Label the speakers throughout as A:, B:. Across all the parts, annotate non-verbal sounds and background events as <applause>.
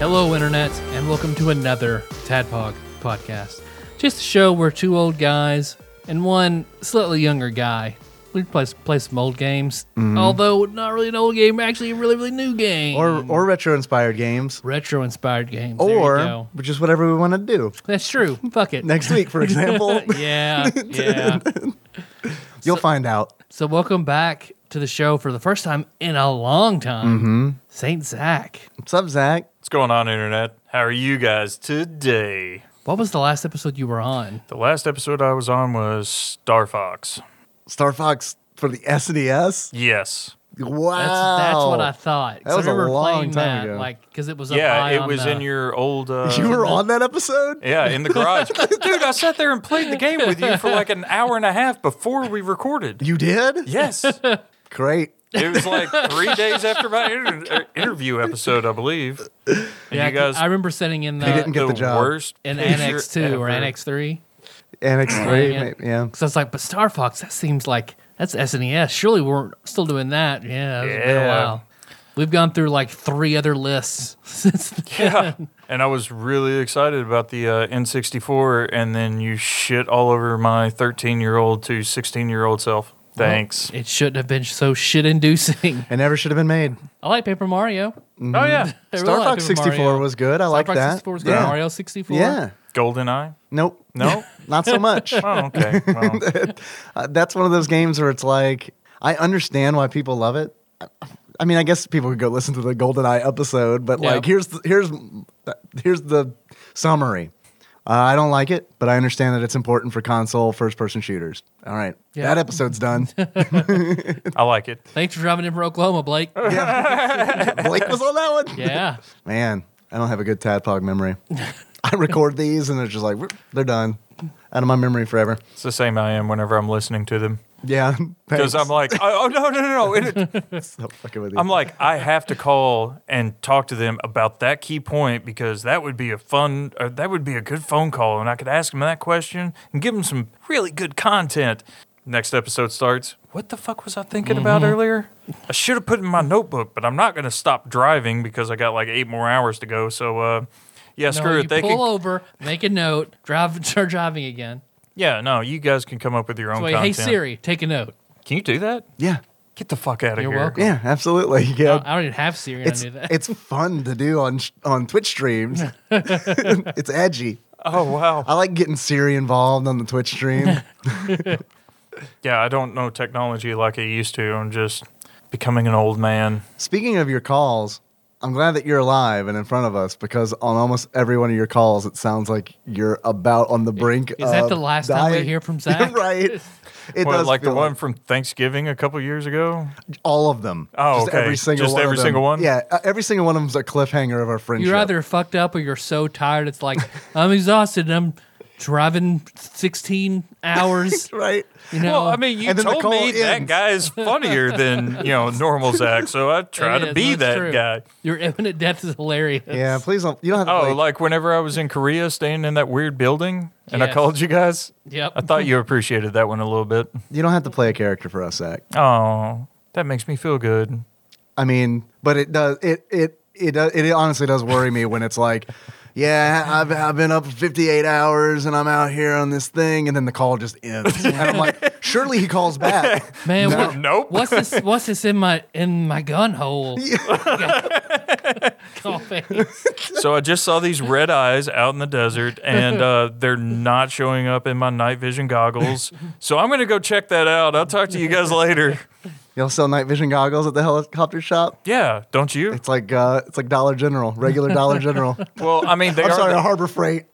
A: Hello, Internet, and welcome to another Tadpog podcast. Just a show where two old guys and one slightly younger guy we play, play some old games,
B: Mm-hmm.
A: although not really an old game, actually a really, really new game.
B: or or retro inspired games
A: retro inspired games. There you
B: or
A: go.
B: just whatever we want to do
A: That's true. Fuck it.
B: next week for example
A: <laughs> yeah.
B: <laughs>
A: Yeah.
B: you'll find out
A: So, welcome back to the show for the first time in a long time. Mm-hmm. St. Zach.
B: what's up zach
C: What's going on, Internet? How are you guys today?
A: What was the last episode you were on?
C: The last episode I was on was Star Fox.
B: star fox for the snes
C: Yes.
B: wow
A: That's, that's what I thought. 'Cause
B: That was
A: I
B: a
A: remember
B: long
A: playing
B: time
A: that,
B: ago.
A: Like, because it was up
C: Yeah,
A: high
C: it
A: on
C: was
A: the-
C: in your old. Uh,
B: you were on that episode
C: Yeah, in
B: <laughs>
C: the garage. Dude, I sat there and played the game with you for like an hour and a half before we recorded.
B: you did
C: Yes. It
B: great
C: was like three days after my inter- er, interview episode, I believe. And
A: Yeah,
C: you guys
A: I remember sitting in the,
B: They didn't get
C: the,
B: the job.
C: worst.
A: in
C: picture
A: Annex Two or
C: ever.
A: Annex Three.
B: annex 3
A: Yeah.
B: yeah. yeah
A: Because I was like, but Star Fox, that seems like that's SNES. Surely we're still doing that. Yeah, it's been a
C: Yeah.
A: while. We've gone through like three other lists <laughs> since. then.
C: Yeah. And I was really excited about the uh, N64, and then you shit all over my 13 year old to 16 year old self. Thanks.
A: It shouldn't have been so shit inducing.
B: it never should have been made
A: I like Paper Mario.
C: Oh, yeah.
A: I really
B: star
A: like
B: fox
A: Paper
B: 64
A: Mario.
B: was good i like
A: Star Fox
B: that
A: 64 was good.
B: yeah.
A: Mario 64.
B: yeah
C: Golden Eye?
B: nope
C: No?
A: <laughs>
B: not so much
C: <laughs> oh, okay. <laughs> Well,
B: Uh, that's one of those games where it's like I understand why people love it. I- I mean, I guess people could go listen to the GoldenEye episode, but
A: Yeah.
B: like here's the, here's here's the summary. Uh, I don't like it, but I understand that it's important for console first-person shooters. All right,
A: Yeah.
B: that episode's done.
C: I like it.
A: Thanks for driving in from Oklahoma, Blake.
B: Blake was on that one.
A: yeah.
B: Man, I don't have a good Tadpog memory. I record these, and they're just like "Whoop, they're done, out of my memory forever.
C: It's the same I am whenever I'm listening to them.
B: Yeah,
C: Because
B: thanks.
C: I'm like, oh, oh, no, no, no, no. <laughs> It-
B: So fucking with you.
C: I'm like, I have to call and talk to them about that key point because that would be a fun, or that would be a good phone call. And I could ask them that question and give them some really good content. Next episode starts. What the fuck was I thinking about
A: Mm-hmm.
C: earlier? I should have put it in my notebook, but I'm not going to stop driving because I got like eight more hours to go. So, uh, yeah,
A: No,
C: screw
A: you
C: it. They
A: pull
C: can,
A: over, make a note, drive, <laughs> start driving again.
C: yeah, no, you guys can come up with your own
A: Wait, hey
C: content.
A: Siri, take a note.
C: can you do that?
B: yeah,
C: Get the fuck out of
A: You're
C: here.
A: welcome.
B: yeah, absolutely. <laughs> Yeah,
A: I don't even have Siri. And I
B: It's
A: knew that.
B: it's fun to do on sh- on
A: <laughs>
B: Twitch streams. it's edgy.
C: Oh wow.
B: I like getting Siri involved on the Twitch
A: <laughs>
B: stream.
C: Yeah, I don't know technology like I used to. I'm just becoming an old man.
B: Speaking of your calls, I'm glad that you're alive and in front of us because on almost every one of your calls, it sounds like you're about on the brink.
A: Is that
B: of
A: the last time we
B: dying.
A: hear
B: <laughs>
A: from Zach?
B: right.
A: <laughs>
B: It
C: What,
B: does
C: like the
B: feel
C: one from Thanksgiving a couple years ago?
B: all of them.
C: Oh,
B: just
C: okay.
B: every single
C: Just
B: one.
C: every
B: of them.
C: single one?
B: Yeah, uh, every single one of them's a cliffhanger of our
A: <laughs>
B: friendship.
A: You're either fucked up or you're so tired. It's
B: <laughs>
A: like I'm exhausted. and I'm driving 16
B: <laughs>
A: hours. <laughs>
B: right.
A: You know,
C: well, I mean, you
B: And then the
C: told
B: call
C: me that
B: ends.
C: guy is funnier than, you know, normal Zach, so I try
A: It
C: to
A: is,
C: be
A: that's
C: that
A: true.
C: guy.
A: Your imminent death is hilarious. <laughs>
B: Yeah, please don't. You don't have to.
C: Oh,
B: like,
C: like whenever I was in Korea staying in that weird building and I
A: Yes.
C: called you guys,
A: Yep.
C: I thought you appreciated that one a little bit.
B: you don't have to play a character for us, Zach.
C: Oh, that makes me feel good.
B: I mean, but it does it it it does, it honestly does worry me when it's like, yeah, I've I've been up 58 hours and I'm out here on this thing, and then the call just ends, and I'm like,
C: <laughs>
B: surely he calls back.
A: man. What,
C: Nope.
A: What's
C: <laughs>
A: this? What's this in my in my gun
B: <laughs>
A: hole? <laughs> Call face.
C: So I just saw these red eyes out in the desert, and uh, they're not showing up in my night vision goggles. So I'm going to go check that out. I'll talk to you guys later.
B: They'll sell night vision goggles at the helicopter shop.
C: Yeah, don't you?
B: It's like uh, it's like Dollar General, regular Dollar General.
C: Well, I mean, <laughs> they
B: I'm
C: are.
B: sorry,
C: the-
B: Harbor Freight.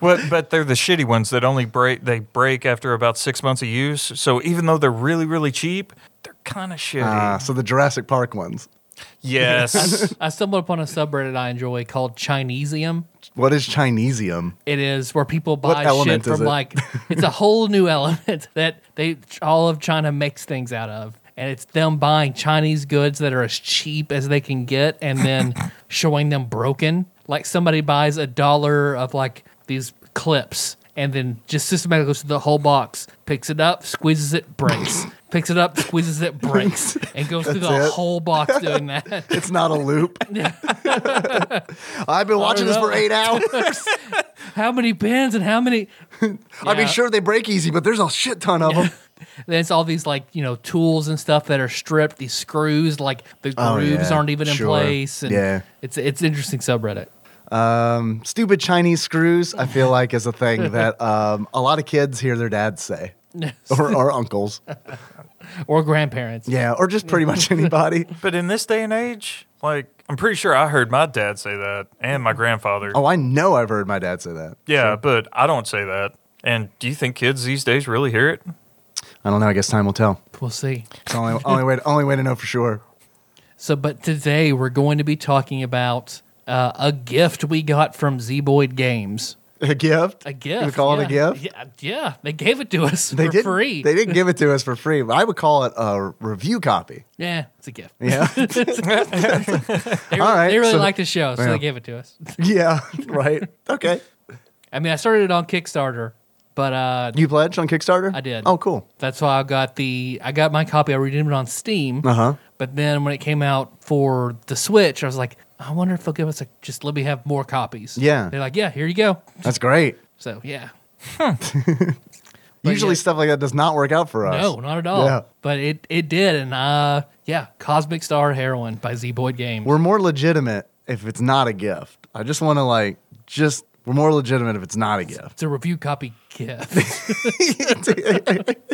C: Well, but they're the shitty ones that only break. They break after about six months of use. So even though they're really, really cheap, they're kind of shitty.
B: Ah, so the Jurassic Park ones. <laughs>
C: yes.
A: I stumbled upon a subreddit I enjoy called Chineseium.
B: What is Chinesium?
A: It is where people
B: What
A: buy shit
B: element
A: from
B: is it?
A: like it's a whole new element <laughs> that they all of China makes things out of, and it's them buying Chinese goods that are as cheap as they can get, and
B: <laughs>
A: then showing them broken. Like somebody buys a dollar of like these clips, and then just systematically goes through the whole box, picks it up, squeezes it,
B: <laughs>
A: breaks. Picks it up, squeezes it, breaks, and goes through the
B: That's it?
A: whole box doing
B: <laughs>
A: that.
B: It's not a
C: <laughs>
B: loop. <laughs> I've been watching this for
A: know.
B: eight hours.
C: <laughs>
A: How many pins and how many?
B: <laughs> I
A: Yeah.
B: mean, sure they break easy, but there's a shit ton of them.
A: Then it's all these like you know tools and stuff that are stripped. These screws, like the
B: Oh,
A: grooves,
B: yeah,
A: aren't even in
B: sure.
A: place. And
B: Yeah.
A: it's it's interesting subreddit.
B: Um, stupid Chinese screws.
A: <laughs>
B: I feel like is a thing that um, a lot of kids hear their dads say, or, or uncles.
A: Or grandparents.
B: Yeah, or just pretty
A: <laughs>
B: much anybody.
C: but in this day and age, like I'm pretty sure I heard my dad say that and my grandfather.
B: Oh, I know I've heard my dad say that.
C: yeah, but I don't say that. And do you think kids these days really hear it?
B: I don't know. I guess time will tell.
A: We'll see.
B: It's the only only way only way to know for sure. <laughs>
A: So, but today we're going to be talking about uh, a gift we got from Z Boyd Games.
B: A gift.
A: A gift.
B: You call it a
A: yeah.
B: gift.
A: Yeah, yeah, they gave it to us
B: They
A: for
B: didn't.
A: free.
B: They didn't give it to us for free. But I would call it a
A: <laughs>
B: review copy.
A: yeah, it's a gift.
B: Yeah.
A: They,
B: All right,
A: they really
B: so-
A: liked the show, so
B: Yeah.
A: they gave it to us.
B: yeah. Right. Okay.
A: I mean, I started it on Kickstarter, but uh,
B: You pledged on Kickstarter.
A: I did.
B: Oh, cool.
A: That's why I got the I got my copy. I redeemed it on Steam.
B: Uh huh.
A: But then when it came out for the Switch, I was like, I wonder if they'll give us a just let me have more copies.
B: Yeah.
A: They're like, yeah, here you go.
B: That's great.
A: So yeah. But
B: Usually
A: yeah.
B: stuff like that does not work out for us.
A: No, not at all.
B: Yeah.
A: But it it did, and uh, yeah, Cosmic Star Heroine by Z Boyd Games.
B: We're more legitimate if it's not a gift. I just want to like just we're more legitimate if it's not a gift. <laughs>
A: it's a review copy gift. <laughs>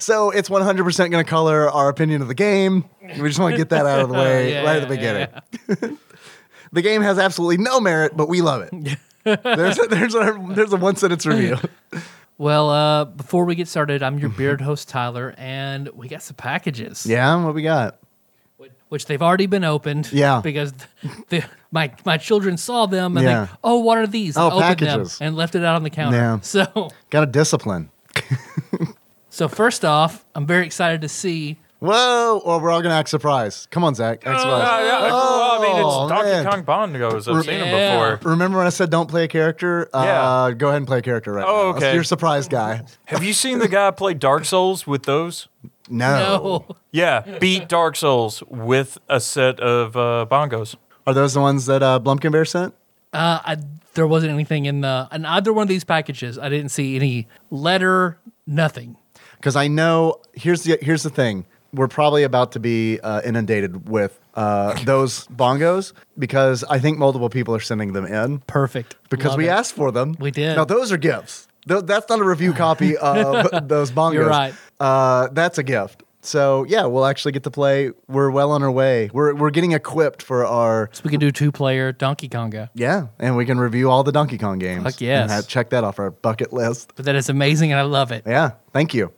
B: So it's 100% going to color our opinion of the game. We just want to get that out
A: <laughs>
B: of the way
A: Oh, Yeah,
B: right at the
A: yeah,
B: beginning. <laughs> the game has absolutely no merit, but we love
A: <laughs>
B: it. there's a, there's a, there's a one sentence review.
A: well, uh, before we get started, I'm your
B: Mm-hmm.
A: beard host Tyler, and we got some packages.
B: Yeah, what we got?
A: which they've already been opened.
B: Yeah.
A: Because the, my my children saw them and
B: Yeah.
A: they, oh, what are these?
B: Oh,
A: Opened
B: packages.
A: them and left it out on the counter.
B: Yeah.
A: So
B: Got a discipline.
A: so first off, I'm very excited to see.
B: Whoa! Or we're all gonna act surprised. Come on, Zach.
A: Oh,
B: Act
C: Uh,
B: surprised.
C: yeah, well, I mean,
B: Oh,
C: it's Donkey
B: man.
C: Kong Bongos. I've seen
A: Yeah.
C: them before.
B: Remember when I said don't play a character? Uh, go ahead and play a character right
C: Oh,
B: now.
C: okay.
B: You're a surprise guy.
C: Have you seen the guy play Dark Souls with those?
B: Oh. No.
A: No.
C: Yeah, beat Dark Souls with a set of uh, bongos.
B: Are those the ones that uh, Blumpkin Bear sent?
A: Uh, I, there wasn't anything in the in either one of these packages. I didn't see any letter, nothing.
B: because I know here's the here's the thing. We're probably about to be uh, inundated with
A: <laughs>
B: uh, those bongos because I think multiple people are sending them in
A: Perfect.
B: because
A: Love
B: we
A: it.
B: asked for them.
A: We did.
B: Now those are gifts. Tho- that's not a
A: <laughs>
B: review copy of those bongos.
A: You're right.
B: Uh, that's a gift. So yeah, we'll actually get to play. We're well on our way. We're we're getting equipped for our
A: So we can do two player Donkey Konga.
B: yeah, and we can review all the Donkey Kong games.
A: Fuck yes.
B: And ha- check that off our bucket list.
A: But that is amazing and I love it.
B: Yeah, thank you.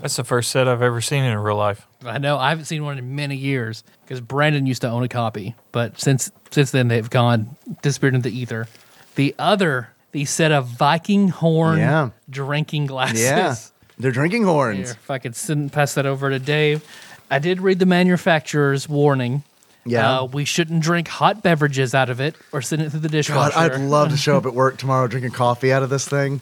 C: That's the first set I've ever seen in real life.
A: I know I haven't seen one in many years because Brandon used to own a copy, but since since then they've gone disappeared into the ether. The other, the set of Viking horn
B: Yeah.
A: drinking glasses.
B: Yeah, they're drinking
A: Here,
B: horns.
A: if I could send pass that over to Dave, I did read the manufacturer's warning.
B: Yeah.
A: uh, we shouldn't drink hot beverages out of it or send it through the
B: God,
A: dishwasher.
B: I'd love
A: <laughs>
B: to show up at work tomorrow drinking coffee out of this thing.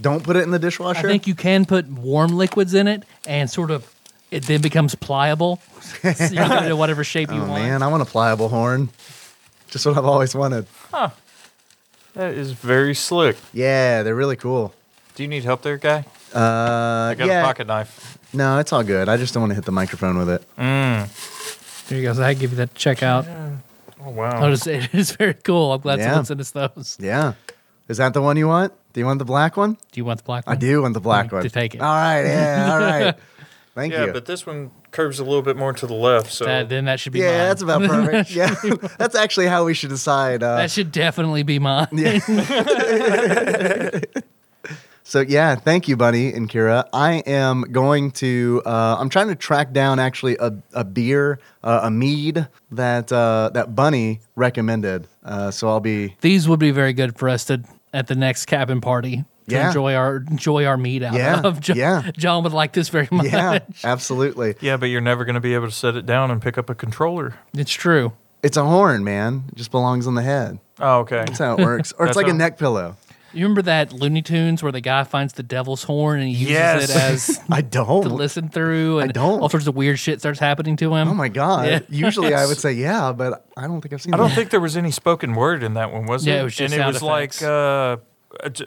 B: Don't put it in
A: I
B: the dishwasher.
A: think you can put warm liquids in it and sort of it then becomes
B: <laughs>
A: pliable. so you can get it in whatever shape you
B: oh,
A: want.
B: man, I want a pliable horn. Just what I've always wanted.
C: That is very slick.
B: Yeah, they're really cool.
C: Do you need help there, guy?
B: Uh,
C: I got
B: yeah.
C: a pocket Mm. knife.
B: No, it's all good. I just don't want to hit the microphone with it.
A: There you go. So I give you that check out.
C: Oh
A: <laughs>
C: wow!
A: I'll just say it is very cool. I'm glad
B: Yeah.
A: someone sent us those.
B: Yeah. Is that the one you want? Do you want the black one?
A: Do you want the black one?
B: I do want the black
A: To
B: one.
A: take it.
B: All right. Yeah.
A: <laughs>
B: All right. Thank
C: Yeah,
B: you.
C: but this one curves a little bit more to the left. So
A: That, then that should be
B: yeah,
A: mine. <laughs>
B: that's about perfect. yeah, <laughs> that's actually how we should decide. Uh,
A: that should definitely be mine.
B: So yeah, thank you, Bunny and Kira. I am going to. Uh, I'm trying to track down actually a, a beer, uh, a mead that uh, that Bunny recommended. Uh, so I'll be.
A: These would be very good for us to at the next cabin party. To
B: Yeah.
A: enjoy our enjoy our meat out
B: Yeah,
A: of. <laughs> John,
B: yeah.
A: John would like this very much.
B: Yeah, absolutely.
C: yeah, but you're never going to be able to set it down and pick up a controller.
A: It's true.
B: It's a horn, man. It just belongs on the head.
C: Oh, okay.
B: That's how it works. Or it's
C: That's
B: like a
C: how-
B: neck pillow.
A: You remember that Looney Tunes where the guy finds the devil's horn and he uses
C: Yes.
A: it as
B: I don't. <laughs>
A: to listen through and
B: don't.
A: all sorts of weird shit starts happening to him.
B: Oh my god.
A: Yeah.
B: Usually I would say yeah, but I don't think I've seen.
C: I don't
B: that.
C: think there was any spoken word in that one, was
A: Yeah,
C: it?
A: it was just
C: and it
A: sound
C: was
A: effects.
C: like uh, a j-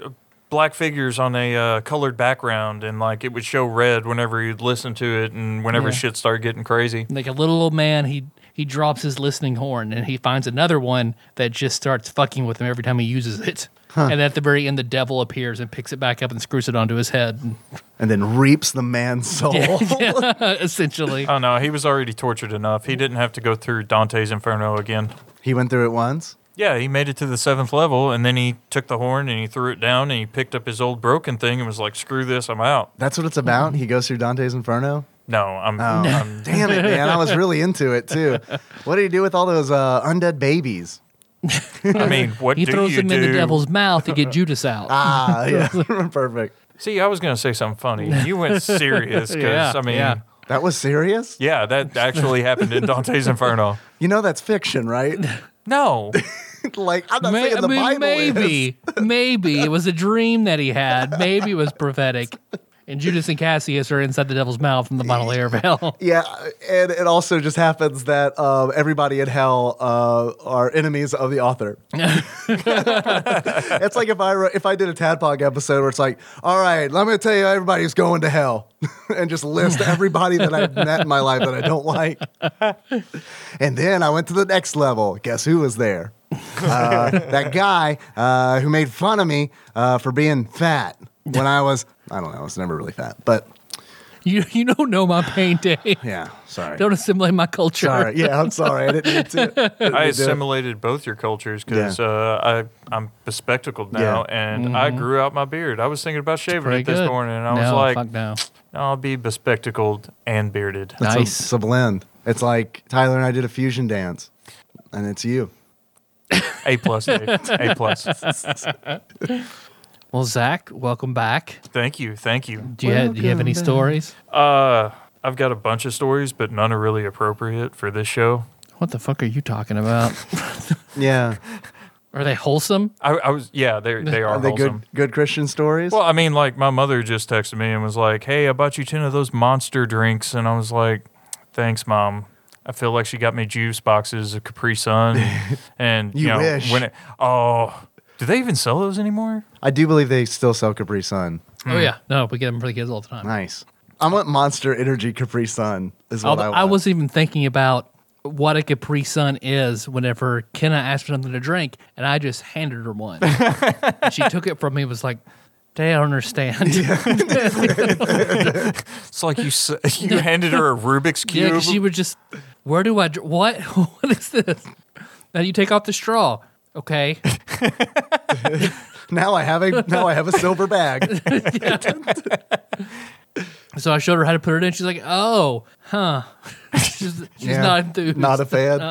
C: black figures on a uh, colored background, and like it would show red whenever you'd listen to it, and whenever
A: Yeah.
C: shit started getting crazy.
A: Like a little old man, he he drops his listening horn and he finds another one that just starts fucking with him every time he uses it. And at the very end, the devil appears and picks it back up and screws it onto his head. <laughs>
B: And then reaps the man's soul. <laughs>
A: essentially,
C: Oh no, he was already tortured enough. He didn't have to go through Dante's Inferno again.
B: He went through it once.
C: Yeah, he made it to the seventh level, and then he took the horn and he threw it down, and he picked up his old broken thing and was like, "Screw this, I'm out."
B: That's what it's about. He goes through Dante's Inferno.
C: No, I'm.
B: Oh,
C: I'm
B: damn it, man! I
A: <laughs>
B: was really into it too. What do you do with all those uh, undead babies?
A: <laughs>
C: I mean, what
A: he
C: do
A: throws
C: you
A: him
C: do?
A: in the devil's mouth to
C: <laughs>
A: get Judas out.
B: Ah, <laughs> yeah,
A: <laughs>
B: perfect.
C: See, I was gonna say something funny. You went serious
A: Yeah,
C: because I mean,
A: yeah.
C: yeah.
B: That was serious. <laughs>
C: that actually happened in Dante's Inferno.
B: You know that's fiction, right? <laughs>
C: No,
B: like I'm not
A: May-
B: saying the Bible is.
A: maybe, maybe it was a dream that he had. Maybe it was prophetic. And Judas and Cassius are inside the devil's mouth in the final layer of hell.
B: Yeah, and it also just happens that uh, everybody in hell uh, are enemies of the author. <laughs> it's like if I wrote, if I did a Tadpog episode where it's like, all right, let me tell you everybody who's going to hell, <laughs> and just list everybody that I've met in my life that I don't like. And then I went to the next level. Guess who was there? Uh, that guy uh, who made fun of me uh, for being fat when I was, I don't know, I was never really fat, but
A: <laughs> You you don't know my pain,
B: <laughs>
A: Dave.
B: yeah, sorry.
A: Don't assimilate my culture.
B: Sorry. <laughs> Yeah, I'm sorry. I didn't mean
A: <laughs>
B: to.
C: I assimilated both your cultures because
B: Yeah.
C: uh, I I'm bespectacled now, and I grew out my beard. I was thinking about shaving
A: Mm-hmm. Pretty
C: it this
A: good.
C: morning, and I was
A: No,
C: like,
A: fuck no.
C: I'll be bespectacled and bearded.
B: It's a-
A: Nice.
B: It's a blend. It's like Tyler and I did a fusion dance, and it's you.
C: <laughs> A plus,
A: <laughs>
C: Dave. A plus.
A: Well, Zach, welcome back.
C: Thank you, thank you.
A: Do you, have, do you have any stories?
C: Uh, I've got a bunch of stories, but none are really appropriate for this show.
A: What the fuck are you talking about?
B: Yeah.
A: are they wholesome?
C: I, I was, yeah, they they are,
B: Are they
C: wholesome.
B: good good Christian stories?
C: Well, I mean, like my mother just texted me and was like, "Hey, I bought you ten of those monster drinks," and I was like, "Thanks, mom." I feel like she got me juice boxes of
B: <laughs>
C: Capri Sun, and you,
B: You
C: know,
B: wish.
C: when it, oh, do they even sell those anymore?
B: I do believe they still sell Capri Sun.
A: Oh yeah, no, we get them for the kids all the time.
B: Nice. I want Monster Energy Capri Sun. Is what
A: Although
B: I, want.
A: I was even thinking about what a Capri Sun is whenever Kenna asked for something to drink, and I just handed her
B: <laughs>
A: one. and she took it from me and was like, "Dad, I don't understand. <laughs> Yeah,
C: It's like you s- <laughs> you handed her a
A: 'cause
C: Rubik's cube.
A: she would just, where do I, dr- what? <laughs> what is this? Now you take off the straw.
B: <laughs>
A: Okay.
B: now I have a now
A: <laughs>
B: I have a silver bag.
A: So I showed her how to put it in. She's like, oh, huh. <laughs> she's she's
B: Yeah.
A: not Uh-uh. enthused.
B: Not a fan.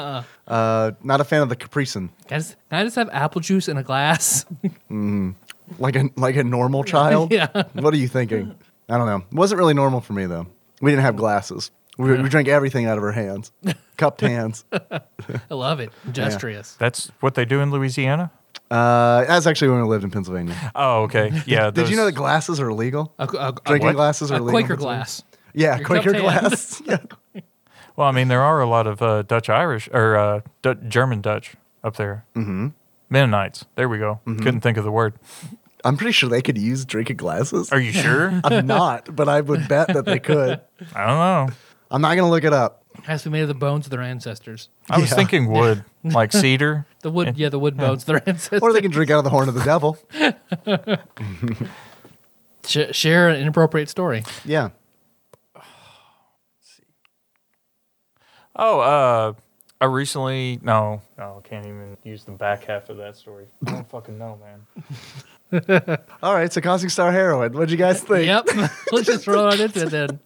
B: uh not a fan of the Capri Sun.
A: Can I, just, can I just have apple juice in a glass? <laughs>
B: Like a like a normal child.
A: Yeah.
B: What are you thinking? I don't know. Wasn't really normal for me though. We didn't have glasses. We, we drank everything out of
A: <laughs>
B: our hands, cupped hands.
A: I love it. Industrious.
C: That's what they do in Louisiana.
B: Uh, that's actually when we lived in Pennsylvania. <laughs>
C: Oh, okay, yeah.
B: Did you know
C: those-
B: that glasses are illegal?
A: A, a, a,
B: Drinking
A: what?
B: glasses
A: a
B: are illegal in
A: Quaker
B: Pennsylvania?
A: glass.
B: Yeah,
A: Uh, Your
B: Quaker
A: cupped hand.
B: glass. <laughs> yeah.
C: Well, I mean, there are a lot of uh, Dutch Irish or uh, D- German Dutch up there. Mm-hmm. Mennonites. There we go.
B: Mm-hmm.
C: Couldn't think of the word.
B: I'm pretty sure they could use drinking glasses.
C: Are you sure?
B: <laughs>
A: <laughs>
B: I'm not, but I would bet that they could.
C: I don't know.
B: I'm not gonna look it up.
A: Has to be made of the bones of their ancestors.
C: I was
B: Yeah.
C: thinking
A: <laughs>
C: wood, like cedar.
A: The wood, yeah, the wood bones of their <laughs> ancestors.
B: Or they can drink out of the horn of the devil.
A: Sh- share an inappropriate story.
B: Yeah.
C: Oh, uh, I recently no, no, Oh, I can't even use the back half of that story. I don't fucking know, man.
B: All right, so Cosmic Star Heroin. What'd you guys think?
A: Yep. <laughs> Let's just roll right into it then.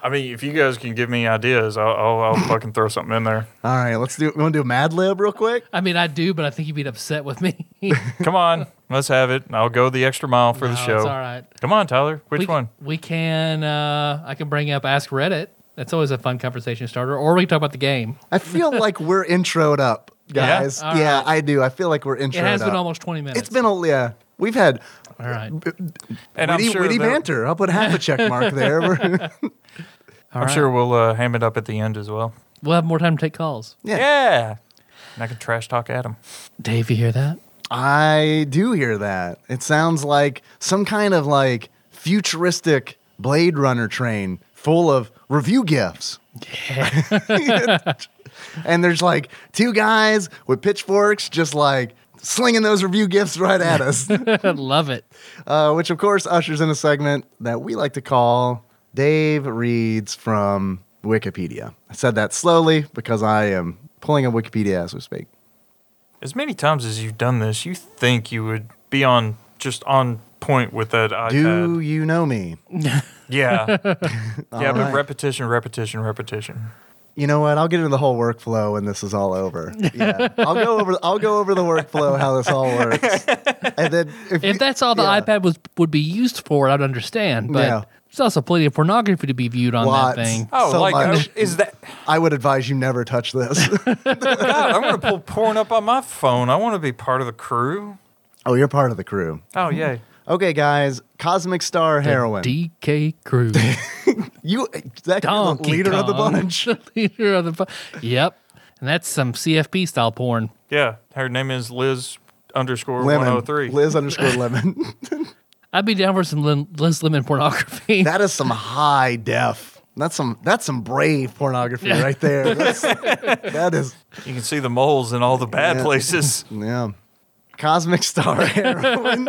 C: I mean, if you guys can give me ideas, I'll, I'll, I'll <coughs> fucking throw something in there.
B: All right, let's do. We want to do a Mad Lib real quick.
A: I mean, I do, but I think you'd be upset with me. <laughs>
C: Come on, let's have it. I'll go the extra mile for
A: No,
C: the show.
A: It's all right.
C: Come on, Tyler. Which
A: we,
C: one?
A: We can. Uh, I can bring up Ask Reddit. That's always a fun conversation starter. Or we can talk about the game.
B: I feel like we're introed up,
C: <laughs> Yeah?
B: guys.
A: All
B: Yeah, I do. I feel like we're introed
A: It has
B: up.
A: been almost twenty minutes.
B: it's been a yeah. We've had
A: all right.
C: And
B: witty,
C: I'm sure,
B: witty
C: that-
B: banter. I'll put half a check
C: <laughs>
B: mark there. <laughs> We're-
A: All
C: I'm
A: right.
C: sure we'll uh, ham it up at the end as well.
A: We'll have more time to take calls.
C: Yeah.
B: Yeah.
C: And I can trash talk Adam.
A: Dave, you hear that? <laughs>
B: I do hear that. It sounds like some kind of like futuristic Blade Runner train full of review gifts. <laughs> and there's like two guys with pitchforks just like slinging those review gifts right
A: <laughs>
B: at us,
A: I love it.
B: uh, which of course ushers in a segment that we like to call Dave Reads from Wikipedia. I said that slowly because I am pulling a Wikipedia as we speak.
C: As many times as you've done this, you think you would be on just on point with that iPad.
B: Do you know me? <laughs>
C: Yeah. yeah, but
B: right.
C: repetition, repetition, repetition.
B: you know what? I'll get into the whole workflow when this is all over. Yeah, I'll go over. I'll go over the workflow how this all works, and then if,
A: If that's all the
B: Yeah.
A: iPad was would be used for, I'd understand. But
B: Yeah.
A: there's also plenty of pornography to be viewed on
B: Lots.
A: that thing.
C: Oh,
B: So
C: like
B: much.
C: uh, is that?
B: I would advise you never touch this. <laughs>
C: God, I'm gonna pull porn up on my phone. I want to be part of the crew.
B: oh, you're part of the crew.
C: Oh yay!
B: Okay, guys, Cosmic Star
A: The
B: Heroin.
A: DK
B: <laughs>
A: Crew.
B: you that you're the
A: Donkey
B: leader of the
A: Kong.
B: bunch.
A: The <laughs> leader of the bunch. Yep. And that's some CFP style porn.
C: Yeah, her name is Liz underscore one
B: Lemon.
C: hundred three.
B: Liz underscore lemon.
A: I'd be down for some Lin- Liz Lemon pornography.
B: that is some high def. That's some that's some brave pornography right there. That's, that is
C: You can see the moles in all the bad
B: Yeah. <laughs>
C: places.
B: Yeah. Cosmic Star <laughs> Heroine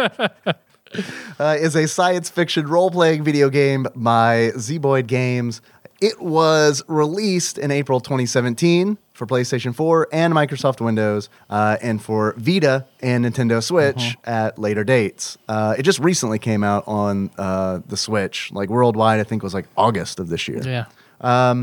B: uh, is a science fiction role playing video game by Zeboid Games. It was released in April 2017 for PlayStation 4 and Microsoft Windows, uh, and for Vita and Nintendo Switch at later dates. Uh, it just recently came out on uh, the Switch, like worldwide. I think was like August of this year
A: <laughs> yeah.
B: Um,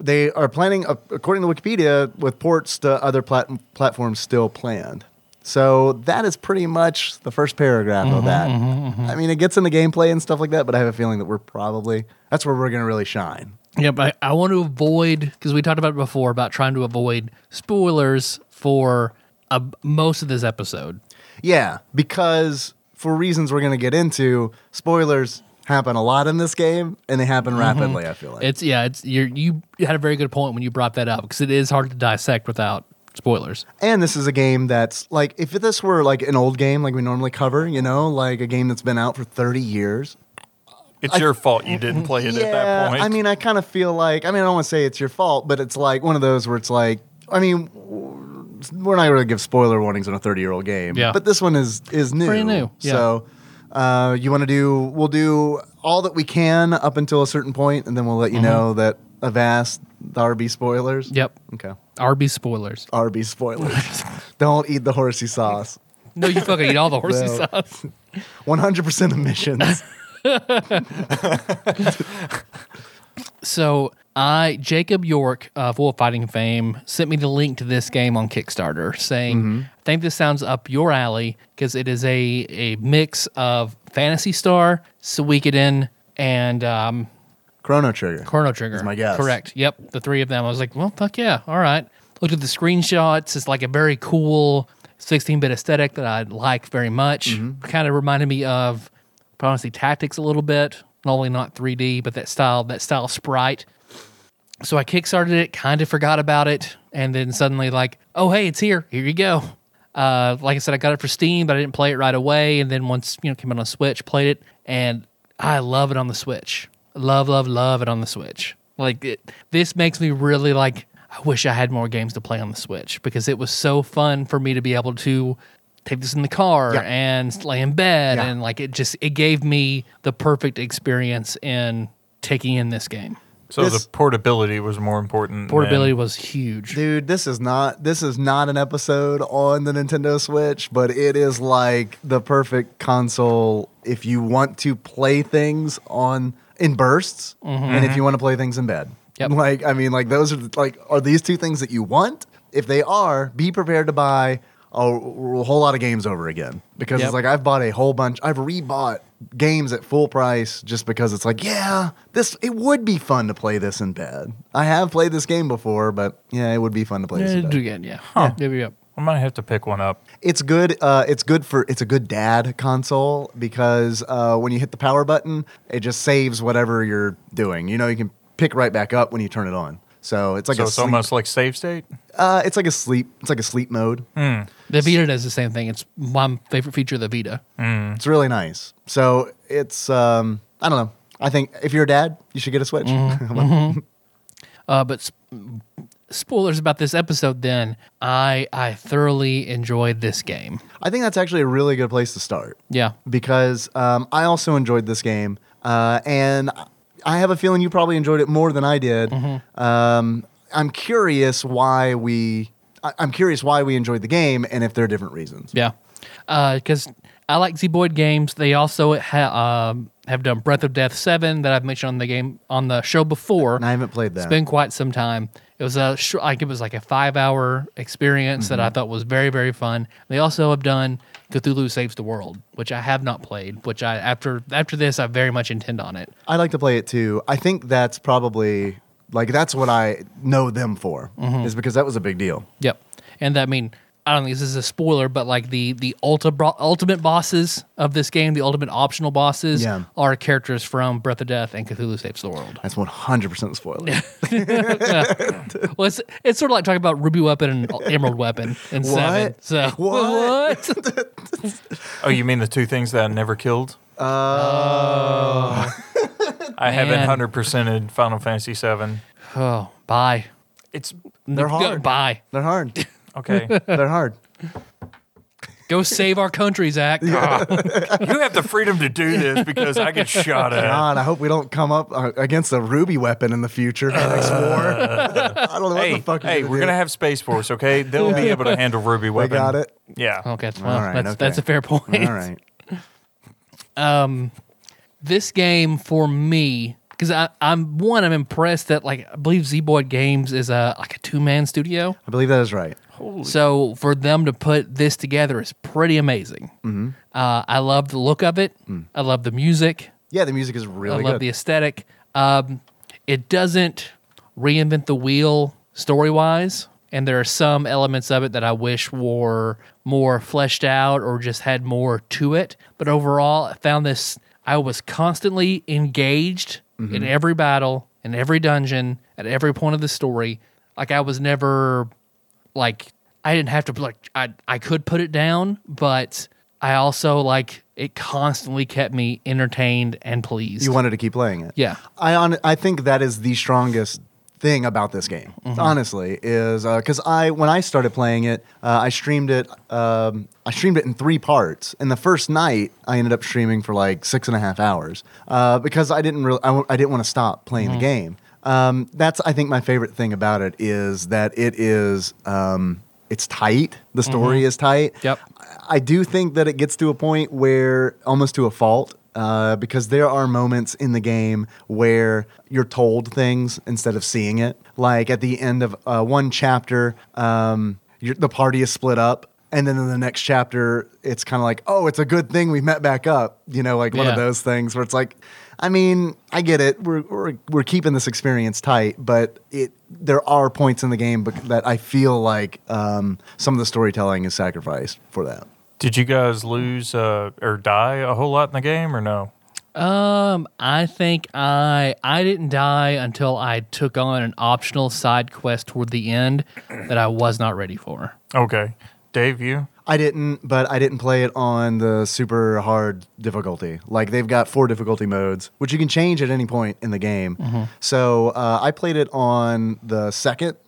B: they are planning, uh, according to Wikipedia, with ports to other plat- platforms still planned. So that is pretty much the first paragraph of that. I mean, it gets into gameplay and stuff like that, but I have a feeling that we're probably that's where we're going to really shine.
A: Yeah, but I, I want to avoid because we talked about it before about trying to avoid spoilers for uh, most of this episode.
B: Yeah, because for reasons we're going to get into, spoilers happen a lot in this game, and they happen rapidly. I feel like
A: It's yeah, it's you're, you had a very good point when you brought that up because it is hard to dissect without spoilers.
B: And this is a game that's like, if this were like an old game like we normally cover, you know, like a game that's been out for 30 years,
C: It's your fault you didn't play it at that point.
B: I mean, I kind of feel like, I mean, I don't want to say it's your fault, but it's like one of those where it's like, I mean, we're not going to give spoiler warnings on a 30 year old game.
A: Yeah.
B: But this one is is new.
A: Pretty new, yeah.
B: So uh, you want to do, we'll do all that we can up until a certain point, and then we'll let you know that avast the RB spoilers.
A: Yep,
B: Okay.
A: RB spoilers.
B: RB spoilers. <laughs> don't eat the horsey sauce.
A: No, you fucking eat all the horsey
B: Well,
A: sauce.
B: 100% emissions.
A: So I Jacob York uh, of Wolf Fighting fame sent me the link to this game on Kickstarter, saying, "I think this sounds up your alley because it is a a mix of Fantasy Star, Suikoden, and um,
B: Chrono Trigger.
A: Chrono Trigger. Is
B: my guess.
A: Correct. Yep, the three of them. I was like, well, fuck yeah, all right. Looked at the screenshots. It's like a very cool 16-bit aesthetic that I like very much.
B: Mm-hmm.
A: Kind of reminded me of honestly Tactics a little bit. Not only not 3D, but that style, that style of sprite. So I kickstarted it, kind of forgot about it, and then suddenly like, oh hey, it's here. Here you go. Uh, like I said, I got it for Steam, but I didn't play it right away. And then once you know it came out on Switch, played it, and I love it on the Switch. Love, love, love it on the Switch. Like it, this makes me really like I wish I had more games to play on the Switch because it was so fun for me to be able to take this in the car
B: Yeah.
A: and lay in bed
B: Yeah.
A: and like it just it gave me the perfect experience in taking in this game.
C: So
B: This-
C: the portability was more important. than-
A: Portability was huge.
B: Dude, this is not this is not an episode on the Nintendo Switch, but it is like the perfect console if you want to play things on in bursts and if you want to play things in bed.
A: Mm-hmm. Yep.
B: Like I mean like those are the- like are these two things that you want? If they are, be prepared to buy a, a whole lot of games over again because
A: Yep.
B: it's like I've bought a whole bunch. I've rebought games at full price just because it's like, yeah, this it would be fun to play this in bed. I have played this game before, but yeah, it would be fun to play this
A: Yeah,
B: in
A: do
B: bed.
A: again, yeah. Yeah, yeah, yeah.
C: I might have to pick one up.
B: It's good. Uh, it's good for it's a good dad console because uh, when you hit the power button, it just saves whatever you're doing. You know, you can pick right back up when you turn it on. So it's like
C: so
B: a
C: it's
B: sleep,
C: almost like save state.
B: uh, it's like a sleep it's like a sleep mode.
C: Hmm.
A: The Vita does the same thing. It's my favorite feature of the Vita.
B: It's really nice. So it's um, I don't know. I think if you're a dad, you should get a Switch. <laughs>
A: Uh, but sp- spoilers about this episode. Then I I thoroughly enjoyed this game.
B: I think that's actually a really good place to start
A: Yeah,
B: because um, I also enjoyed this game, uh, and I have a feeling you probably enjoyed it more than I did. Um, I'm curious why we. I- I'm curious why we enjoyed the game and if there are different reasons.
A: yeah. Because I like Z Boyd games. They also ha- um have done Breath of Death Seven that I've mentioned on the game on the show before.
B: And I haven't played that.
A: It's been quite some time. It was a sh- like it was like a five hour experience that I
B: Mm-hmm.
A: thought was very very fun. They also have done Cthulhu Saves the World, which I have not played. Which I after after this I very much intend on it.
B: I like to play it too. I think that's probably like that's what I know them for is because that was a big deal.
A: Yep. And I mean, I don't think this is a spoiler, but like the the ultra bro- ultimate bosses of this game, the ultimate optional bosses,
B: Yeah.
A: are characters from Breath of Death and Cthulhu Saves the World. <laughs>
B: That's 100% spoiler.
A: Well, it's it's sort of like talking about Ruby Weapon and <laughs> Emerald Weapon and Seven.
B: What?
A: So
B: What?
A: what?
C: Oh, you mean the two things that I never killed? Oh.
B: Uh,
C: I haven't
A: Man.
C: hundred percented Final Fantasy VII.
A: <laughs> oh, bye.
C: It's
B: They're
A: Go-
B: hard.
A: Bye.
B: They're hard.
C: okay.
B: They're hard.
A: Go save our country,
B: <laughs>
A: Zach.
C: you have the freedom to do this because I get shot at.
B: God, I hope we don't come up uh, against a ruby weapon in the future. next war. I don't know what
C: Hey,
B: the fuck.
C: hey, we're
B: do.
C: gonna have Space Force, okay? They'll be able to handle Ruby
B: I
C: Weapon.
B: got it.
C: Yeah.
A: Oh, Okay, well,
B: All right,
A: that's that's
B: okay.
A: a fair point.
B: All right.
A: <laughs> this game for me because I'm one I'm impressed that like I believe Z Boyd Games is a like a two man studio.
B: I believe that is right.
A: So for them to put this together is pretty amazing.
B: Mm-hmm.
A: Uh, I love the look of it.
B: Mm.
A: I love the music.
B: Yeah, the music is really
A: I love
B: good.
A: the aesthetic. Um, it doesn't reinvent the wheel story wise, and there are some elements of it that I wish were more fleshed out or just had more to it. But overall, I found this. I was constantly engaged
B: Mm-hmm.
A: in every battle, in every dungeon, at every point of the story. Like I was never like I didn't have to like I I could put it down, but I also like it constantly kept me entertained and pleased.
B: you wanted to keep playing it.
A: Yeah.
B: I on, I think that is the strongest thing about this game. Honestly, is because I when I started playing it, uh, I streamed it. Um, I streamed it in three parts. And the first night, I ended up streaming for like six and a half hours uh, because I didn't really I, w- I didn't want to stop playing the game. Um, that's I think my favorite thing about it is that it is um, it's tight. The story is tight.
A: Yep.
B: I do think that it gets to a point where almost to a fault. Uh, because there are moments in the game where you're told things instead of seeing it. Like at the end of uh, one chapter, um, you're, the party is split up, and then in the next chapter, it's kind of like, "Oh, it's a good thing we met back up." You know, like one
A: Yeah.
B: of those things where it's like, I mean, I get it. We're we're, we're keeping this experience tight, but it there are points in the game bec- that I feel like um, some of the storytelling is sacrificed for that.
C: Did you guys lose uh, or die a whole lot in the game or no?
A: Um, I think I I didn't die until I took on an optional side quest toward the end that I was not ready for.
C: Okay. Dave, you?
B: I didn't, but I didn't play it on the super hard difficulty. Like they've got four difficulty modes, which you can change at any point in the game. So uh, I played it on the second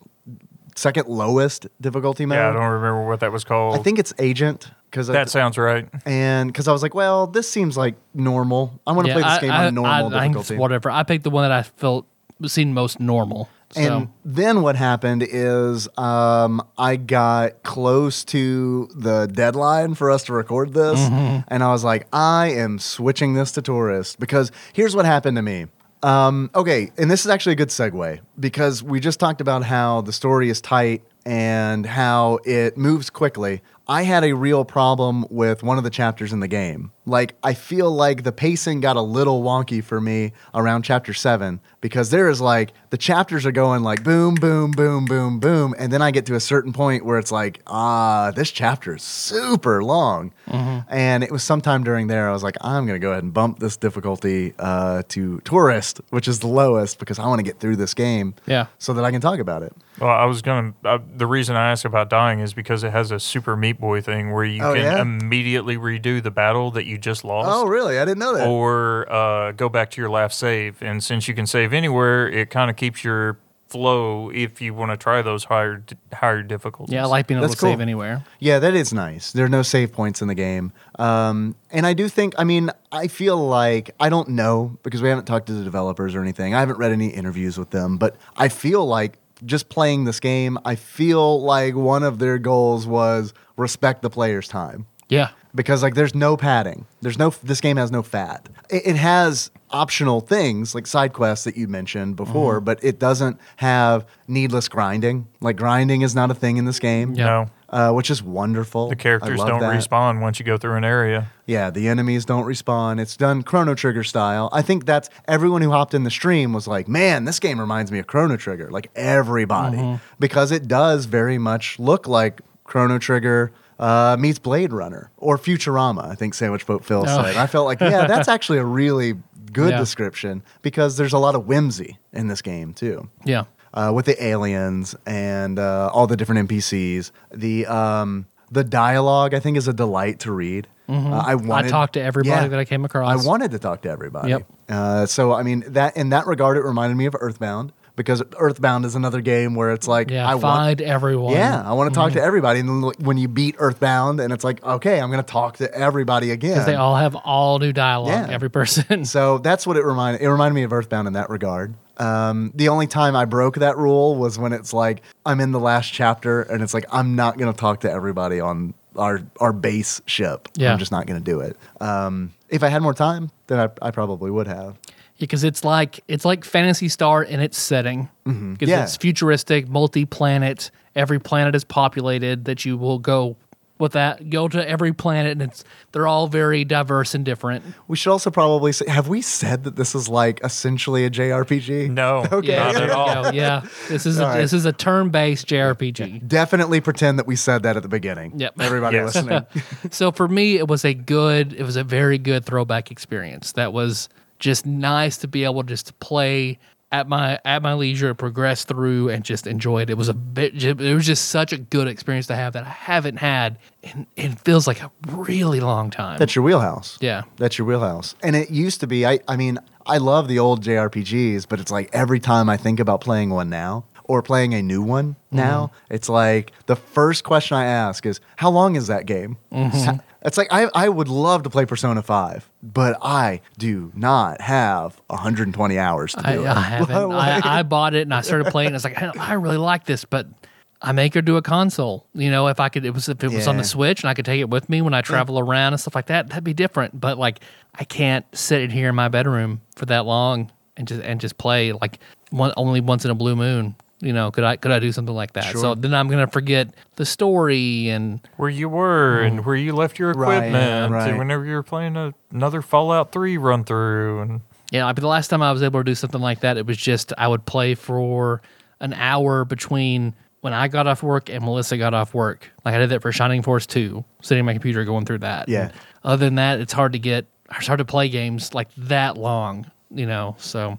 B: second lowest difficulty mode.
C: Yeah, I don't remember what that was called.
B: I think it's agent because
C: that sounds right.
B: and because I was like, well, this seems like normal. I want to
A: Yeah,
B: play this
A: I-
B: game
A: I-
B: on normal
A: I- I think it's
B: difficulty.
A: whatever. I picked the one that I felt seemed most normal. So
B: And then what happened is um, I got close to the deadline for us to record this, and I was like, I am switching this to tourist because here's what happened to me. Um, okay, and this is actually a good segue because we just talked about how the story is tight and how it moves quickly. I had a real problem with one of the chapters in the game. Like, I feel like the pacing got a little wonky for me around chapter seven because there is like the chapters are going like boom, boom, boom, boom, boom. And then I get to a certain point where it's like, ah, this chapter is super long. And it was sometime during there, I was like, I'm going to go ahead and bump this difficulty uh, to tourist, which is the lowest because I want to get through this game
A: Yeah.
B: so that I can talk about it.
C: Well, I was gonna. Uh, the reason I asked about dying is because it has a Super Meat Boy thing where you
B: Oh,
C: can
B: yeah?
C: immediately redo the battle that you just lost.
B: Oh, really? I didn't know that.
C: or uh, go back to your last save. And since you can save anywhere, it kind of keeps your flow if you want to try those higher d- higher difficulties.
A: yeah, I like being able
B: That's
A: to
B: cool.
A: save anywhere.
B: Yeah, that is nice. There are no save points in the game. Um, and I do think, I mean, I feel like, I don't know because we haven't talked to the developers or anything. I haven't read any interviews with them, but I feel like just playing this game, I feel like one of their goals was respect the player's time
A: Yeah.
B: because like there's no padding. There's no this game has no fat. It, it has optional things like side quests that you mentioned before, but it doesn't have needless grinding. Like grinding is not a thing in this game.
A: Yeah.
C: No,
B: Uh, which is wonderful.
C: the characters
B: I love
C: don't
B: that.
C: respawn once you go through an area.
B: Yeah, the enemies don't respawn. It's done Chrono Trigger style. I think that's everyone who hopped in the stream was like, man, this game reminds me of Chrono Trigger. Like everybody,
C: Mm-hmm.
B: because it does very much look like Chrono Trigger. Uh, meets Blade Runner or Futurama, I think Sandwich Boat Phil
A: Oh.
B: said. I felt like, yeah,
C: <laughs>
B: that's actually a really good
A: Yeah.
B: description because there's a lot of whimsy in this game, too
A: Yeah.
B: uh, with the aliens and uh, all the different NPCs. The um, the dialogue I think is a delight to read. Uh, I wanted,
A: Mm-hmm. talked to everybody that I came across.
B: I wanted to talk to everybody.
A: Yep.
B: Uh, so I mean that in that regard, it reminded me of Earthbound because Earthbound is another game where it's like
A: Yeah.
B: I want.
A: find Mm-hmm. everyone.
B: Yeah, I want to talk to everybody. And then like, when you beat Earthbound, and it's like, okay, I'm going to talk to everybody again.
A: Because they all have all new dialogue,
B: Yeah.
A: every person. <laughs>
B: So that's what it reminded. It reminded me of Earthbound in that regard. Um, the only time I broke that rule was when it's like I'm in the last chapter, and it's like I'm not going to talk to everybody on our our base ship.
A: Yeah.
B: I'm just not going to do it. Um, if I had more time, then I, I probably would have.
A: because it's like it's like Fantasy Star in its setting. Because
B: Mm-hmm. Yeah.
A: it's futuristic, multi-planet. Every planet is populated. That you will go with that. Go to every planet, and it's they're all very diverse and different.
B: We should also probably say, have we said that this is like essentially a JRPG?
C: No,
B: <laughs> Okay.
C: not
A: there
C: at
A: you
C: all.
A: go. Yeah, this is a,
B: right.
A: this is a turn-based JRPG.
B: Definitely pretend that we said that at the beginning.
A: Yep.
B: Everybody
C: Yes.
B: listening.
A: so for me, it was a good, it was a very good throwback experience. That was just nice to be able just to play at my at my leisure, progress through, and just enjoy it. It was a bit, it was just such a good experience to have that I haven't had, and it feels like a really long time.
B: That's your wheelhouse.
A: Yeah.
B: That's your wheelhouse. And it used to be, I, I mean, I love the old JRPGs, but it's like every time I think about playing one now or playing a new one now,
A: Mm-hmm.
B: it's like the first question I ask is, how long is that game?
A: Mm-hmm.
B: It's like, I, I would love to play Persona 5, but I do not have 120 hours to do
A: I,
B: it.
A: I
B: <laughs>
A: haven't. I, I bought it and I started playing. And it's like I, I really like this, but I may go do a console. You know, if I could, it was if it was on the
B: Yeah.
A: Switch and I could take it with me when I travel around and stuff like that. That'd be different. But like, I can't sit in here in my bedroom for that long and just and just play like one, only once in a blue moon. You know, could I could I do something like that? So
B: Sure.
A: then I'm gonna forget the story and
C: Where you were
A: Mm.
C: and where you left your
B: Right,
C: equipment,
B: right.
C: and whenever you were playing a, another Fallout Three run through, and
A: Yeah, but the last time I was able to do something like that, it was just I would play for an hour between when I got off work and Melissa got off work. Like I did that for Shining Force 2, sitting at my computer going through that.
B: Yeah.
A: And other than that, it's hard to get it's hard to play games like that long, you know. So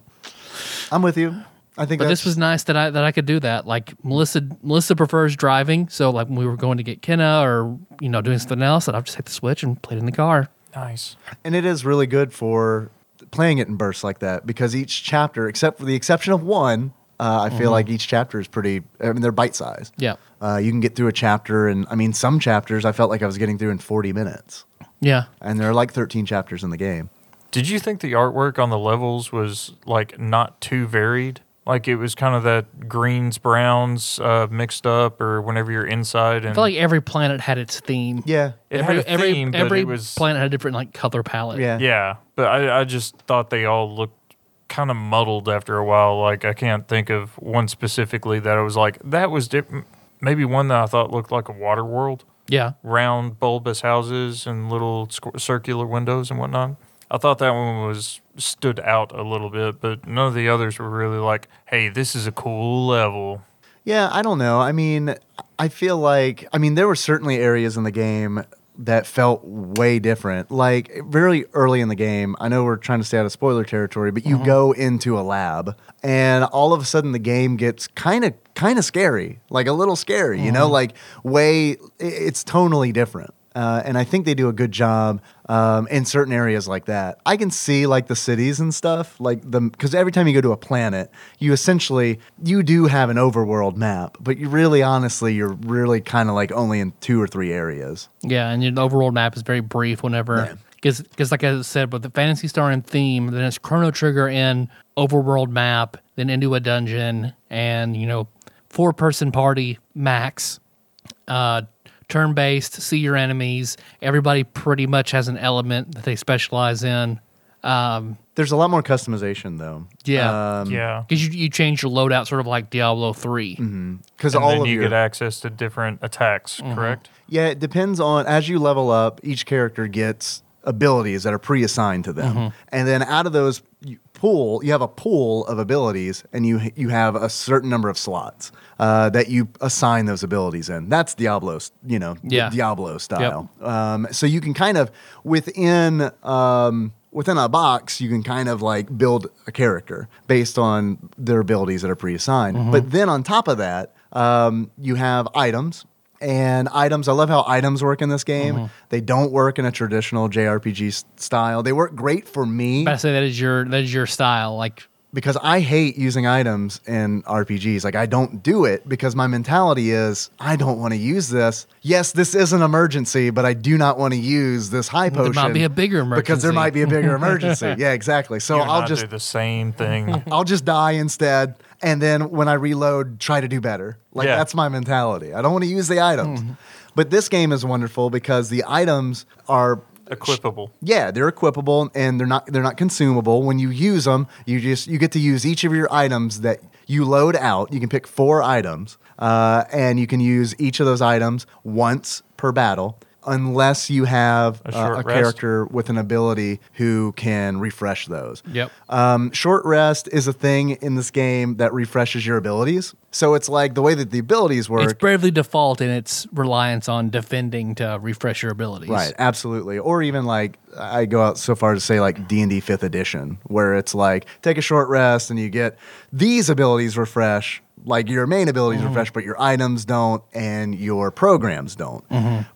B: I'm with you. I think
A: But this
B: that's-
A: was nice that I that I could do that. Like Melissa Melissa prefers driving, so like when we were going to get Kenna or you know doing something else, that I've just hit the switch and played in the car.
C: Nice.
B: and it is really good for playing it in bursts like that because each chapter, except for the exception of one, uh, I feel like each chapter is pretty. I mean, they're bite sized.
A: Yeah.
B: uh, you can get through a chapter, and I mean, some chapters I felt like I was getting through in forty minutes,
A: Yeah,
B: and there are like thirteen chapters in the game.
C: Did you think the artwork on the levels was like not too varied? Like it was kind of that greens browns uh, mixed up, or whenever you're inside,
A: I
C: and
A: feel like every planet had its theme.
B: Yeah,
C: it
A: every
C: had a
A: every
C: theme, but
A: every
C: it was
A: planet had a different like color palette.
B: yeah,
C: Yeah, but I, I just thought they all looked kind of muddled after a while. Like I can't think of one specifically that I was like that was different. Maybe one that I thought looked like a water world,
A: yeah.
C: round bulbous houses and little squ- circular windows and whatnot. I thought that one was stood out a little bit, but none of the others were really like, "Hey, this is a cool level."
B: Yeah, I don't know. I mean, I feel like I mean there were certainly areas in the game that felt way different. Like very early in the game, I know we're trying to stay out of spoiler territory, but you go into a lab and all of a sudden the game gets kind of kind of scary, like a little scary, you know, like way it- it's tonally different. Uh, and I think they do a good job um, in certain areas like that. I can see like the cities and stuff, like the because every time you go to a planet, you essentially you do have an overworld map, but you really, honestly, you're really kind of like only in two or three areas.
A: Yeah, and your overall map is very brief whenever because like I said, with the Fantasy Star and theme, then it's Chrono Trigger in overworld map, then into a dungeon, and you know, four person party max, uh, turn based, see your enemies. Everybody pretty much has an element that they specialize in. Um,
B: There's a lot more customization though. Uh,
A: yeah,
B: Um,
C: yeah,
A: because you you change your loadout sort of like Diablo 3
B: because
C: and
B: all
C: then
B: of
C: you
B: your,
C: get access to different attacks, correct?
B: Yeah, it depends on as you level up, each character gets abilities that are pre-assigned to them. And then out of those you pool, you have a pool of abilities and you you have a certain number of slots uh, that you assign those abilities in. That's Diablo's, you know, Di-
A: Yeah.
B: Diablo style. Um, so you can kind of within um, within a box, you can kind of like build a character based on their abilities that are pre-assigned. But then on top of that, um, you have items and items. I love how items work in this game. They don't work in a traditional JRPG s- style. They work great for me
A: But I say that is your that is your style, like
B: because I hate using items in RPGs. Like I don't do it because my mentality is I don't want to use this. Yes, this is an emergency, but I do not want to use this high
A: There
B: potion.
A: might be a bigger
B: because there
A: emergency.
B: might be a
A: <laughs>
B: bigger emergency. Yeah, exactly. So
C: You and
B: I'll
C: I
B: just
C: do the same thing.
B: I'll just die instead, and then when I reload, try to do better. Like
C: Yeah.
B: that's my mentality. I don't want to use the items.
A: Hmm.
B: But this game is wonderful because the items are
C: Equipable.
B: yeah, they're equipable and they're not they're not consumable. When you use them, you just you get to use each of your items that you load out. You can pick four items, uh, and you can use each of those items once per battle, unless you have
C: A
B: uh,
C: short
B: a
C: rest.
B: character with an ability who can refresh those.
A: Yep.
B: Um, short rest is a thing in this game that refreshes your abilities. So it's like the way that the abilities work.
A: it's bravely default in its reliance on defending to refresh your abilities.
B: Right, absolutely. Or even like I go out so far to say like D and D fifth edition, where it's like take a short rest and you get these abilities refresh, like your main abilities refresh, but your items don't and your programs don't.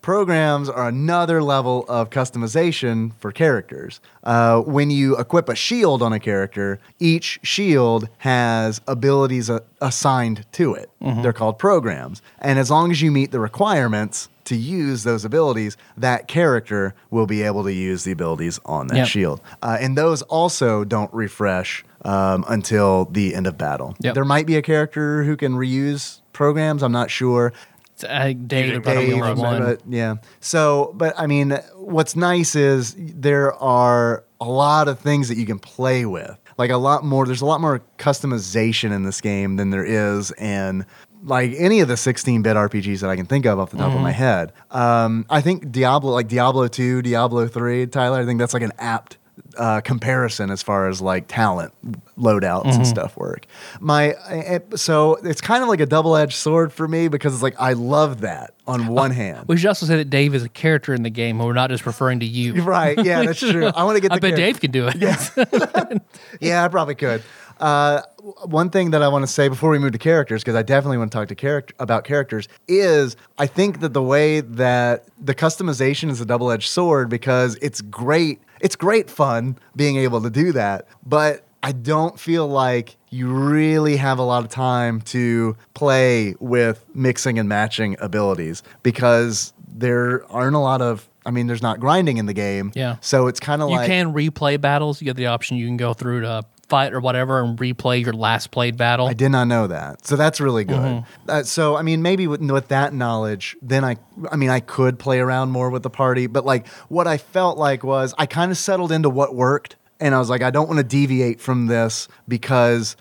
B: Programs are another level of customization for characters. Uh, when you equip a shield on a character, each shield has abilities uh, assigned to it. They're called programs, and as long as you meet the requirements to use those abilities, that character will be able to use the abilities on that
A: Yep.
B: shield. Uh, and those also don't refresh um, until the end of battle.
A: Yep.
B: There might be a character who can reuse programs. I'm not sure.
A: It's, I think Dave
C: didn't
A: would probably be the
C: Dave,
A: only one.
B: But yeah. So, but I mean, what's nice is there are a lot of things that you can play with. Like a lot more, there's a lot more customization in this game than there is in like any of the 16 bit RPGs that I can think of off the top of my head. Um, I think Diablo, like Diablo 2, Diablo 3, Tyler, I think that's like an apt uh, comparison as far as like talent loadouts and stuff work. My eh, eh, so it's kind of like a double edged sword for me because it's like I love that on one hand.
A: We should also say that Dave is a character in the game, and we're not just referring to you.
B: <laughs> Right? Yeah, that's true. I want to get. The
A: I bet
B: character-
A: Dave can do it.
B: Yeah, I probably could. Uh, w- one thing that I want to say before we move to characters, because I definitely want to talk to character about characters, is I think that the way that the customization is a double-edged sword because it's great. It's great fun being able to do that, but I don't feel like you really have a lot of time to play with mixing and matching abilities because there aren't a lot of. I mean, there's not grinding in the game.
A: Yeah.
B: So it's kind of
A: You
B: like
A: can replay battles. You have the option. You can go through to fight or whatever and replay your last played battle.
B: I did not know that. So that's really good. Uh, so I mean, maybe with, with that knowledge, then I, I mean, I could play around more with the party. But like, what I felt like was I kind of settled into what worked, and I was like, I don't want to deviate from this because,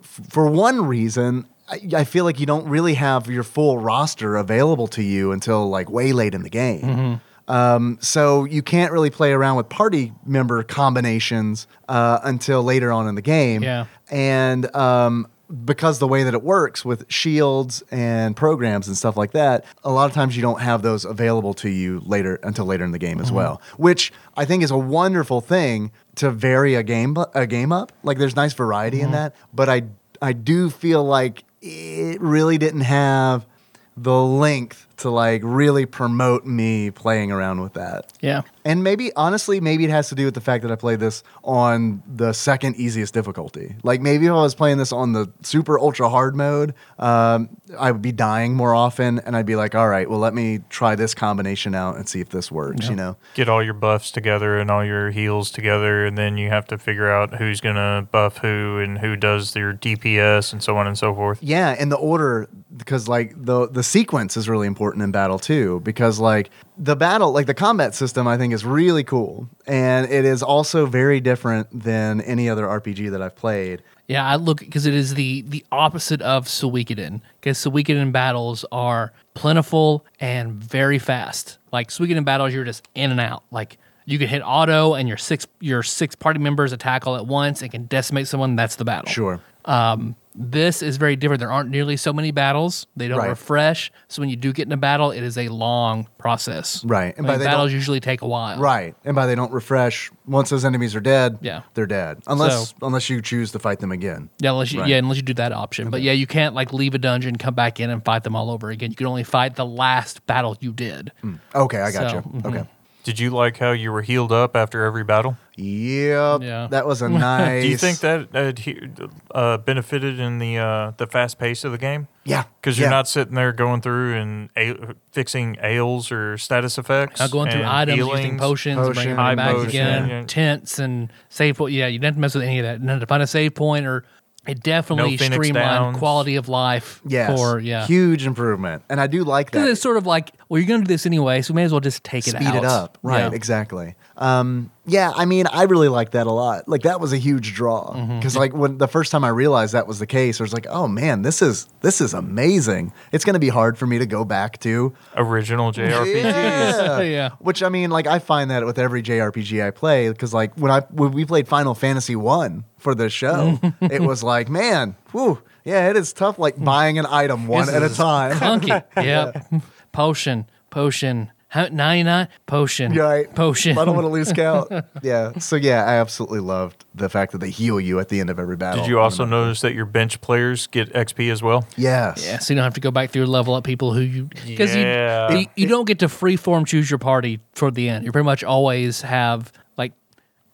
B: f- for one reason. I I feel like you don't really have your full roster available to you until like way late in the game. Um, so you can't really play around with party member combinations uh, until later on in the game.
A: Yeah.
B: And um, because the way that it works with shields and programs and stuff like that, a lot of times you don't have those available to you later until later in the game as well, which I think is a wonderful thing to vary a game a game up. Like there's nice variety in that, but I I do feel like it really didn't have the length to like really promote me playing around with that.
A: yeah.
B: And maybe, honestly, maybe it has to do with the fact that I played this on the second easiest difficulty. Like, maybe if I was playing this on the super ultra hard mode, um, I would be dying more often. And I'd be like, all right, well, let me try this combination out and see if this works, you know?
C: Get all your buffs together and all your heals together, and then you have to figure out who's going to buff who and who does their DPS and so on and so forth.
B: Yeah, and the order because like the the sequence is really important in battle too because like the battle like the combat system I think is really cool and it is also very different than any other RPG that I've played.
A: Yeah, I look because it is the the opposite of Suikoden. Because Suikoden battles are plentiful and very fast. Like Suikoden battles, you're just in and out. Like you can hit auto and your six your six party members attack all at once and can decimate someone. That's the battle.
B: Sure.
A: Um, this is very different. There aren't nearly so many battles. They don't
B: Right.
A: refresh. So when you do get in a battle, it is a long process.
B: Right. And
A: And
B: by they don't-
A: battles usually take a while.
B: Right. And by they don't refresh, once those enemies are dead,
A: Yeah.
B: they're dead. Unless
A: So-
B: unless you choose to fight them again.
A: Yeah, unless you,
B: Right.
A: yeah, unless you do that option. But yeah, you can't like leave a dungeon, come back in, and fight them all over again. You can only fight the last battle you did.
B: Okay, I got
A: So, mm-hmm.
B: you. Okay.
C: Did you like how you were healed up after every battle?
B: Yep.
A: Yeah.
B: That was a nice.
C: <laughs> Do you think that adhe- uh, benefited in the uh, the fast pace of the game?
B: Yeah.
C: because you're
B: Yeah.
C: not sitting there going through and a- fixing ails or status effects.
A: Now going through
C: and
A: items, using
C: healings.
A: potions, bringing
B: Potion.
A: them back
C: Potion,
A: again,
C: yeah.
A: tents and save point. Yeah, you didn't have to mess with any of that. And then to find a save point, or it definitely
C: Phoenix
A: streamlined
C: Downs.
A: quality of life.
B: Yes.
A: for yeah,
B: Huge improvement. And I do like that.
A: Because it's sort of like, well, you're going to do this anyway, so we may as well just take it
B: speed
A: out.
B: it up. Right,
A: Yeah. <laughs>
B: exactly. Um, yeah, I mean, I really like that a lot. Like that was a huge draw
A: Mm-hmm.
B: because like when the first time I realized that was the case, I was like, oh man, this is this is amazing. It's going to be hard for me to go back to.
C: original JRPGs.
B: Yeah.
A: Yeah.
B: Which I mean, like I find that with every JRPG I play, because like when I when we played Final Fantasy One for
A: <laughs>
B: the show, it was like, man, whew, yeah, it is tough, like buying an item one
A: This
B: at a
A: is
B: time. <laughs>
A: Clunky. yep. Potion. Potion. How- 99 potion.
B: You're right.
A: Potion.
B: I don't want to
A: <laughs>
B: lose count. yeah. So yeah, I absolutely loved the fact that they heal you at the end of every battle.
C: Did you
A: Oh,
C: also notice that your bench players get XP as well?
B: Yes.
A: Yeah, so you don't have to go back through and level up people who you because
C: Yeah.
A: you, you you don't get to freeform choose your party toward the end. You pretty much always have like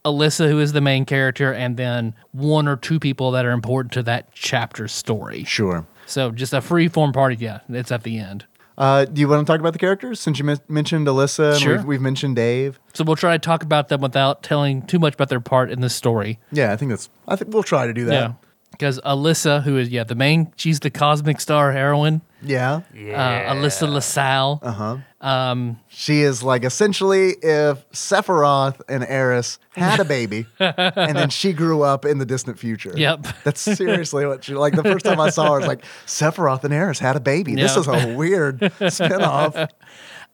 A: Alyssa, who is the main character, and then one or two people that are important to that chapter's story.
B: Sure.
A: So just a freeform party, yeah, it's at the end.
B: Uh, do you want to talk about the characters since you men- mentioned Alyssa? And
A: Sure.
B: We've, we've mentioned Dave.
A: So we'll try to talk about them without telling too much about their part in the story.
B: Yeah, I think that's. I think we'll try to do
A: Yeah,
B: that.
A: because Alyssa, who is yeah the main, she's the cosmic star heroine.
B: Yeah.
A: Uh, Alyssa LaSalle.
B: She is like essentially if Sephiroth and Eris had
A: <laughs>
B: a baby, and then she grew up in the distant future.
A: Yep.
B: That's seriously what she like. The first time I saw her, I was like, Sephiroth and Eris had a baby. This
A: Yeah.
B: is a weird spinoff.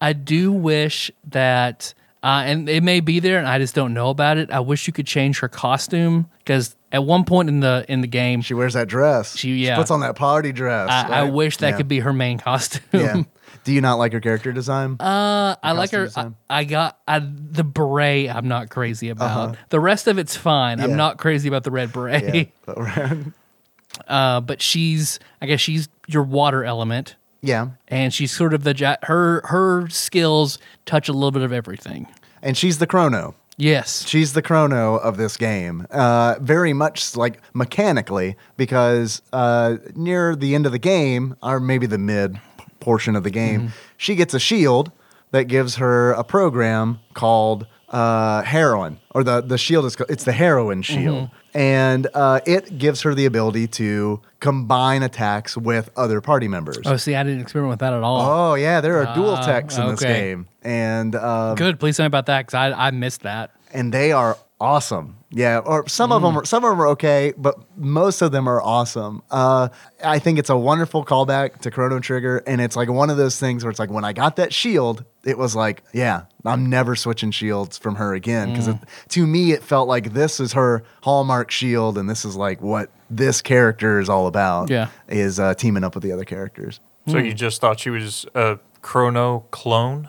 A: I do wish that, uh, and it may be there, and I just don't know about it. I wish you could change her costume because At one point in the in the game,
B: She wears that dress.
A: She- yeah.
B: puts on that party dress.
A: I, I
B: right?
A: wish that
B: Yeah.
A: could be her main costume.
B: Yeah. Do you not like her character design?
A: <laughs> Uh, I like
B: costume
A: her. I,
B: design.
A: I got I, the beret. I'm not crazy about. The rest of it's fine. I'm
B: Uh-huh. Yeah.
A: not crazy about the red beret.
B: yeah. Right.
A: <laughs> Uh, but she's. I guess she's your water element,
B: <laughs> yeah.
A: and she's sort of the ja- her her skills touch a little bit of everything.
B: And she's the chrono.
A: Yes.
B: She's the chrono of this game, uh, very much like mechanically, because uh, near the end of the game, or maybe the mid portion of the game,
A: Mm-hmm.
B: she gets a shield that gives her a program called uh, Heroin, or the, the shield is co- it's the Heroin
A: Mm-hmm.
B: Shield. And uh, it gives her the ability to combine attacks with other party members.
A: Oh, see, I didn't experiment with that at all.
B: Oh, yeah, there are dual techs in this
A: okay.
B: game. And uh,
A: Good. Please tell me about that because I I missed that.
B: and they are awesome. Yeah, or some of them, are, some of them are okay, but most of them are awesome. Uh, I think it's a wonderful callback to Chrono Trigger, and it's like one of those things where it's like when I got that shield, it was like, yeah, I'm never switching shields from her again because to me it felt like this is her hallmark shield, and this is like what this character is all about.
A: Yeah.
B: is uh, teaming up with the other characters.
C: So
A: Hmm.
C: you just thought she was a chrono clone?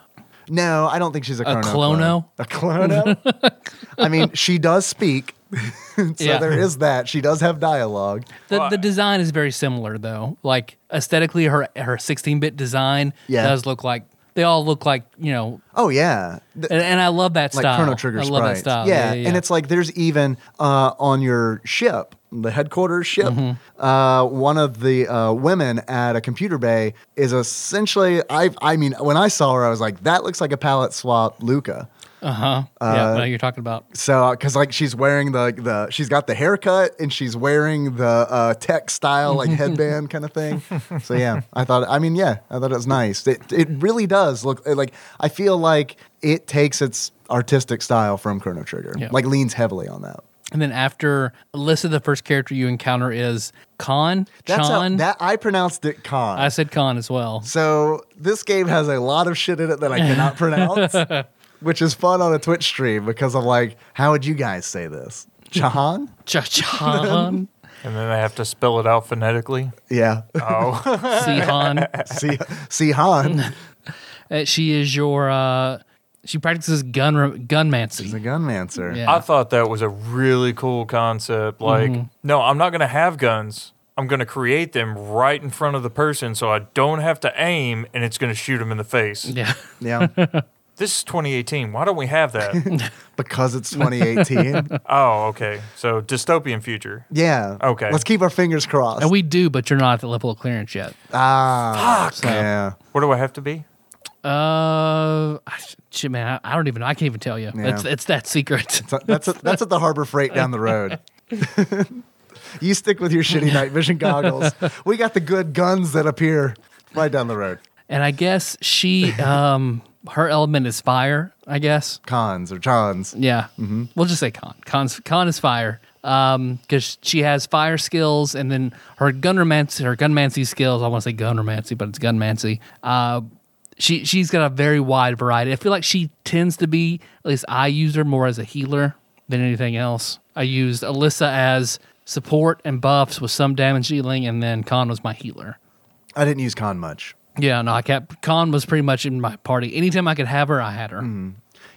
B: No, I don't think she's a, chrono
A: clono?
B: clone. A clono?
A: <laughs>
B: I mean, she does speak. <laughs> so
A: Yeah.
B: there is that. She does have dialogue.
A: The,
C: Well,
A: the
C: I-
A: design is very similar though. Like aesthetically, her her 16-bit design
B: Yeah.
A: does look like they all look like you know,
B: Oh yeah. Th-
A: and, and I love that
B: like
A: style.
B: Chrono Trigger
A: I love
B: sprites.
A: that style.
B: Yeah. and it's like there's even uh, on your ship, the headquarters ship,
A: Mm-hmm.
B: uh, one of the uh, women at a computer bay is essentially. I I mean, when I saw her, I was like, that looks like a palette swap, Luca.
A: uh-huh.
B: uh,
A: yeah, what you're talking about.
B: So, because like she's wearing the the she's got the haircut and she's wearing the uh, tech style like headband kind of thing. So yeah, I thought. I mean, yeah, I thought it was nice. It it really does look like I feel like it takes its artistic style from Chrono Trigger.
A: Yeah.
B: Like leans heavily on that.
A: And then after Alyssa, the first character you encounter is Khan.
B: That's how,
A: Chan.
B: that I pronounced it con.
A: I said Khan as well.
B: So this game has a lot of shit in it that I
A: <laughs>
B: cannot pronounce, which is fun on a Twitch stream because I'm like, how would you guys
A: <laughs>
B: say this? Chahan?
A: Chahan,
C: And then I have to spell it out phonetically.
B: Yeah. <laughs>
C: Oh,
A: Sihan.
B: See,
A: <laughs>
B: see Han.
A: Uh, She is your. uh She practices gun
B: He's a
A: gunmancy.
B: gunmancer.
A: Yeah. Mm-hmm.
C: I thought that was a really cool concept. Like, no, I'm not going to have guns. I'm going to create them right in front of the person so I don't have to aim and it's going to shoot them in the face.
A: Yeah.
B: Yeah.
C: This is 2018. Why don't we have
A: <laughs>
C: that?
B: <laughs> because it's 2018.
C: oh, okay. So dystopian future.
B: yeah.
C: Okay.
B: Let's keep our fingers crossed.
A: And we do, but you're not at the level of clearance yet.
B: ah.
A: So-
B: Yeah.
C: What do I have to be?
A: Uh, shit, man, I, I don't even. I can't even tell you. It's it's that secret.
B: So
A: <laughs>
B: that's at- that's at the Harbor Freight down the road. <laughs> you stick with your shitty night vision goggles. We got the good guns that appear right down the road.
A: And I guess she, um, her element is fire. I guess.
B: Cons or Johns.
A: Yeah. We'll just say con. Con's, con is fire. Um, because she has fire skills, and then her gunromancy, her gunmancy skills. I want to say gunromancy, but it's gunmancy. Uh, she she's got a very wide variety. I feel like she tends to be at least I use her more as a healer than anything else. I used Alyssa as support and buffs with some damage dealing, and then Con was my healer.
B: I didn't use con much.
A: Yeah, no, I kept Con was pretty much in my party. Anytime I could have her, I had her.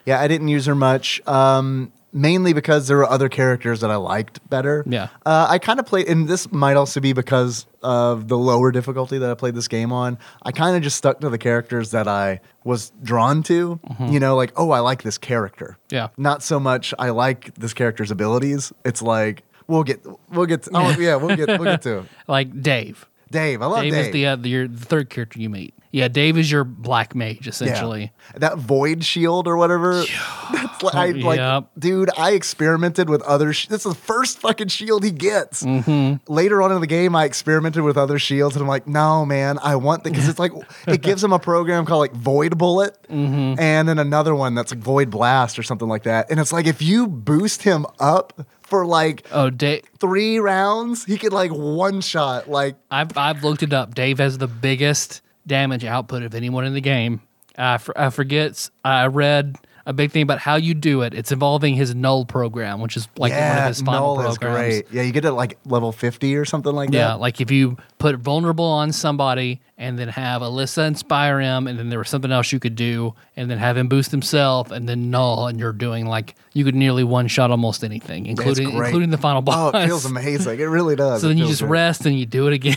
B: Yeah, I didn't use her much. Um, mainly because there were other characters that I liked better.
A: Yeah.
B: Uh, I kind of played, and this might also be because of the lower difficulty that I played this game on. I kind of just stuck to the characters that I was drawn to. You know, like, oh, I like this character.
A: Mm-hmm. Yeah.
B: Not so much I like this character's abilities. It's like we'll get, we'll get, to, oh, yeah, we'll get, we'll
A: <laughs>
B: get to it.
A: Like Dave.
B: Dave. I love
A: Dave,
B: Dave.
A: is the, uh, the your the third character you meet. Yeah, Dave is your black mage
B: Yeah.
A: essentially. Oh,
B: That void shield or whatever. That's like, I, like
A: Yep.
B: dude, I experimented with other. Sh- this is the first fucking shield he gets.
A: Mm-hmm.
B: Later on in the game, I experimented with other shields, and I'm like, no, man, I want the because
A: <laughs>
B: it's like it gives him a program called like Void Bullet,
A: Mm-hmm.
B: and then another one that's like Void Blast or something like that. And it's like if you boost him up for like
A: Oh, Dave.
B: three rounds, he could like one shot like
A: I've I've looked it up. Dave has the biggest damage output of anyone in the game. I for- I forget. I read. a big thing about how you do it. It's involving his null program, which is like one of his final
B: null
A: programs.
B: is great. Yeah, you get it like level 50 or something like
A: Yeah,
B: that.
A: like if you put vulnerable on somebody and then have Alyssa inspire him, and then there was something else you could do, and then have him boost himself, and then null, and you're doing like you could nearly one shot almost anything, including
B: great.
A: including the final boss.
B: Oh, it feels amazing. It really
A: <laughs>
B: does.
A: So
B: It
A: then you
B: feels
A: just
B: good.
A: rest and you do it
B: <laughs>
A: again.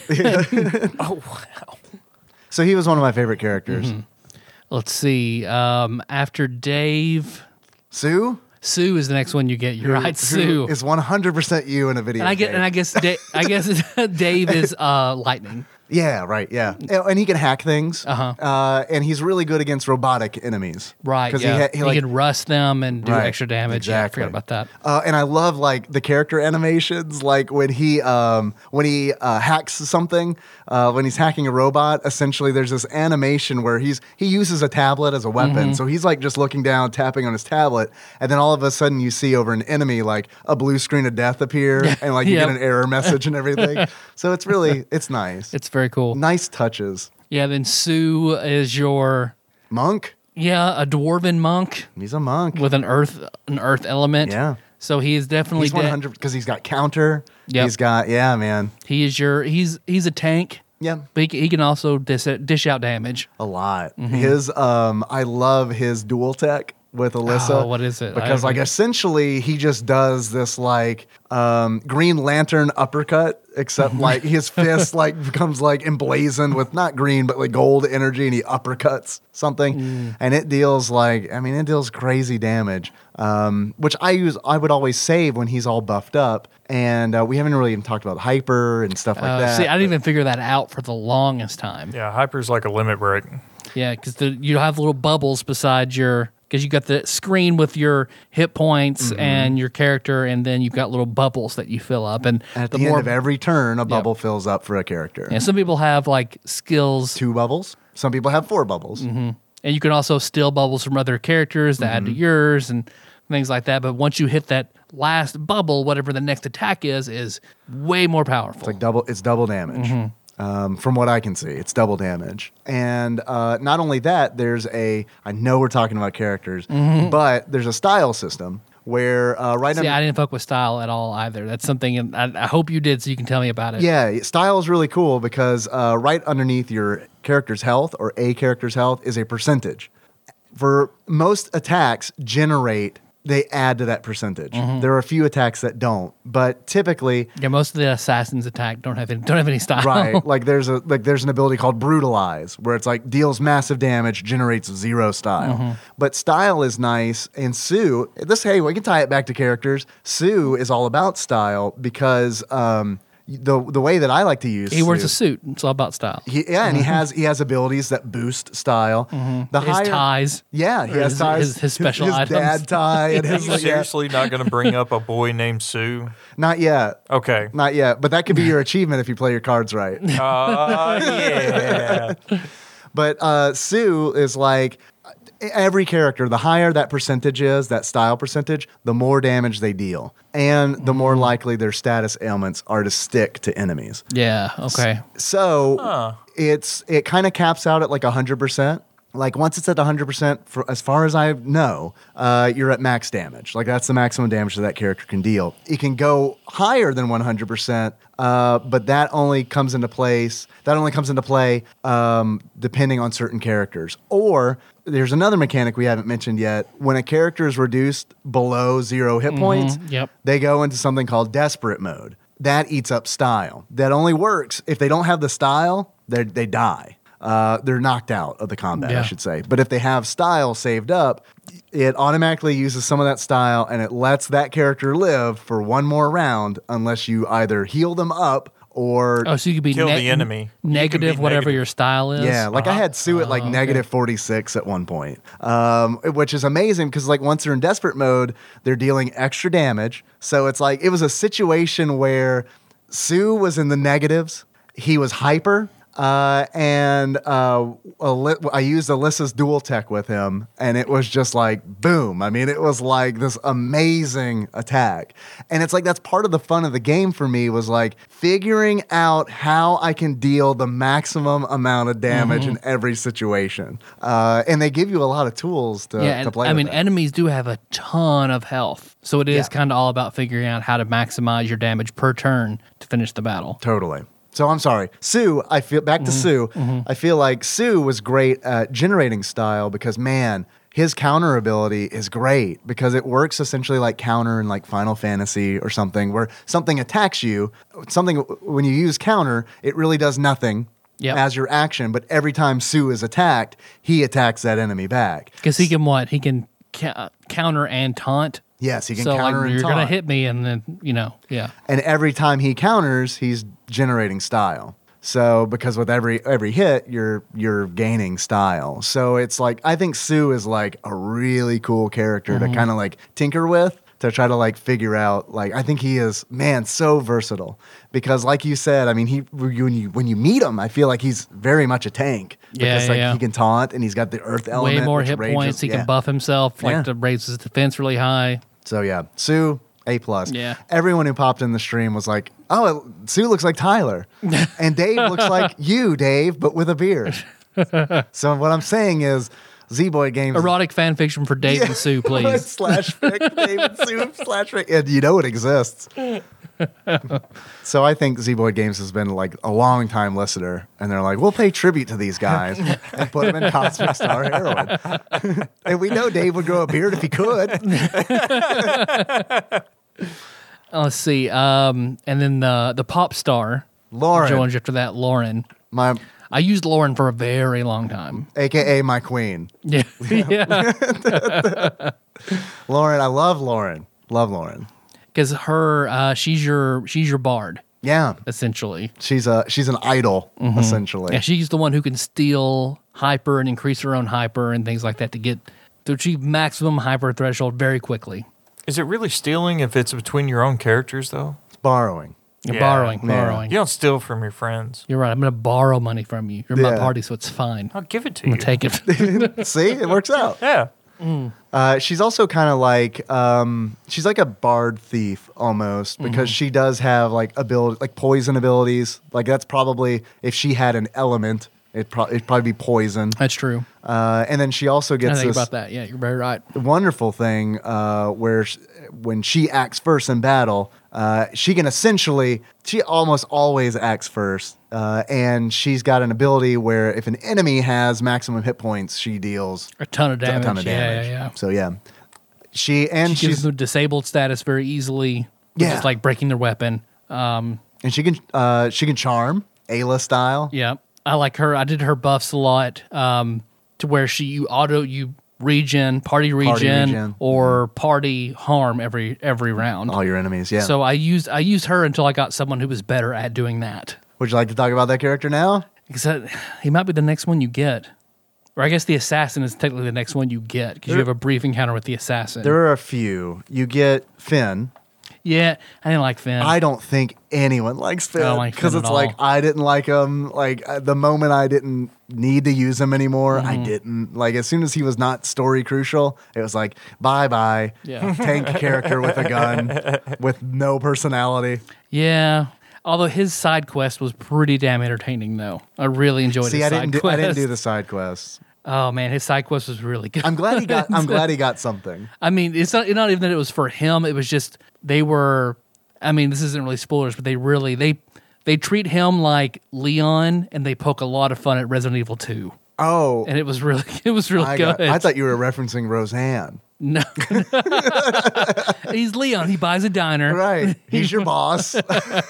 B: So he was one of my favorite characters.
A: Mm-hmm. Let's see. Um, after Dave,
B: Sue?
A: Sue is the next one you get. You're right, Sue.
B: Is 100% you in a video
A: and I get,
B: game.
A: and I guess, da- I guess <laughs> Dave is uh, lightning.
B: Yeah, right. Yeah, and, and he can hack things.
A: Uh-huh.
B: Uh, and he's really good against robotic enemies.
A: Right.
B: he,
A: Yeah.
B: ha- he, like,
A: can rust them and do
B: Right,
A: extra damage. Yeah, I forgot
B: exactly.
A: about that.
B: Uh, and I love like the character animations, like when he um, when he uh, hacks something, uh, when he's hacking a robot. Essentially, there's this animation where he's he uses a tablet as a weapon,
A: Mm-hmm.
B: so he's like just looking down, tapping on his tablet, and then all of a sudden you see over an enemy like a blue screen of death
A: <laughs>
B: appear, and like you
A: Yep.
B: get an error message
A: <laughs>
B: and everything. so it's really it's nice,
A: It's very cool.
B: nice touches.
A: Yeah. Then Sue is your
B: Monk,
A: yeah a dwarven monk
B: he's a monk.
A: with an earth an earth element.
B: Yeah.
A: So he is definitely
B: He's
A: de-
B: 100 because he's got counter.
A: Yep.
B: He's got yeah, man.
A: he is your he's he's a tank.
B: Yeah.
A: But he, can- he can also dis- dish out damage.
B: A lot.
A: Mm-hmm.
B: His um I love his dual tech with Alyssa.
A: Oh, what is it? I
B: Because like
A: haven't-
B: essentially he just does this like um Green Lantern uppercut,
A: <laughs>
B: except like his fist like becomes like emblazoned with not green but like gold energy and he uppercuts something.
A: Mm.
B: And it deals like I mean it deals crazy damage. Um which I use I would always save when he's all buffed up. And uh, we haven't really even talked about hyper and stuff like
A: Uh,
B: that.
A: see, I
B: but-
A: didn't even figure that out for the longest time.
C: Yeah, hyper's like a limit break.
A: Yeah, because you have little bubbles beside your because you got the screen with your hit points
B: Mm-hmm.
A: and your character, and then you've got little bubbles that you fill up. And
B: At the, end of every turn, a bubble fills up for a character.
A: yeah, some people have like skills,
B: Two bubbles. Some people have four bubbles.
A: Mm-hmm. and you can also steal bubbles from other characters to
B: Mm-hmm.
A: add to yours and things like that. But once you hit that last bubble, whatever the next attack is, is way more powerful.
B: Like double, it's double damage.
A: Mm-hmm.
B: Um, from what I can see, it's double damage. And uh, not only that, there's a. I know we're talking about characters, but there's a style system where uh, right
A: Mm-hmm. See,
B: under
A: I didn't fuck with style at all either. That's something, and I, I hope you did, so you can tell me about it.
B: Yeah, style is really cool because uh, right underneath your character's health or a character's health is a percentage. For most attacks, generate they add to that percentage.
A: Mm-hmm.
B: There are a few attacks that don't, but typically,
A: yeah. Most of the assassins attack don't have any, don't have any <laughs> style.
B: right? like there's a like there's an ability called brutalize where it's like deals massive damage, generates zero style.
A: Mm-hmm.
B: But style is nice, and Sue. This hey, we can tie it back to characters. Sue is all about style because. Um, the, the way that I like to use
A: he wears
B: Sue-
A: a suit. It's all about style.
B: He, yeah, and he has he has abilities that boost style. The
A: Mm-hmm. his
B: higher,
A: ties.
B: yeah, he
A: Or
B: has
A: his-
B: ties.
A: his- his special
B: his
A: items.
B: dad tie,
A: <laughs>
B: and
C: Are
B: his
C: you
B: like, yeah.
C: seriously not going to bring up a boy named Sue?
B: not yet,
C: Okay.
B: not yet. But that could be your achievement if you play your cards right.
C: Uh, yeah.
B: But uh, Sue is like every character. The higher that percentage is, that style percentage, the more damage they deal, and the more likely their status ailments are to stick to enemies.
A: Yeah. Okay.
B: So it's it kind of caps out at like hundred percent. Like once it's at hundred percent, for as far as I know, uh, you're at max damage. Like that's the maximum damage that that character can deal. It can go higher than one hundred percent, uh, but that only comes into place. That only comes into play um, depending on certain characters. Or there's another mechanic we haven't mentioned yet. When a character is reduced below zero hit points,
A: yep.
B: they go into something called desperate mode. That eats up style. That only works if they don't have the style, they they die. Uh, they're knocked out of the combat,
A: Yeah.
B: I should say. But if they have style saved up, it automatically uses some of that style and it lets that character live for one more round unless you either heal them up or.
A: Oh, so you could be
C: Kill
A: neg-
C: the enemy. You can
A: negative,
C: be
A: whatever
C: negative.
A: your style is.
B: Yeah, like I had Sue at like negative 46 at one point, um, which is amazing because like once they're in desperate mode, they're dealing extra damage. So it's like it was a situation where Sue was in the negatives, he was hyper. Uh, and uh, Ali- I used Alyssa's dual tech with him, and it was just like boom. I mean, it was like this amazing attack, and it's like that's part of the fun of the game for me was like figuring out how I can deal the maximum amount of damage
A: Mm-hmm.
B: in every situation. Uh, and they give you a lot of tools to,
A: yeah,
B: to
A: and,
B: play.
A: I
B: with
A: mean,
B: that.
A: enemies do have a ton of health, so it is
B: Yeah.
A: kind of all about figuring out how to maximize your damage per turn to finish the battle.
B: Totally. So I'm sorry, Sue. I feel back
A: Mm-hmm.
B: to Sue. I feel like Sue was great at generating style because man, his counter ability is great because it works essentially like counter in like Final Fantasy or something where something attacks you. Something when you use counter, it really does nothing
A: Yep.
B: as your action, but every time Sue is attacked, he attacks that enemy back.
A: Because he can what? He can ca- counter and taunt.
B: Yes, he can
A: so
B: counter
A: like,
B: and
A: you're gonna
B: taunt.
A: hit me, and then you know, yeah.
B: and every time he counters, he's generating style. So because with every every hit, you're you're gaining style. So it's like I think Sue is like a really cool character
A: Mm-hmm.
B: to kind of like tinker with to try to like figure out like I think he is man so versatile because like you said I mean he when you when you meet him I feel like he's very much a tank
A: Yeah,
B: because
A: yeah,
B: like
A: yeah.
B: he can taunt and he's got the earth element
A: Way more
B: which
A: hit
B: rages-
A: points. He
B: yeah.
A: can buff himself, like
B: Yeah.
A: to raise his defense really high.
B: So yeah, Sue A plus.
A: Yeah.
B: Everyone who popped in the stream was like, "Oh, it- Sue looks like
A: <laughs>
B: Tyler, and Dave looks like you, Dave, but with a
A: <laughs>
B: beard." so what I'm saying is, Z Boy Games <laughs>
A: Erotic fan fiction for Dave and Sue, please.
B: slash fic, Dave and
A: <laughs>
B: Sue slash fic, and you know it exists. so I think Z Boy Games has been like a long time listener, and they're like, "We'll pay tribute to
A: <laughs>
B: these guys and put them in Cosmic Star Heroine." <laughs> and we know Dave would grow a beard if he could.
A: <laughs> Let's see. Um, and then the the pop star
B: Lauren.
A: joins after that. Lauren.
B: My
A: I used Lauren for a very long time. <laughs>
B: AKA my queen.
A: Yeah, yeah.
B: Lauren, I love Lauren. Love Lauren.
A: Because her, uh, she's your she's your bard
B: Yeah.
A: essentially.
B: She's a she's an idol, essentially.
A: Mm-hmm. Yeah, she's the one who can steal hyper and increase her own hyper and things like that to get to achieve maximum hyper threshold very quickly.
C: Is it really stealing if it's between your own characters, though?
B: It's borrowing.
A: You're
C: Yeah.
A: borrowing,
B: Yeah.
A: borrowing.
C: You don't steal from your friends.
A: You're right. I'm going to borrow money from you. You're my
B: Yeah.
A: party, so it's
B: <laughs>
A: fine.
C: I'll
A: I'm
C: give it to you.
A: going to take it.
B: See, it works out.
C: yeah.
B: Uh, she's also kind of like um, she's like a bard thief almost
A: Mm-hmm.
B: because she does have like ability like poison abilities. Like that's probably if she had an element, it pro- it'd probably be poison.
A: That's true.
B: Uh, and then she also
A: I
B: gets
A: think
B: this
A: about that. Yeah, you're very right.
B: wonderful thing uh, where sh- when she acts first in battle, uh, she can essentially, she almost always acts first. Uh, and she's got an ability where if an enemy has maximum hit points, she deals
A: A ton of damage.
B: a ton of damage.
A: Yeah, yeah, yeah.
B: So, yeah. She and
A: She gives
B: she's
A: them disabled status very easily. which
B: Yeah.
A: is like breaking their weapon. Um,
B: and she can uh, she can charm Ayla style.
A: Yeah, I like her. I did her buffs a lot um, to where she you auto you regen party regen,
B: regen.
A: or party harm every every round.
B: All your enemies, yeah.
A: So I used I used her until I got someone who was better at doing that.
B: Would you like to talk about that character now?
A: Except he might be the next one you get, or I guess the assassin is technically the next one you get because you have a brief encounter with the assassin.
B: There are a few. You get Finn.
A: yeah, I didn't like Finn.
B: I don't think anyone likes Finn
A: I don't like
B: because
A: Finn
B: it's
A: at all.
B: like I didn't like him. Like uh, the moment I didn't need to use him anymore,
A: Mm-hmm.
B: I didn't. Like as soon as he was not story crucial, it was like bye bye. <laughs>
A: Yeah.
B: Tank character with a gun with no personality.
A: yeah. Although his side quest was pretty damn entertaining, though, I really enjoyed.
B: See,
A: his
B: I
A: side
B: didn't. Do, I didn't
A: quest.
B: do the side quests.
A: Oh man, his side quest was really good.
B: I'm glad he
A: <laughs>
B: got. I'm glad he got something.
A: I mean, it's not, it's not even that it was for him. It was just they were. I mean, this isn't really spoilers, but they really they they treat him like Leon, and they poke a lot of fun at Resident Evil Two,
B: Oh,
A: and it was really <laughs> it was really
B: I,
A: good.
B: got, I thought you were referencing Roseanne.
A: no, he's Leon. He buys a diner.
B: <laughs> Right. He's your
A: <laughs>
B: boss.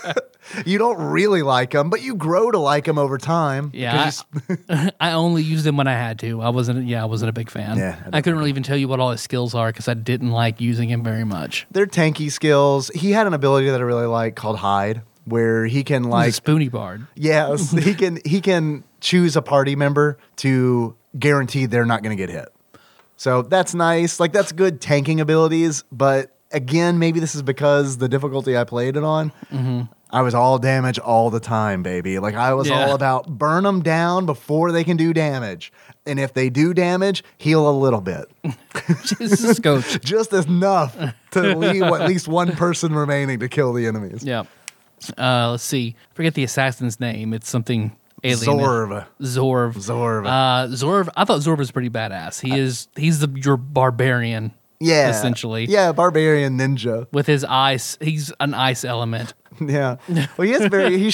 B: <laughs> you don't really like him, but you grow to like him over time.
A: Yeah,
B: because <laughs>
A: I, <laughs> I only used him when I had to. I wasn't. Yeah, I wasn't a big fan.
B: Yeah, I
A: I, couldn't really even tell you what all his skills are because I didn't like using him very much.
B: They're tanky skills. He had an ability that I really like called hide, where he can
A: He's a
B: like
A: Spoonie Bard. <laughs>
B: yes, he can he can choose a party member to guarantee they're not going to get hit. So that's nice. Like that's good
A: Mm-hmm.
B: tanking abilities, but again, maybe this is because the difficulty I played it on. I was all damage all the time, baby. Like I was
A: Yeah.
B: all about burn them down before they can do damage. And if they do damage, heal a little bit.
A: Jesus, coach.
B: Just enough to leave at least one person remaining to kill the enemies.
A: Yeah. Uh, let's see. Forget the assassin's name. It's something alien.
B: Zorv.
A: Zorv.
B: Zorv.
A: Uh, Zorv. I thought Zorv was pretty badass. He is. He's the your barbarian.
B: Yeah.
A: Essentially.
B: Yeah, barbarian ninja. <laughs>
A: With his ice, he's an ice element.
B: Yeah. Well, he is very he's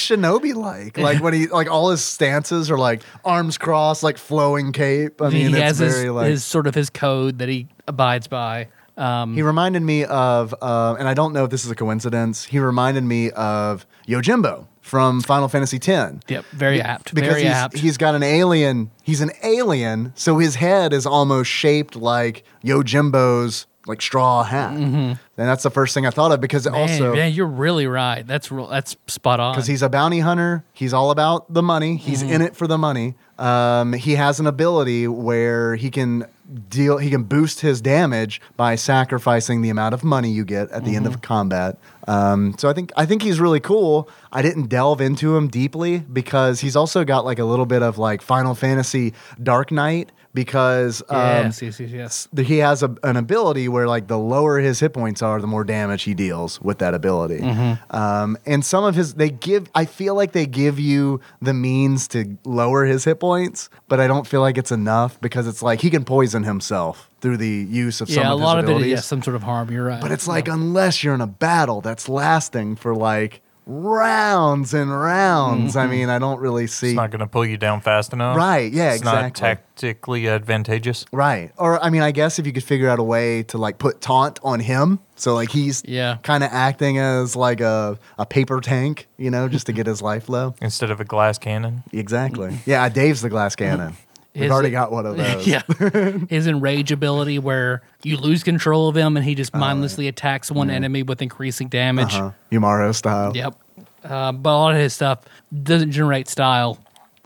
A: <laughs>
B: shinobi like. Like when he like all his stances are like arms crossed, like flowing cape. I mean,
A: he has
B: it's very
A: his,
B: like
A: his sort of his code that he abides by. Um,
B: He reminded me of, uh, and I don't know if this is a coincidence. He reminded me of Yojimbo from Final Fantasy X.
A: yep. Very apt.
B: Because
A: very
B: he's,
A: apt.
B: he's got an alien. He's an alien, so his head is almost shaped like Yojimbo's like straw hat. And that's the first thing I thought of because it
A: Mm-hmm. Man,
B: also
A: yeah, you're really right. That's real, that's spot on.
B: because he's a bounty hunter. He's all about the money. He's in it for the money. Um, he has an ability where he can deal. He can boost his damage by sacrificing the amount of money you get at the end of combat. Um, so I think I think he's really cool. I didn't delve into him deeply because he's also got like a little bit of like Final Fantasy Dark Knight because um,
A: yes, yes, yes, yes.
B: that he has a, an ability where like the lower his hit points are, the more damage he deals with that ability.
A: Mm-hmm.
B: Um, and some of his they give I feel like they give you the means to lower his hit points, but I don't feel like it's enough because it's like he can poison himself through the use of some
A: Yeah, a
B: of
A: lot of it
B: his
A: is
B: abilities.
A: yeah, some sort of harm. You're right.
B: But it's like unless you're in a battle that's lasting for like rounds and rounds.
A: Mm-hmm.
B: I mean, I don't really see
C: It's not going to pull you down fast enough.
B: Right, yeah,
C: it's not
B: exactly.
C: tactically advantageous.
B: Right. Or I mean, I guess if you could figure out a way to like put taunt on him, so like he's
A: Yeah.
B: kind of acting as like a a paper tank, you know, just to get his life
A: <laughs>
B: low.
C: Instead of a glass cannon,
B: Exactly. yeah, Dave's the glass cannon. We've
A: Is
B: already
A: it-
B: got
A: <laughs>
B: one of those.
A: yeah. His enrage ability, where you lose control of him and he
B: Oh,
A: just mindlessly attacks
B: Mm-hmm.
A: one enemy with increasing damage.
B: Uh, Yumaro style.
A: Yep. Uh, but a lot of his stuff doesn't generate style.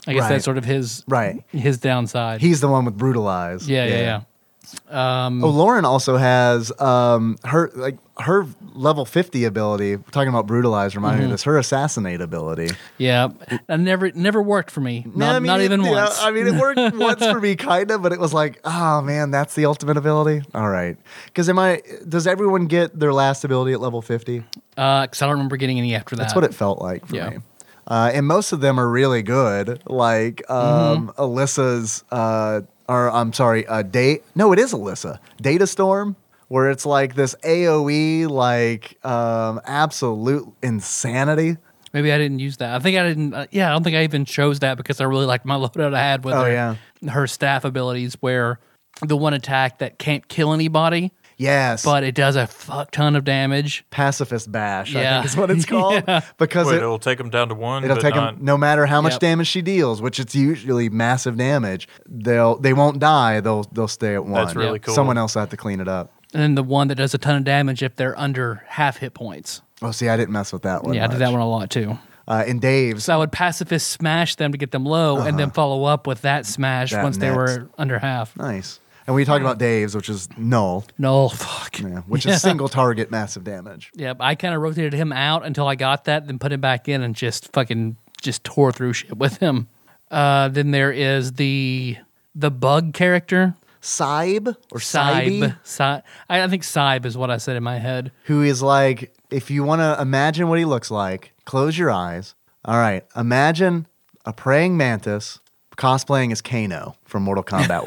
A: I guess
B: Right.
A: that's sort of his
B: Right.
A: his downside.
B: He's the one with brutalized.
A: yeah, yeah, yeah.
B: Oh, Lauren also has um, her like her level fifty ability. We're talking about brutalized. Reminded
A: Mm-hmm.
B: me of this. Her assassinate ability.
A: Yeah. That never never worked for me. Not,
B: No, I mean,
A: not
B: it-
A: even
B: yeah,
A: once.
B: I mean, it
A: <laughs>
B: worked once for me, kind of, but it was like, oh man, that's the ultimate ability. All right, because am I? Does everyone get their last ability at level fifty?
A: Uh 'cause I don't remember getting any after that.
B: That's what it felt like for
A: Uh, yeah.
B: me. Uh, and most of them are really good. Like um,
A: Mm-hmm.
B: Alyssa's, uh, or I'm sorry, uh, date. No, it is Alyssa. Data Storm, where it's like this AOE, like um, absolute insanity.
A: Maybe I didn't use that. I think I didn't. Uh, yeah, I don't think I even chose that because I really liked my <laughs> loadout I had with
B: Oh,
A: her,
B: yeah.
A: her staff abilities, where the one attack that can't kill anybody,
B: Yes,
A: but it does a fuck ton of damage.
B: pacifist bash.
A: <laughs>
B: I
A: Yeah.
B: think is what it's called because
C: Wait,
B: it,
C: it, will take them down to one.
B: It'll
C: but
B: take
C: not,
B: them no matter how much
A: Yep.
B: damage she deals, which it's usually massive damage. They'll they won't die. They'll they'll stay at one.
C: That's really
A: Yep.
C: cool.
B: Someone else will have to clean it up.
A: And then the one that does a ton of damage if they're under half hit points.
B: Oh, see, I didn't mess with that one.
A: yeah, I did
B: much.
A: that one a lot too.
B: Uh, and Dave's
A: So I would pacifist smash them to get them low, and then follow up with that smash
B: Uh-huh. That
A: once they
B: next.
A: were under half.
B: nice. And we talked about Dave's, which is null,
A: No fuck.
B: yeah, which
A: <laughs>
B: is single target massive damage.
A: Yep, I kind of rotated him out until I got that, then put him back in and just fucking just tore through shit with him. Uh, then there is the the bug character,
B: Saib or Saib,
A: Saib. Saib. I I think Saib is what I said in my head.
B: who is like, if you want to imagine what he looks like, close your eyes. All right, imagine a praying mantis cosplaying as Kano from Mortal Kombat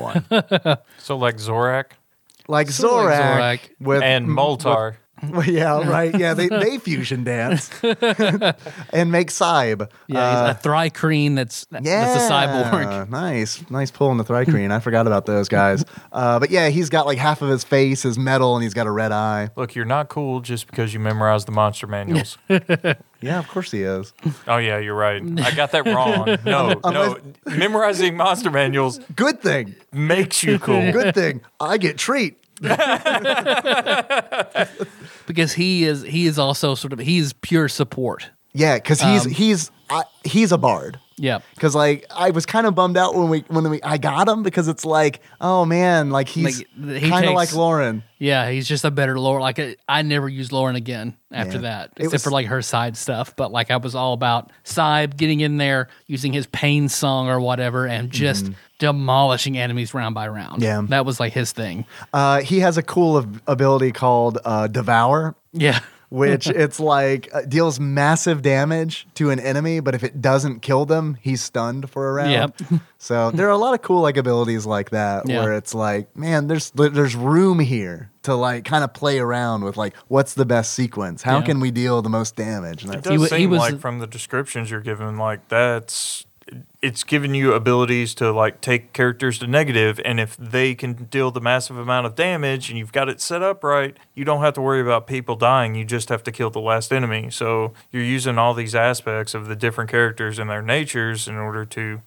A: <laughs>
B: One.
C: So like Zorak
B: like
A: Sort of
B: Zorak,
A: like Zorak.
B: with
C: and Moltar.
B: <laughs> Well, yeah, right. Yeah,
A: <laughs>
B: they, they fusion dance <laughs> and make Saib.
A: Yeah,
B: Uh,
A: he's a Thrycreen that's that's a cyborg. <laughs>
B: Nice, nice pull on the Thrycreen. I forgot about those guys. Uh, but yeah, he's got like half of his face is metal, and he's got a red eye.
C: Look, you're not cool just because you memorized the monster manuals.
B: <laughs> Yeah, of course he is.
C: oh yeah, you're right. I got
B: <laughs>
C: that wrong. No, no. Memorizing monster manuals
B: Good thing,
C: makes you
A: <laughs>
C: cool.
B: good thing. I get treat.
A: Because he is he is also sort of he's pure support. Um,
B: Yeah, because he's he's I, he's a bard.
A: Yep.
B: Because like I was kind of bummed out when we when we I got him because it's like oh man like he's
A: Like, he
B: kind of
A: takes-
B: like Lauren.
A: Yeah, he's just a better Lauren. Like I, I never used Lauren again after
B: Yeah.
A: that,
B: It
A: except
B: was-
A: for like her side stuff. But like I was all about Saib getting in there, using his pain song or whatever, and just demolishing enemies round by round.
B: Mm-hmm. Yeah.
A: that was like his thing.
B: Uh, he has a cool ab- ability called uh, Devour,
A: Yeah, <laughs>
B: which it's like uh, deals massive damage to an enemy, but if it doesn't kill them, he's stunned for a round.
A: Yep.
B: <laughs> So there are a lot of cool like abilities like that
A: Yeah.
B: where it's like, man, there's there's room here to like kind of play around with like what's the best sequence? How
A: Yeah.
B: can we deal the most damage? And
C: It
B: that's,
C: does
A: He wa- he
C: seem
A: was-
C: like from the descriptions you're given, like that's it's giving you abilities to like take characters to negative, and if they can deal the massive amount of damage, and you've got it set up right, you don't have to worry about people dying. You just have to kill the last enemy. So you're using all these aspects of the different characters and their natures in order to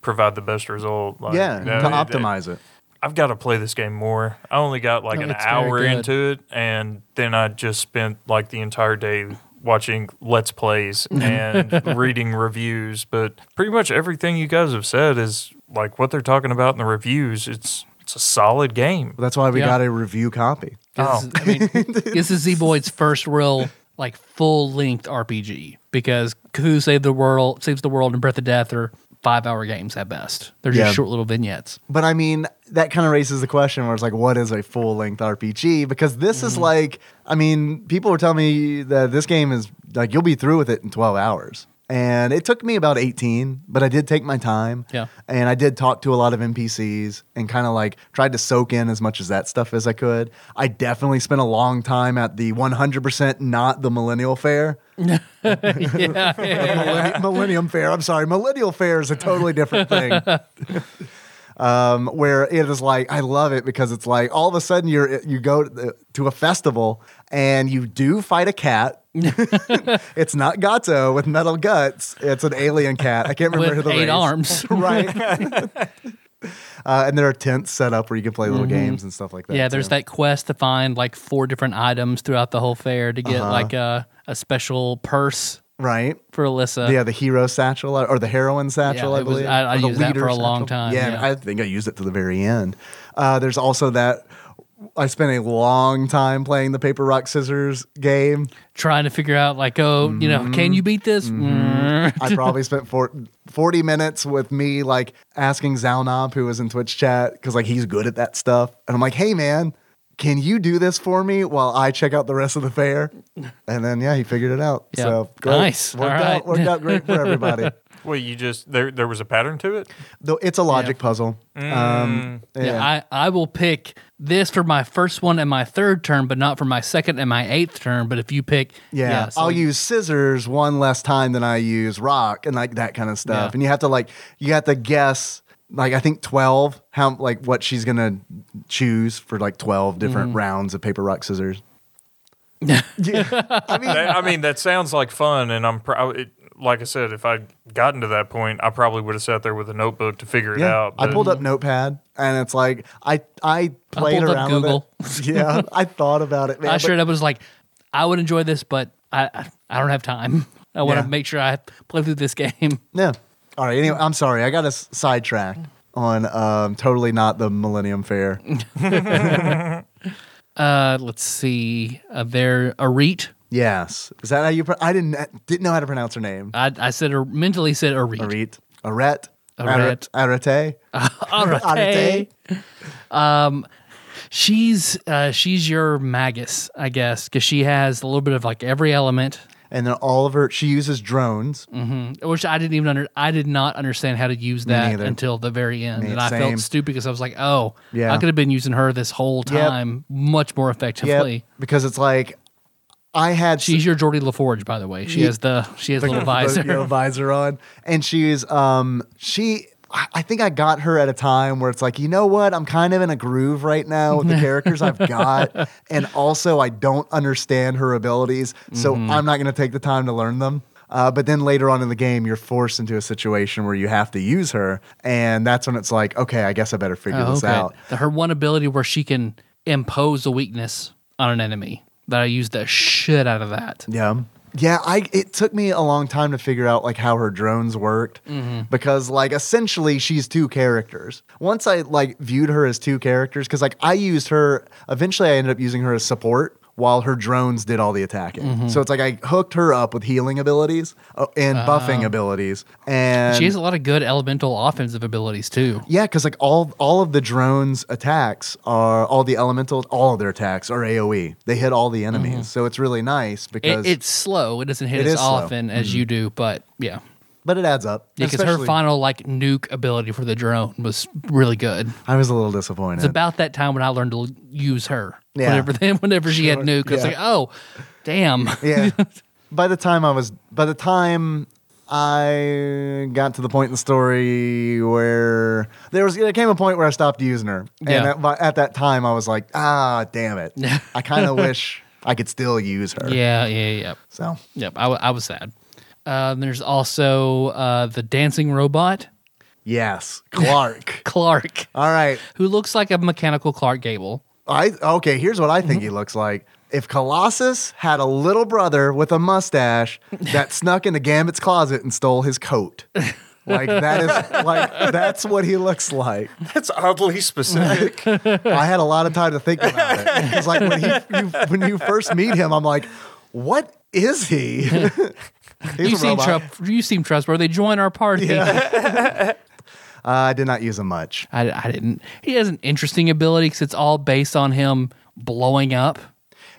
C: provide the best result. Like,
B: yeah,
C: no,
B: to
C: it-
B: optimize it.
C: I've got to play this game more. I only got like
B: Oh,
A: No,
C: an
A: it's very
C: hour
A: good.
C: into it, and then I just spent like the entire day watching Let's
B: <laughs>
C: Plays and reading reviews. But pretty much everything you guys have said is like what they're talking about in the reviews. It's it's a solid game.
B: That's why we
A: Yeah.
B: got a review copy.
A: This is- I
B: <laughs>
A: mean, this is Z Boyd's first real like full length RPG because Cthulhu Save the World, Saves the World, and Breath of Death are five hour games at best. They're just
B: Yeah.
A: short little
B: <laughs>
A: vignettes.
B: But I mean, that kind of raises the question where it's like, what is a full length RPG? Because this is like, I mean, people were telling me that this game is like, you'll be through with it in 12 hours. And it took me about 18, but I did take my time.
A: Yeah.
B: And I did talk to a lot of NPCs and kind of like tried to soak in as much as that stuff as I could. I definitely spent a long time at the 100% not the millennial fair.
A: <laughs>
B: Millenni- Millennium Fair. I'm sorry. Millennial Fair is a totally
A: <laughs>
B: different thing. um, where it is like, I love it because it's like all of a sudden you're you go to, the- to a festival and you do fight
A: <laughs>
B: a cat. it's not Gato with metal guts. It's an alien cat. I can't remember
A: With
B: who the
A: eight
B: race.
A: arms.
B: <laughs> right?
A: <laughs>
B: <laughs> uh, and there are tents set up where you can play little games and stuff like that.
A: Mm-hmm. yeah, there's
B: too.
A: that quest to find like four different items throughout the whole fair to
B: Uh-huh.
A: get like a, a special purse
B: right.
A: for Alyssa.
B: yeah, the hero satchel or the heroine satchel,
A: Uh, Yeah,
B: I
A: it was-
B: believe.
A: I- I
B: or the
A: used that
B: leader
A: for a long time,
B: Yeah,
A: yeah.
B: I think I used it to the very end. Uh, there's also that I spent a long time playing the paper rock scissors
A: <laughs>
B: game.
A: Trying to figure out like, oh, you know, can
B: Mm-hmm.
A: you beat this? Mm.
B: I probably spent four, 40 minutes with me like asking Zalnob, who was in Twitch chat, because like he's good at that stuff. And I'm like, hey man, can you do this for me while I check out the rest of the fair? And then yeah, he figured it out.
A: Yeah.
B: So great.
A: Nice.
B: Worked
A: All right.
B: out worked out great
A: <laughs>
B: for everybody.
C: Well, you just there there was a pattern to it.
B: Though it's a logic puzzle. Um,
A: Mm. Yeah, I, I will pick this for my first one and my third turn, but not for my second and my eighth turn. But if you pick,
B: Yeah,
A: so
B: I'll
A: you-
B: use scissors one less time than I use rock and like that kind of
A: Yeah.
B: stuff. And you have to like you have to guess like I think twelve how like what she's gonna choose for like twelve different
A: Mm-hmm.
B: rounds of paper rock scissors. yeah, I mean,
C: That- I mean, that sounds like fun, and I'm proud. Like I said, if I'd gotten to that point, I probably would have sat there with a notebook to figure it
B: yeah.
C: out.
B: I
C: but-
B: pulled up Notepad and it's like I I played
A: pulled up
B: around
A: Google.
B: with it. <laughs> Yeah, I thought about it. Man,
A: I
B: but-
A: straight up was like, I would enjoy this, but I I- I don't have time. <laughs> I want to
B: Yeah.
A: make sure I play through this <laughs> game.
B: Yeah. All right. Anyway, I'm sorry. I got us sidetracked on um, totally not the Millennium Fair.
A: Uh, let's see. Uh, there, Arit.
B: Yes. Is that how you? Pro- I didn't didn't know how to pronounce her name.
A: I, I said or, mentally said Arit.
B: Arit. Aret.
A: Uh, Aret.
B: Arete. <laughs>
A: Arate. She's uh, she's your magus, I guess, because she has a little bit of like every element,
B: And then all of her, she uses drones.
A: which I didn't even under I did not understand how to use that
B: neither.
A: until the very end,
B: Me-
A: and I
B: same.
A: felt stupid because I was like, oh,
B: Yeah.
A: I could have been using her this whole
B: Yep.
A: time much more effectively.
B: Yep, Because it's like, I had.
A: She's your Geordie LaForge, by the way. She
B: Ye-
A: has the she
B: <laughs>
A: has the little
B: the-
A: visor.
B: you know, visor on. And she's um she I I think I got her at a time where it's like, you know what? I'm kind of in a groove right
A: <laughs>
B: now with the characters I've got. And also, I don't understand her abilities. So
A: Mm-hmm.
B: I'm not going to take the time to learn them. Uh, but then later on in the game, you're forced into a situation where you have to use her. And that's when it's like, okay, I guess I better figure
A: Oh,
B: this
A: okay.
B: out.
A: The- Her one ability where she can impose a weakness on an enemy. That I used the shit out of that.
B: Yeah. Yeah, I it took me a long time to figure out like how her drones worked
A: Mm-hmm.
B: because like essentially she's two characters. Once I like viewed her as two characters cuz like I used her eventually I ended up using her as support while her drones did all the attacking.
A: Mm-hmm.
B: So it's like I hooked her up with healing abilities uh, and buffing abilities and
A: Oh. She has a lot of good elemental offensive abilities too.
B: yeah, because like all all of the drones' attacks are all the elemental, all of their attacks are AOE. They hit all the enemies, so it's really nice because
A: Mm-hmm. It, it's slow. It doesn't hit
B: It
A: as
B: is slow. Mm-hmm.
A: often as you do, but yeah.
B: but it adds up.
A: Because her
B: Especially-
A: final like nuke ability for the drone was really good.
B: I was a little disappointed.
A: It's about that time when I learned to l- use her.
B: Yeah.
A: Whenever <laughs> then, whenever she had nuke, I was
B: Yeah.
A: like, oh, <laughs> damn.
B: <laughs> yeah. by the time I was, by the time I got to the point in the story where there was, there came a point where I stopped using her, and
A: Yeah.
B: at, by- at that time I was like, ah, damn it,
A: <laughs>
B: I kind of wish I could still use her.
A: yeah, yeah, yeah.
B: So
A: Yep, I, wa- I was sad. Um, there's also uh, the dancing robot
B: yes,
A: <laughs>
B: Clark.
A: Clark,
B: All right.
A: who looks like a mechanical Clark Gable.
B: I okay. Here's what I think he looks like. If Colossus had a little brother with a mustache that snuck into Gambit's closet and stole his coat, like that is like that's what he looks like.
C: That's
B: <laughs>
C: oddly specific.
B: I had a lot of time to think about it. It's like when he you, when you first meet him, I'm like, what is he? <laughs> He's
A: you
B: a
A: seem
B: robot.
A: tru- you seem trustworthy. Join our party.
B: Uh, I did not use him much.
A: I, I didn't. He has an interesting ability because it's all based on him blowing up.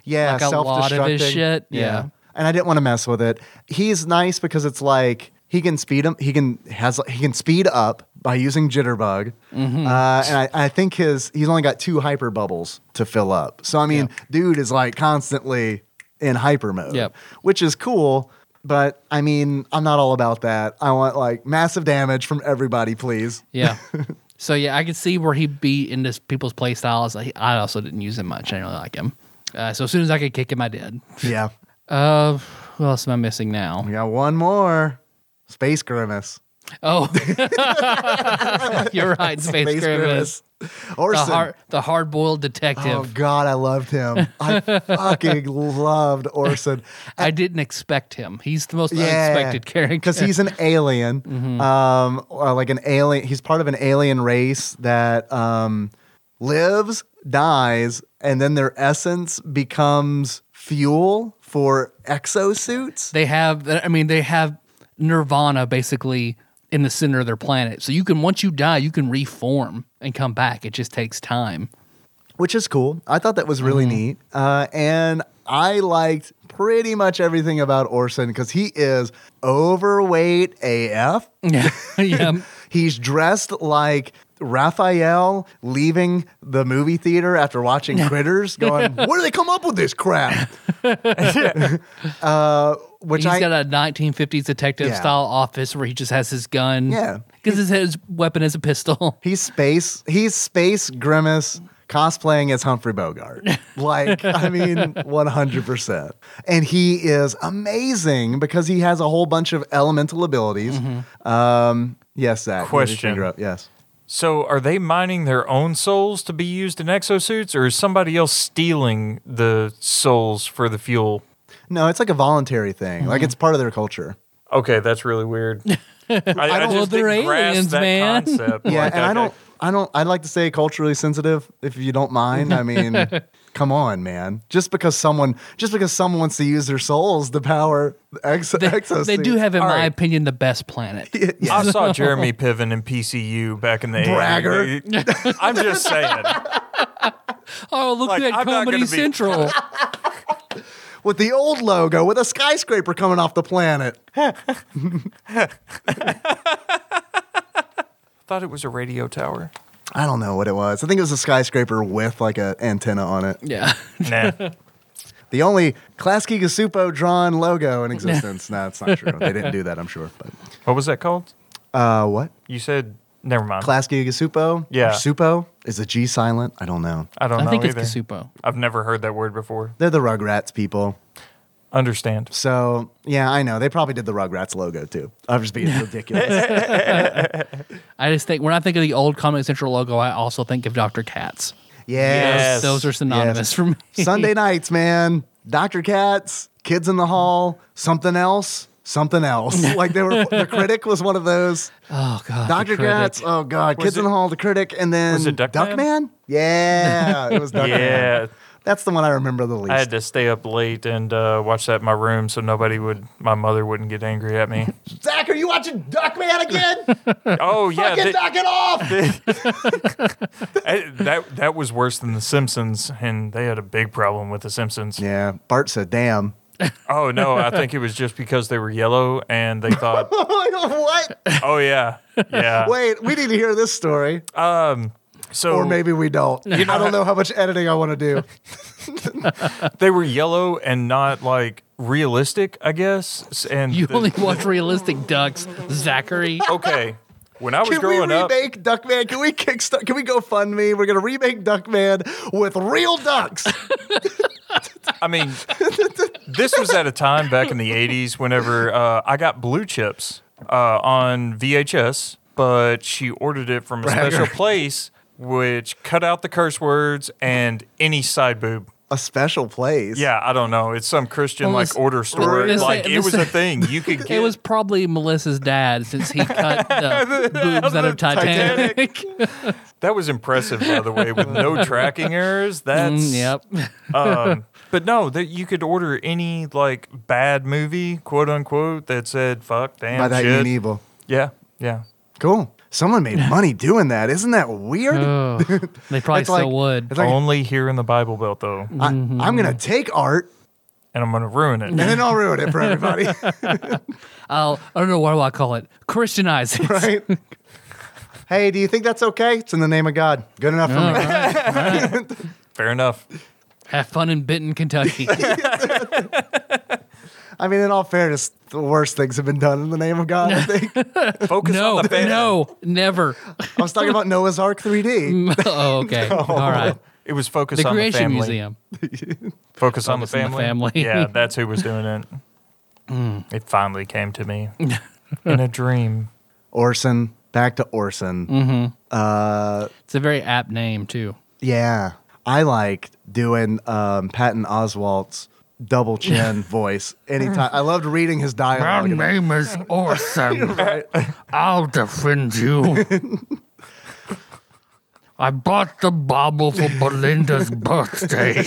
B: Yeah,
A: Like a lot of his
B: self-destructing.
A: shit, yeah.
B: and I didn't want to mess with it. He's nice because it's like he can speed him. He can has he can speed up by using jitterbug.
A: Mm-hmm.
B: Uh, and I, I think his he's only got two hyper bubbles to fill up. So I mean, dude is like constantly in hyper mode,
A: Yep.
B: which is cool. But I mean, I'm not all about that. I want like massive damage from
A: <laughs>
B: everybody, please.
A: Yeah. so yeah, I could see where he'd be in this people's play styles. I, I also didn't use him much. I didn't really like him. Uh, so as soon as I could kick him, I did.
B: Yeah,
A: Uh, who else am I missing now?
B: we got one more space grimace.
A: Oh, you're right, Space,
B: Space
A: Grimace,
B: Orson.
A: the hard the hard boiled
B: Oh
A: detective.
B: God, I loved him.
A: <laughs>
B: I fucking loved Orson
A: I didn't expect him. He's the most <laughs>
B: Yeah.
A: unexpected character. Mm-hmm.
B: because he's an alien, um, or like an alien. He's part of an alien race that um, lives, dies, and then their essence becomes fuel for exosuits.
A: they have i mean they have nirvana basically in the center of their planet so you can once you die you can reform and come back it just takes time
B: which is cool. I thought that was really
A: Mm-hmm.
B: neat. Uh, and I liked pretty much everything about Orson because he is overweight AF.
A: yeah <laughs> yeah
B: He's dressed like Raphael leaving the movie theater after watching Critters, going, Where do they come up with this crap? uh, which
A: He's
B: I.
A: got a 1950s detective
B: Yeah.
A: style office where he just has his gun
B: Yeah.
A: because his, his weapon is a
C: <laughs>
A: pistol
B: He's space. He's space grimace cosplaying as Humphrey Bogart. Like, I mean, one hundred percent. And he is amazing because he has a whole bunch of elemental abilities. Um, yes, Zach. you had your
C: Question.
B: finger Up. Yes.
C: So, are they mining their own souls to be used in exosuits, or is somebody else stealing the souls for the fuel?
B: No, it's like a voluntary thing. Like it's part of their culture.
C: Okay, that's
A: <laughs>
C: really weird. I, I
A: don't- Well,
C: just
A: they're
C: didn't grasp
A: aliens,
C: that
A: man.
C: concept.
B: Yeah,
C: Like,
B: and I
C: okay.
B: don't. I don't. I'd like to say culturally sensitive, if you don't mind.
A: <laughs>
B: I mean, come on, man. Just because someone, just because someone wants to use their souls to power ex- exosuits.
A: they do have in
C: All
A: my
C: right.
A: opinion the best
C: <laughs>
A: planet
C: I saw Jeremy Piven in PCU back in the 80s.
B: Bragger.
A: <laughs>
C: I'm just saying.
A: oh look
C: Like,
A: at
C: I'm not
A: comedy
C: gonna be- <laughs>
A: central
B: with the old logo with a skyscraper coming off the planet.
C: Thought it was a radio tower.
B: I don't know what it was. I think it was a skyscraper with like an antenna on it.
A: yeah <laughs>
C: Nah.
B: The only Class Gigasupo drawn
A: <laughs>
B: logo in existence. no, that's not true. They didn't do that, I'm sure. But
C: What was that called?
B: uh, what?
C: You said. Never mind.
B: Class Gigasupo?
C: Yeah.
B: Or Supo? Is the G silent? I don't know.
C: I
A: <laughs>
C: don't
A: i
C: know
A: think it's
C: either.
A: kasupo
C: I've never heard that word before.
B: They're the Rugrats people.
C: Understand.
B: So yeah, I know. They probably did the Rugrats logo too. I'm just
C: <laughs>
B: being ridiculous.
A: i just think when i think of the old comedy central logo i also think of dr katz
B: Yes.
C: Yes.
A: those are synonymous for me <laughs>
B: Sunday nights, man. Dr. Katz, Kids in the Hall, something else, something
C: <laughs>
B: else. like they were. The critic was one of those.
A: Oh god,
B: Dr.
A: the critic.
B: Gratz. Oh God. Kids
C: it-
B: in the Hall, the critic, and then
C: Was it Duckman?
B: Yeah,
C: <laughs>
B: it was Duckman.
C: Yeah.
B: That's the one I remember the least.
C: I had to stay up late and uh, watch that in my room so nobody would, my mother wouldn't get angry at me.
B: Zach, are you watching Duckman again?
C: <laughs> oh yeah,
B: Fucking
C: they-
B: knock it off!
C: <laughs> I- that that was worse than The Simpsons, and they had a big problem with The Simpsons.
B: yeah, Bart said, "Damn." <laughs>
C: Oh no, I think it was just because they were yellow and they
B: <laughs>
C: thought,
B: what?
C: <laughs> oh yeah, yeah.
B: Wait, we need to hear this story,
C: so
B: or maybe we
C: <laughs>
B: don't. I don't know how much editing I want to do.
C: they were yellow and not like realistic, I guess. S- And
A: You
C: the-
A: only watch realistic ducks,
C: <laughs>
A: Zachary.
C: okay.
B: <laughs>
C: When I was
B: Can we
C: growing up,
B: remake Duckman? Can we kickstart? Can we go fund me? We're gonna remake Duckman with real ducks.
C: I mean, this was at a time back in the 80s whenever uh, I got blue chips uh, on VHS, but she ordered it from a special place, which cut out the curse words and any side boob.
B: A special place.
C: Yeah, I don't know. It's some Christian
A: Well,
C: like
A: this-
C: order store.
A: this-
C: like it
A: this-
C: was a thing you could
A: <laughs>
C: get.
A: It was probably Melissa's dad since he cut
C: <laughs>
A: the boobs out of Titanic.
C: that was impressive, by the way, with no tracking errors. That's
A: <laughs> Mm, yep.
C: um, but no, that you could order any like bad movie, quote unquote, that said fuck, damn,
B: By that you
C: shit.
B: mean evil.
C: yeah, yeah.
B: Cool. Someone
C: <laughs>
B: made money doing that. Isn't that weird?
C: Uh,
B: <laughs>
A: Oh, they probably
B: It's
A: still
B: like-
A: would.
B: It's like-
C: Only here in the Bible Belt, though,
B: I, I'm gonna
C: mm-hmm.
B: take art
C: and I'm gonna ruin it.
B: and then I'll ruin it for
C: <laughs>
B: everybody. <laughs>
A: I'll, I don't know what do I call it. Christianize <laughs> it.
B: right? hey, do you think that's okay? It's in the name of God. Good enough for me.
C: Uh-huh. Fair enough.
A: Have fun in Benton,
B: <laughs>
A: Kentucky.
B: <laughs> I mean, in all fairness, the worst things have been done in the name of God, I think.
C: Focus
A: no,
C: on the fan.
A: no, never. <laughs>
B: I was talking about Noah's Ark
C: <laughs> Mm-hmm.
B: 3D.
A: oh,
B: <laughs>
A: okay. All right.
C: It was focus
A: The
C: on the
A: Creation
C: family.
A: Museum.
C: Focus, on the
A: Focus on
C: family.
A: the family. Mm.
C: yeah, that's who was doing it. It finally came
A: <laughs>
C: to me in a dream.
B: Orson, back to Orson.
A: It's a very apt name, too.
B: Yeah. I like doing um, Patton Oswalt's double chin voice anytime. I loved reading his dialogue. and
D: name is <laughs> Orson. I'll defend you. I bought the bobble for Belinda's birthday.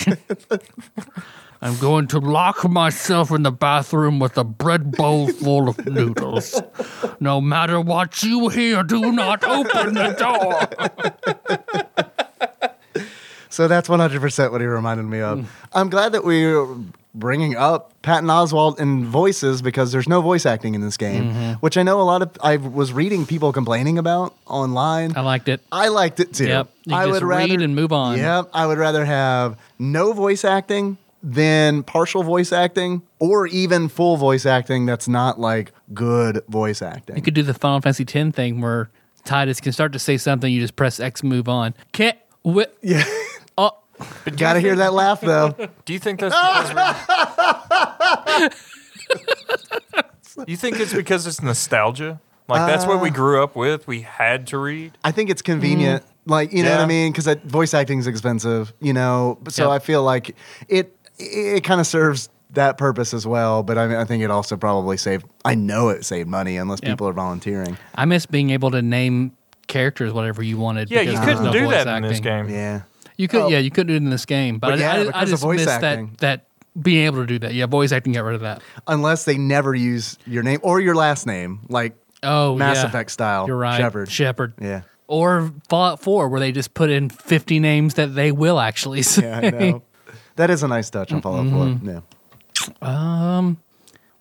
D: I'm going to lock myself in the bathroom with a bread bowl full of noodles. No matter what you hear, do not open the door.
B: So that's 100% what he reminded me of. I'm glad that we're bringing up Patton Oswald in voices because there's no voice acting in this game, which I know a lot of I was reading people complaining about online.
A: I liked it.
B: I liked it too.
A: Yep. You
B: I
A: just
B: would rather
A: read and move on.
B: Yep. I would rather have no voice acting than partial voice acting or even full voice acting that's not like good voice acting.
A: You could do the Final Fantasy X thing where Titus can start to say something, you just press X, move on. Can't, whi-
B: yeah.
A: Oh.
B: But gotta hear that
A: <laughs>
B: laugh though.
C: Do you think that's because
A: <laughs>
C: we're- You think it's because it's nostalgia? Like that's what
A: Uh.
C: we grew up with. We had to read.
B: I think it's convenient.
A: Mm-hmm.
B: Like, you know what I
C: Yeah.
B: mean? Because voice acting is expensive, you know? But So
A: Yep.
B: I feel like it it kind of serves that purpose as well. But I mean, I think it also probably saved, I know it saved money unless
A: Yep.
B: people are volunteering.
A: I miss being able to name characters whatever you wanted.
C: Yeah,
A: because
C: you
A: there was no
C: couldn't do
A: voice
C: that in this
A: acting.
C: game.
B: Yeah.
A: You could, yeah, you couldn't do it in this game, but,
B: Oh. But
A: I,
B: yeah,
A: I- I,
B: because of
A: just
B: voice
A: missed
B: acting.
A: that that being able to do that. Yeah, voice acting got rid of that.
B: Unless they never use your name or your last name, like
A: Oh,
B: Mass
A: yeah.
B: Effect style.
A: You're right,
B: Shepard.
A: Shepard. <laughs>
B: yeah.
A: Or Fallout Four, where they just put in 50 names that they will actually say.
B: Yeah, I know. that is a nice touch on Fallout
A: Mm-hmm.
B: 4. Yeah.
A: <laughs> Well,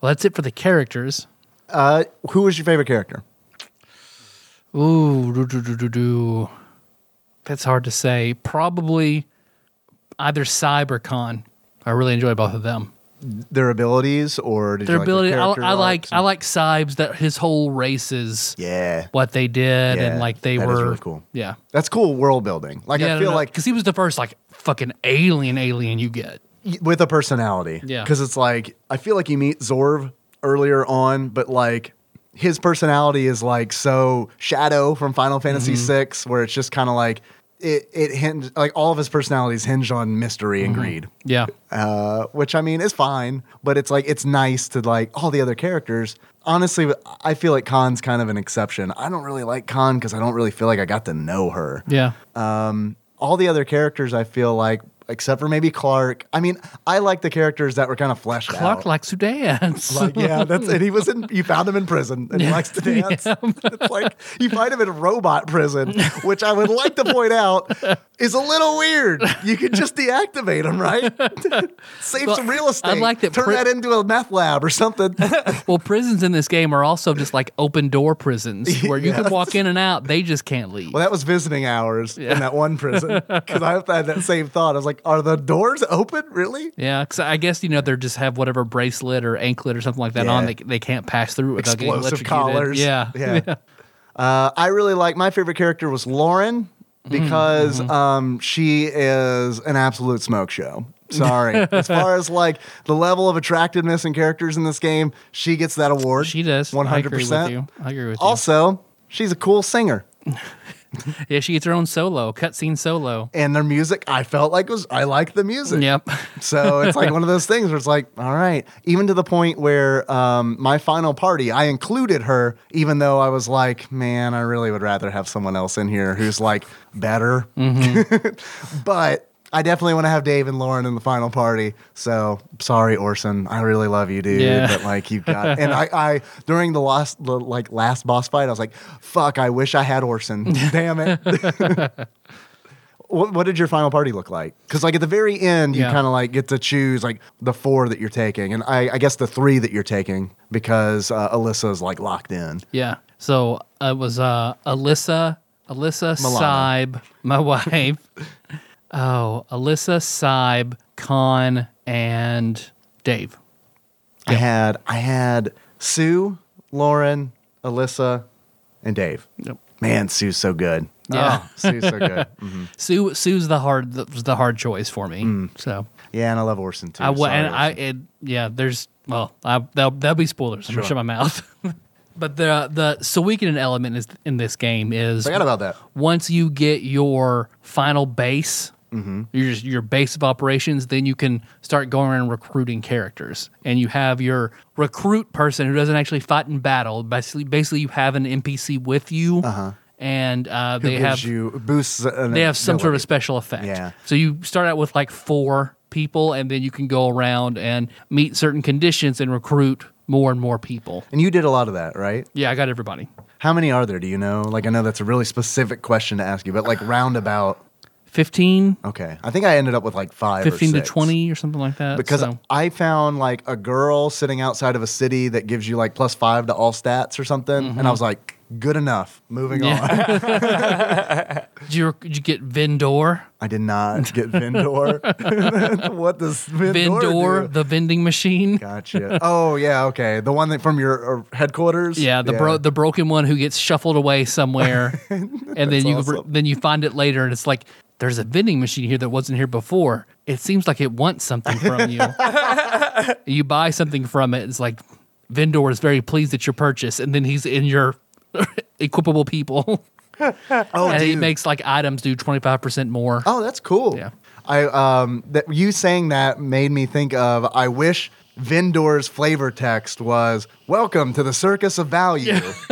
A: that's it for the characters.
B: Uh, who was your favorite character?
A: Ooh, do, do, do, do, do. that's hard to say. Probably either Cybercon. I really enjoy both of them.
B: Their abilities or did
A: Their
B: you
A: ability,
B: like their character
A: I, I like,
B: arcs
A: I
B: and-
A: like Cybes that his whole race is
B: Yeah.
A: what they did
B: Yeah,
A: and like they
B: that is
A: were
B: really cool.
A: Yeah,
B: That's cool world building. Like I feel like
A: because he was the first like fucking alien alien you get.
B: y- with a personality.
A: Yeah.
B: Because it's like I feel like you meet Zorv earlier on, but like his personality is like so Shadow from Final Fantasy VI, where it's just kind of like it it hinged like all of his personalities hinge on mystery and greed.
A: Yeah.
B: Uh, which I mean is fine, but it's like it's nice to like all the other characters. Honestly, I feel like Khan's kind of an exception. I don't really like Khan because I don't really feel like I got to know her
A: Yeah.
B: all the other characters I feel like, except for maybe Clark. I mean, I like the characters that were kind of fleshed
A: Clark
B: out.
A: likes to dance.
B: <laughs> Like, yeah, that's it. He was in. You found him in prison, and he likes
A: <laughs>
B: to dance. <laughs> It's like you find him in robot prison, which I would like to point out is a little weird. You could just deactivate him, right? <laughs> Save
A: Well,
B: some real estate.
A: like that
B: Turn
A: pri-
B: that into a meth lab
A: <laughs>
B: or something.
A: well, prisons in this game are also just like open door
B: <laughs>
A: prisons where you can walk in and out. They just can't leave.
B: Well, that was visiting hours in that one prison because I had that same thought. I was like, "Are the doors open? Really?"
A: Yeah, because I guess you know they just have whatever bracelet or anklet or something like that on.
B: Yeah.
A: They, they can't pass through without getting
B: explosive
A: electrocuted.
B: collars.
A: Yeah,
B: <laughs> yeah. Uh, I really like my favorite character was Lauren
A: Mm-hmm.
B: because um, she is an absolute smoke show.
A: <laughs>
B: Sorry, as far as like the level of attractiveness in characters in this game, she gets that award.
A: she does.
B: one hundred
A: I agree with you.
B: percent.
A: I agree with you.
B: Also, she's a cool singer,
A: yeah, she gets her own solo cutscene solo.
B: and their music I felt like was I like the music.
A: Yep.
B: So it's like one of those things where it's like, all right, even to the point where um, my final party, I included her, even though I was like, man, I really would rather have someone else in here who's like better. <laughs> but I definitely want to have Dave and Lauren in the final party. So sorry, Orson, I really love you, dude,
A: Yeah.
B: but like you got. And I, I during the last, the, like last boss fight, I was like, fuck, I wish I had Orson. Damn it. What, what did your final party look like? Because like at the very end, you
A: Yeah.
B: kind of like get to choose like the four that you're taking, and I, I guess the three that you're taking because uh, Alyssa's like locked in.
A: yeah. So uh, it was uh, Alyssa, Alyssa
B: Milano.
A: Saib, my <laughs> wife. oh, Alyssa Saib, Con, and Dave.
B: I had I had Sue, Lauren, Alyssa, and Dave.
A: Yep.
B: Man, Sue's so good.
A: Yeah.
B: Oh, Sue's
A: <laughs>
B: so good. Mhm.
A: Sue Sue's the hard the, was the hard choice for me. So
B: Yeah, and I love Orson too.
A: I wa-
B: Sorry,
A: and I
B: Orson.
A: it, yeah. There's well, I, that'll, that'll be spoilers. I'm gonna shut my mouth. <laughs> but the the so weakening element is in this game is
B: forgot about that.
A: once you get your final base,
B: Mm-hmm.
A: your your base of operations, then you can start going around recruiting characters, and you have your recruit person who doesn't actually fight in battle. Basically, basically you have an NPC with you, and uh, they
B: Uh-huh. Who gives
A: have
B: you boosts. an
A: they have some sort of
B: ability.
A: special effect.
B: Yeah.
A: So you start out with like four people, and then you can go around and meet certain conditions and recruit more and more people.
B: And you did a lot of that, right?
A: Yeah, I got everybody.
B: How many are there? Do you know? Like, I know that's a really specific question to ask you, but like roundabout.
A: 15,
B: Okay, I think I ended up with like five, or
A: 15 to
B: six.
A: 20 or something like that.
B: Because
A: so,
B: I found like a girl sitting outside of a city that gives you like plus five to all stats or something, and I was like, good enough. Moving on.
A: Mm-hmm.
B: <laughs>
A: yeah. did, you, did you get Vendor?
B: I did not get Vendor. <laughs> what does Vendor,
A: Vendor,
B: do?
A: the vending machine.
B: Gotcha. Oh yeah, okay. The one that from your uh, headquarters.
A: Yeah, the bro, the broken one who gets shuffled away
B: <laughs>
A: somewhere, and then you
B: awesome.
A: then you find it later, and it's like there's a vending machine here that wasn't here before. It seems like it wants something from
B: <laughs>
A: you. you buy something from it. It's like vendor is very pleased at your purchase, and then he's in your <laughs> equipable people,
B: Oh,
A: and he
B: dude.
A: makes like items do twenty five percent more.
B: Oh, that's cool.
A: Yeah.
B: I um that you saying that made me think of I wish Vendor's flavor text was welcome to the circus of value. <laughs>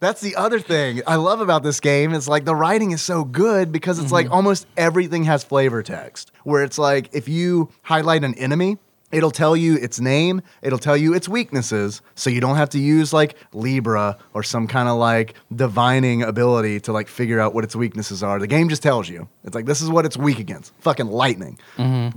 B: That's the other thing I love about this game is like the writing is so good because it's like almost everything has flavor text where it's like if you highlight an enemy It'll tell you its name. It'll tell you its weaknesses. So you don't have to use like Libra or some kind of like divining ability to like figure out what its weaknesses are. The game just tells you. It's like, this is what it's weak against. Fucking lightning.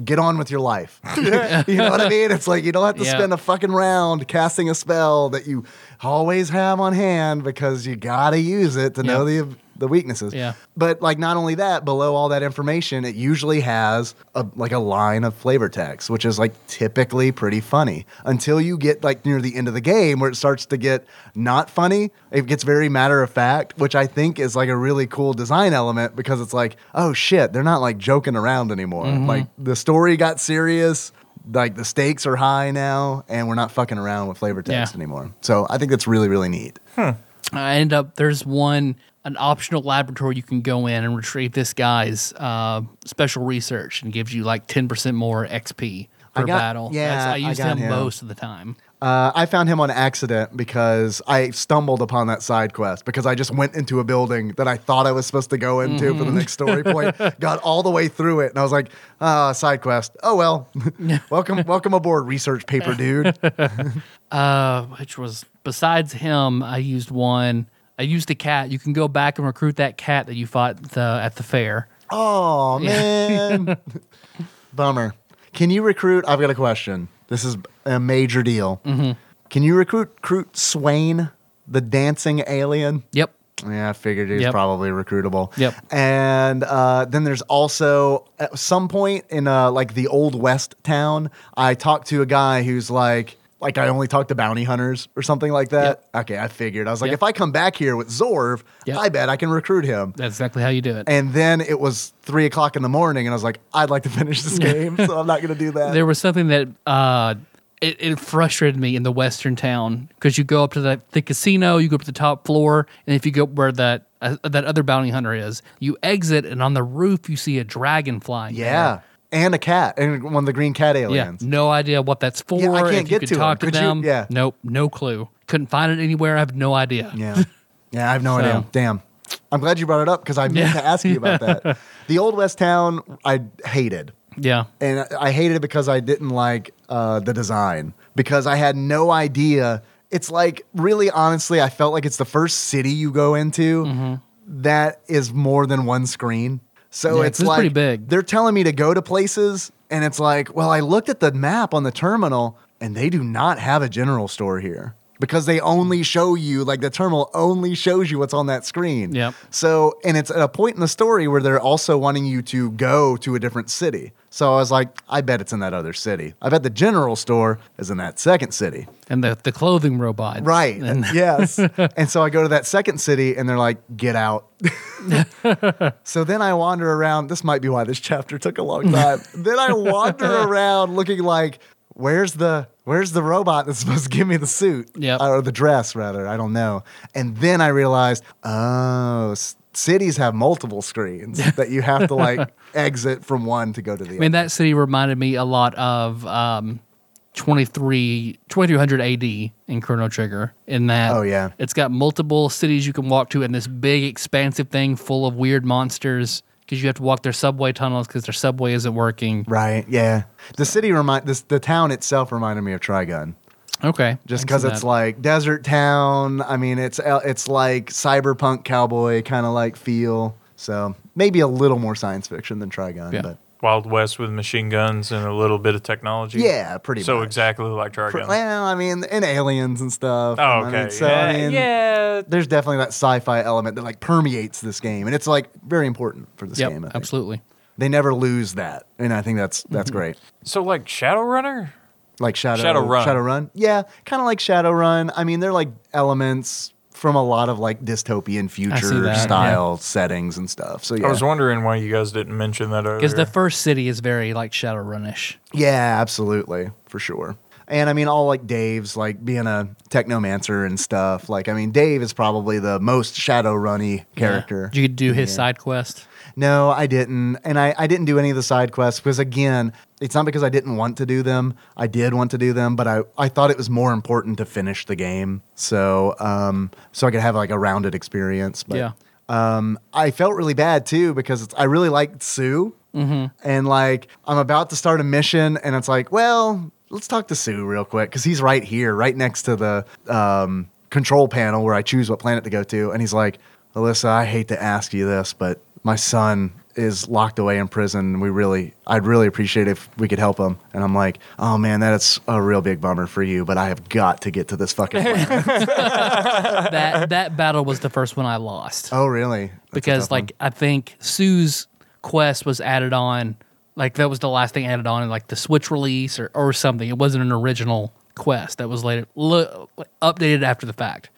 B: Get on with your life. <laughs> you know what I mean? It's like you don't have to
A: Yeah.
B: spend a fucking round casting a spell that you always have on hand because you gotta use it to know the the weaknesses.
A: Yeah.
B: But like not only that, below all that information, it usually has a like a line of flavor text, which is like typically pretty funny. Until you get like near the end of the game where it starts to get not funny, it gets very matter of fact, which I think is like a really cool design element because it's like, oh shit, they're not like joking around anymore. Like the story got serious. Like the stakes are high now, and we're not fucking around with flavor text
A: Yeah.
B: anymore. So I think that's really, really neat.
A: I end up there's one an optional laboratory you can go in and retrieve this guy's uh, special research and gives you like 10% more XP per
B: I got-
A: battle.
B: yeah,
A: That's- I
B: I
A: used
B: got
A: him
B: him.
A: most of the time.
B: Uh, I found him on accident because I stumbled upon that side quest because I just went into a building that I thought I was supposed to go into for the next story point. Got all the way through it and I was like, ah, side quest. Oh well, <laughs> welcome, welcome aboard, research paper dude.
A: uh, which was besides him, I used one. I used a cat. You can go back and recruit that cat that you fought the, at the fair.
B: Oh man, bummer. Can you recruit? I've got a question. This is a major deal. Can you recruit, recruit Swain, the dancing alien?
A: Yep.
B: Yeah, I figured he's
A: Yep.
B: probably recruitable.
A: Yep.
B: And uh, then there's also at some point in uh, like the old west town, I talked to a guy who's like. Like I only talked to bounty hunters or something like that. Okay, I figured. I was like,
A: Yep.
B: if I come back here with Zorv,
A: Yep.
B: I bet I can recruit him.
A: That's exactly how you do it.
B: And then it was three o'clock in the morning, and I was like, I'd like to
A: <laughs>
B: finish this game, so I'm not going to do that.
A: there was something that uh, it, it frustrated me in the western town because you go up to that the casino, you go up to the top floor, and if you go where that uh, that other bounty hunter is, you exit, and on the roof you see a dragon flying.
B: yeah. And a cat, and one of the green cat
A: Yeah,
B: aliens.
A: no idea what that's for.
B: I can't
A: if you
B: get
A: could
B: to 'em.
A: talk to
B: Could you-
A: them.
B: yeah.
A: nope, no clue. Couldn't find it anywhere. I have no idea.
B: Yeah. Yeah, I have no
A: So-
B: idea. Damn. I'm glad you brought it up because I
A: <laughs>
B: meant
A: Yeah.
B: to ask you about that. The old West town, I hated.
A: Yeah,
B: And I- I hated it because I didn't like uh, the design, because I had no idea. It's like, really honestly, I felt like it's the first city you go into
A: Mm-hmm.
B: that is more than one screen. So
A: Yeah,
B: it's
A: 'cause it's
B: like,
A: pretty big.
B: they're telling me to go to places, and it's like, well, I looked at the map on the terminal, and they do not have a general store here because they only show you like the terminal only shows you what's on that screen.
A: Yep.
B: So, and it's at a point in the story where they're also wanting you to go to a different city. So I was like, I bet it's in that other city. I bet the general store is in that second city.
A: and the the clothing robot.
B: Right.
A: And <laughs>
B: yes. And so I go to that second city and they're like,
A: <laughs>
B: get out. so then I wander around. This might be why this chapter took a long time. then I wander
A: <laughs>
B: around looking like, where's the where's the robot that's supposed to give me the suit?
A: Yep.
B: Or the dress rather. I don't know. And then I realized, oh, s- cities have multiple screens
A: <laughs>
B: that you have to like exit from one to go to the
A: I
B: other.
A: mean, that city reminded me a lot of um, 23 2300 AD in Chrono Trigger. In that,
B: Oh, yeah.
A: it's got multiple cities you can walk to, and this big expansive thing full of weird monsters because you have to walk their subway tunnels because their subway isn't working.
B: Right. Yeah. The city remind this the town itself reminded me of Trigun.
A: Okay,
B: just
A: thanks
B: because
A: for
B: it's
A: that.
B: like desert town. I mean, it's uh, it's like cyberpunk cowboy kind of like feel. So maybe a little more science fiction than Trigun,
A: Yeah.
B: but
C: Wild West with machine guns and a little bit of technology.
B: yeah, pretty
C: so
B: much.
C: exactly like Dragon.
B: Pr- Well, I mean, and aliens and uh, stuff.
C: oh,
B: I
C: okay.
B: mean, so,
C: yeah,
B: I mean,
C: yeah.
B: There's definitely that sci-fi element that like permeates this game, and it's like very important for this
A: yep,
B: game. I think.
A: absolutely.
B: they never lose that, and I think that's that's
A: Mm-hmm.
B: great.
C: So like Shadowrunner.
B: like Shadow
C: Shadowrun.
B: Shadowrun. Yeah, kind of like Shadowrun. I mean, they're like elements from a lot of like dystopian future
A: that,
B: style settings and stuff. So yeah,
C: I was wondering why you guys didn't mention that earlier.
A: Because the first city is very like Shadowrunish.
B: yeah, absolutely for sure. And I mean, all like Dave's like being a technomancer and stuff. Like, I mean, Dave is probably the most Shadowrunny character.
A: Yeah. You could do his side quest.
B: No, I didn't. And I, I didn't do any of the side quests because, again, it's not because I didn't want to do them. I did want to do them, but I, I thought it was more important to finish the game. So, um, so I could have like a rounded experience. But,
A: Yeah.
B: Um, I felt really bad too because it's, I really liked Sue.
A: Mm-hmm.
B: And like, I'm about to start a mission and it's like, well, let's talk to Sue real quick because he's right here, right next to the um, control panel where I choose what planet to go to. And he's like, Alyssa, I hate to ask you this, but my son is locked away in prison. We really, I'd really appreciate if we could help him. And I'm like, oh man, that's a real big bummer for you, but I have got to get to
A: <laughs>
B: this fucking planet.
A: that that battle was the first one I lost.
B: <laughs> oh, really? That's a
A: because
B: tough one.
A: like I think Sue's quest was added on, like that was the last thing added on in like the Switch release or, or something. It wasn't an original quest that was later lo- updated after the fact.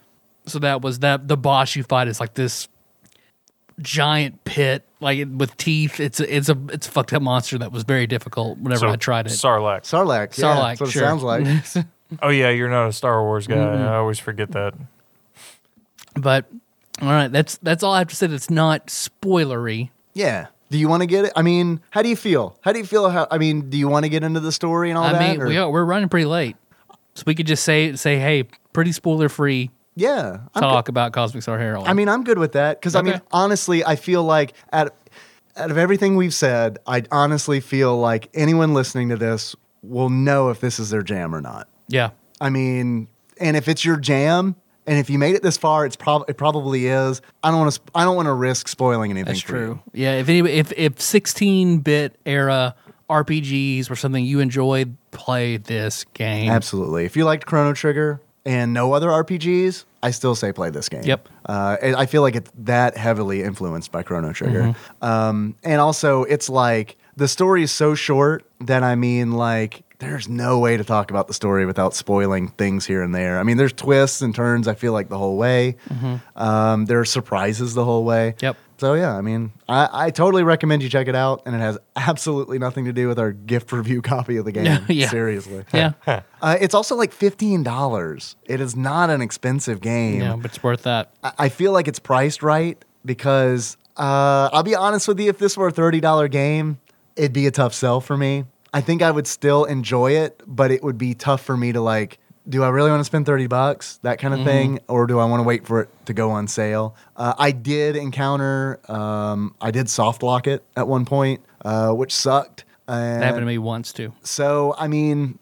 A: So that was that the boss you fight is like this giant pit like with teeth. It's a, it's a it's a fucked up monster that was very difficult whenever
C: So,
A: I tried it.
C: Sarlacc.
B: Sarlacc. Yeah,
A: Sarlacc,
B: that's what
A: sure.
B: it
A: <laughs>
B: sounds like.
C: oh yeah, you're not a Star Wars guy. I always forget that.
A: But All right, that's that's all I have to say. That's not spoilery.
B: Yeah. Do you want to get it? I mean, how do you feel? How do you feel? How I mean, do you want to get into the story and all
A: I
B: that?
A: mean,
B: or-
A: we are, we're running pretty late, so we could just say say, hey, pretty spoiler free
B: yeah. I'm good-
A: talk about Cosmic Star Heroine.
B: I mean, I'm good with that because I mean,
A: Okay.
B: honestly, I feel like out out of everything we've said, I honestly feel like anyone listening to this will know if this is their jam or not.
A: yeah,
B: I mean, and if it's your jam, and if you made it this far, it's prob- it probably is. I don't want to. I don't want to risk spoiling anything.
A: that's
B: for
A: true.
B: you.
A: Yeah, if any, if if 16 bit era RPGs were something you enjoyed, play this game.
B: Absolutely. If you liked Chrono Trigger and no other RPGs, I still say play this game.
A: Yep.
B: Uh, and I feel like it's that heavily influenced by Chrono Trigger.
A: Mm-hmm.
B: Um, and also, it's like the story is so short that I mean, like, there's no way to talk about the story without spoiling things here and there. I mean, there's twists and turns, I feel like, the whole way. Um, there are surprises the whole way.
A: Mm-hmm. Yep.
B: So, yeah, I mean, I, I totally recommend you check it out. And it has absolutely nothing to do with our gift review <laughs>
A: <laughs>
B: copy of the game.
A: Yeah.
B: Seriously.
A: Yeah,
B: Uh, it's also like fifteen dollars. It is not an expensive game.
A: yeah, but it's worth that.
B: I, I feel like it's priced right because uh, I'll be honest with you. If this were a thirty dollar game, it'd be a tough sell for me. I think I would still enjoy it, but it would be tough for me to like. Do I really want to spend thirty bucks, that kind of
A: Mm-hmm.
B: thing, or do I want to wait for it to go on sale? Uh, I did encounter, um, I did soft lock it at one point, uh, which sucked.
A: That happened to
B: And-
A: me once too.
B: so I mean,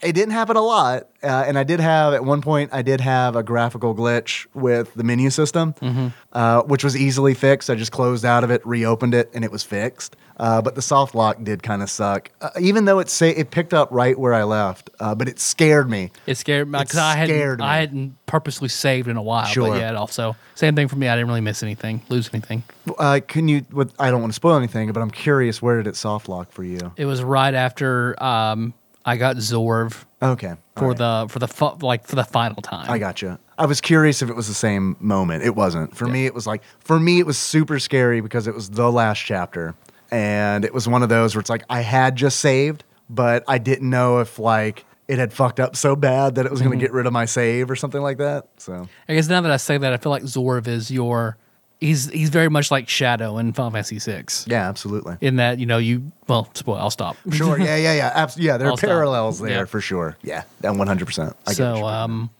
B: it didn't happen a lot, uh, and I did have at one point I did have a graphical glitch with the menu system,
A: Mm-hmm.
B: uh, which was easily fixed. I just closed out of it, reopened it, and it was fixed. Uh, but the soft lock did kind of suck, uh, even though it say it picked up right where I left, uh, but it scared me.
A: It scared me
B: It
A: because I hadn't
B: scared me.
A: I hadn't purposely saved in a while.
B: Sure.
A: But yeah, it also same thing for me. I didn't really miss anything, lose anything.
B: Uh, can you? With, I don't want to spoil anything, but I'm curious. Where did it soft lock for you?
A: It was right after um, I got Zorv
B: Okay, all
A: for
B: right.
A: the for the fu- like for the final time.
B: I gotcha. I was curious if it was the same moment. It wasn't. For me, it was like for me, it was super scary because it was the last chapter, and it was one of those where it's like I had just saved, but I didn't know if like it had fucked up so bad that it was going
A: Mm-hmm.
B: to get rid of my save or something like that. So
A: I guess now that I say that, I feel like Zorv is your he's he's very much like Shadow in Final Fantasy Six.
B: yeah,
A: <laughs>
B: absolutely.
A: In that you know you well spoil. I'll stop.
B: Sure. Yeah, yeah, yeah. Abs- yeah, there are
A: I'll stop.
B: parallels there
A: Yeah.
B: for sure. Yeah, that one hundred percent.
A: so um,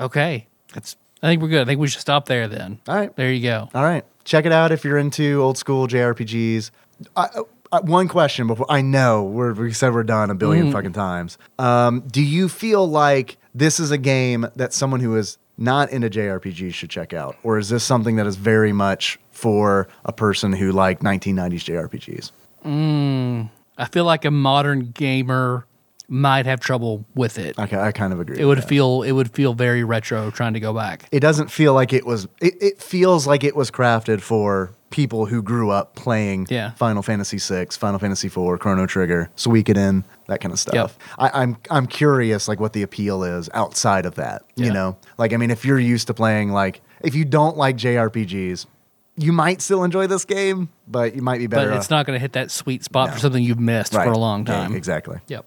A: okay, that's I think we're good. I think we should stop there then.
B: All right.
A: there you go.
B: All right. Check it out if you're into old school JRPGs. I, I, one question before I know we're, we said we're done a 1000000000
A: Mm-hmm.
B: fucking times. Um, do you feel like this is a game that someone who is not into JRPGs should check out, or is this something that is very much for a person who like 1990s JRPGs?
A: I feel like a modern gamer might have trouble with it.
B: Okay, I kind of agree.
A: It
B: with
A: would
B: that.
A: feel it would feel very retro trying to go back.
B: It doesn't feel like it was. It, it feels like it was crafted for people who grew up playing
A: Yeah.
B: Final Fantasy VI, Final Fantasy IV, Chrono Trigger, Suikoden, that kind of stuff. I, I'm I'm curious like what the appeal is outside of that. You
A: Yeah.
B: know, like I mean, if you're used to playing like if you don't like JRPGs, you might still enjoy this game, but you might be better.
A: But it's
B: off-
A: not going to hit that sweet spot
B: No.
A: for something you've missed
B: Right.
A: for a long
B: Yeah,
A: time.
B: exactly.
A: Yep.